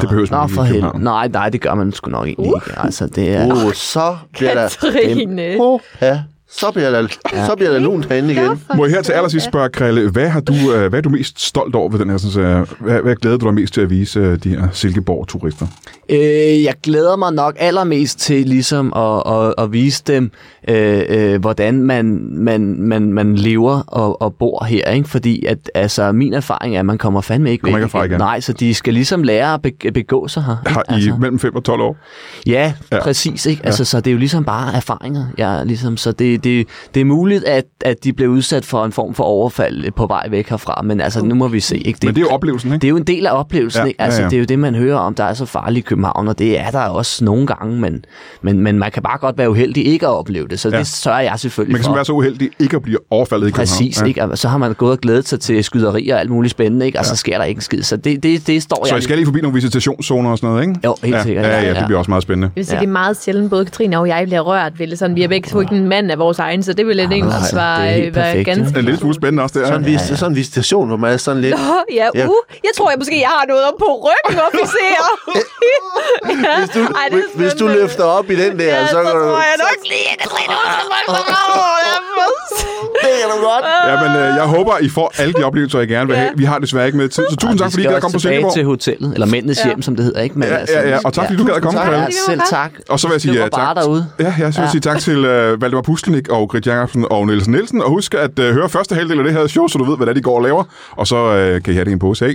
[SPEAKER 1] Det behøves man
[SPEAKER 3] Nå,
[SPEAKER 1] ikke i
[SPEAKER 3] for helvede.
[SPEAKER 1] København.
[SPEAKER 3] Nej,
[SPEAKER 6] Uh.
[SPEAKER 3] nej, det gør man sgu nok egentlig ikke. Altså, det er...
[SPEAKER 2] Uh, så bliver der...
[SPEAKER 4] Katrine.
[SPEAKER 2] Oh, ja. så bliver der, så bliver der lunt herinde igen.
[SPEAKER 1] Må jeg her til allersidst spørge, Krille, hvad, har du, øh, hvad er du mest stolt over ved den her? Sådan, øh, hvad, hvad glæder du dig mest til at vise øh, de her Silkeborg-turister?
[SPEAKER 3] Øh, jeg glæder mig nok allermest til ligesom at, at, at vise dem, øh, øh, hvordan man, man, man, man lever og, og bor her. Ikke? Fordi at, altså, min erfaring er, at man kommer fandme ikke
[SPEAKER 1] Kommer
[SPEAKER 3] væk
[SPEAKER 1] ikke herfra igen.
[SPEAKER 3] Nej, så de skal ligesom lære at be- begå sig her. ikke?
[SPEAKER 1] Har I
[SPEAKER 3] altså,
[SPEAKER 1] mellem 5 og 12 år?
[SPEAKER 3] ja,
[SPEAKER 1] Ja.
[SPEAKER 3] ja, præcis. Ikke? Altså, Så det er jo ligesom bare erfaringer. Ja, ligesom, så det, det, det er muligt, at, at de bliver udsat for en form for overfald på vej væk herfra. Men altså, nu må vi se. Ikke?
[SPEAKER 1] Men det er jo oplevelsen, ikke?
[SPEAKER 3] Det er jo en del af oplevelsen,
[SPEAKER 1] Ja,
[SPEAKER 3] ja, ikke? Altså,
[SPEAKER 1] ja, ja.
[SPEAKER 3] ja, ja. det er jo det, man hører om, der er så farligt i København, og det er der også nogle gange, men, men, men man kan bare godt være uheldig ikke at opleve det, så
[SPEAKER 1] Ja.
[SPEAKER 3] ja. det sørger jeg selvfølgelig
[SPEAKER 1] Man kan
[SPEAKER 3] for.
[SPEAKER 1] simpelthen være så uheldig ikke at blive overfaldet i København.
[SPEAKER 3] Præcis, ikke? Og så har man gået og glædet sig til skyderier og alt muligt spændende, ikke? og ja. så sker der ikke en skid. Så det, det, det står
[SPEAKER 1] Så
[SPEAKER 3] jeg
[SPEAKER 1] I skal lige forbi nogle visitationszoner og sådan noget, ikke?
[SPEAKER 3] Jo, helt
[SPEAKER 1] ja,
[SPEAKER 3] sikkert,
[SPEAKER 1] Ja, ja,
[SPEAKER 3] ja,
[SPEAKER 1] det
[SPEAKER 3] ja.
[SPEAKER 1] bliver også meget spændende.
[SPEAKER 6] Jeg vil sige,
[SPEAKER 3] Ja.
[SPEAKER 6] det er meget sjældent, både Katrine og jeg bliver rørt ved det. Sådan, vi er begge to ikke en mand af vores egen, så det vil jeg
[SPEAKER 3] Nej,
[SPEAKER 6] egentlig
[SPEAKER 3] nej,
[SPEAKER 6] også
[SPEAKER 3] det er
[SPEAKER 6] være,
[SPEAKER 3] helt
[SPEAKER 6] øh, være
[SPEAKER 3] perfekt, ja.
[SPEAKER 1] Det er
[SPEAKER 6] ganske...
[SPEAKER 1] en lille smule spændende også, det er.
[SPEAKER 2] Sådan, vis, sådan en visitation, hvor man er sådan lidt...
[SPEAKER 6] Åh, ja,
[SPEAKER 2] Ja.
[SPEAKER 6] uh, jeg tror jeg måske, jeg har noget om på ryggen, officer.
[SPEAKER 2] Hvis du,
[SPEAKER 6] Ej, det er
[SPEAKER 2] hvis, hvis du
[SPEAKER 6] spændende.
[SPEAKER 2] løfter op i den der,
[SPEAKER 6] ja,
[SPEAKER 2] så,
[SPEAKER 6] så
[SPEAKER 2] kan du...
[SPEAKER 6] tror jeg nok lige, at det er
[SPEAKER 2] Det kan du godt.
[SPEAKER 1] Ja, men øh, jeg håber, I får alle de oplevelser, I gerne vil have. Vi har desværre ikke med tid, så tusind tak, fordi I gad at komme på
[SPEAKER 3] tilbage
[SPEAKER 1] Silkeborg.
[SPEAKER 3] til hotellet, eller mændenes ja. hjem, som det hedder, ikke? Men, altså,
[SPEAKER 1] Ja, ja, ja, og tak, fordi du gad at komme,
[SPEAKER 3] Ja,
[SPEAKER 1] Krille.
[SPEAKER 3] selv tak.
[SPEAKER 1] Og så vil jeg sige
[SPEAKER 3] Det var
[SPEAKER 1] ja, tak.
[SPEAKER 3] bare derude.
[SPEAKER 1] Ja, ja, så vil jeg sige tak til uh, Valdemar Puslenik og Grit Jacobsen og Niels Nielsen. Og husk at uh, høre første halvdel af det her show, så du ved, hvad det er, de går og laver. Og så uh, kan I have det i en pose af.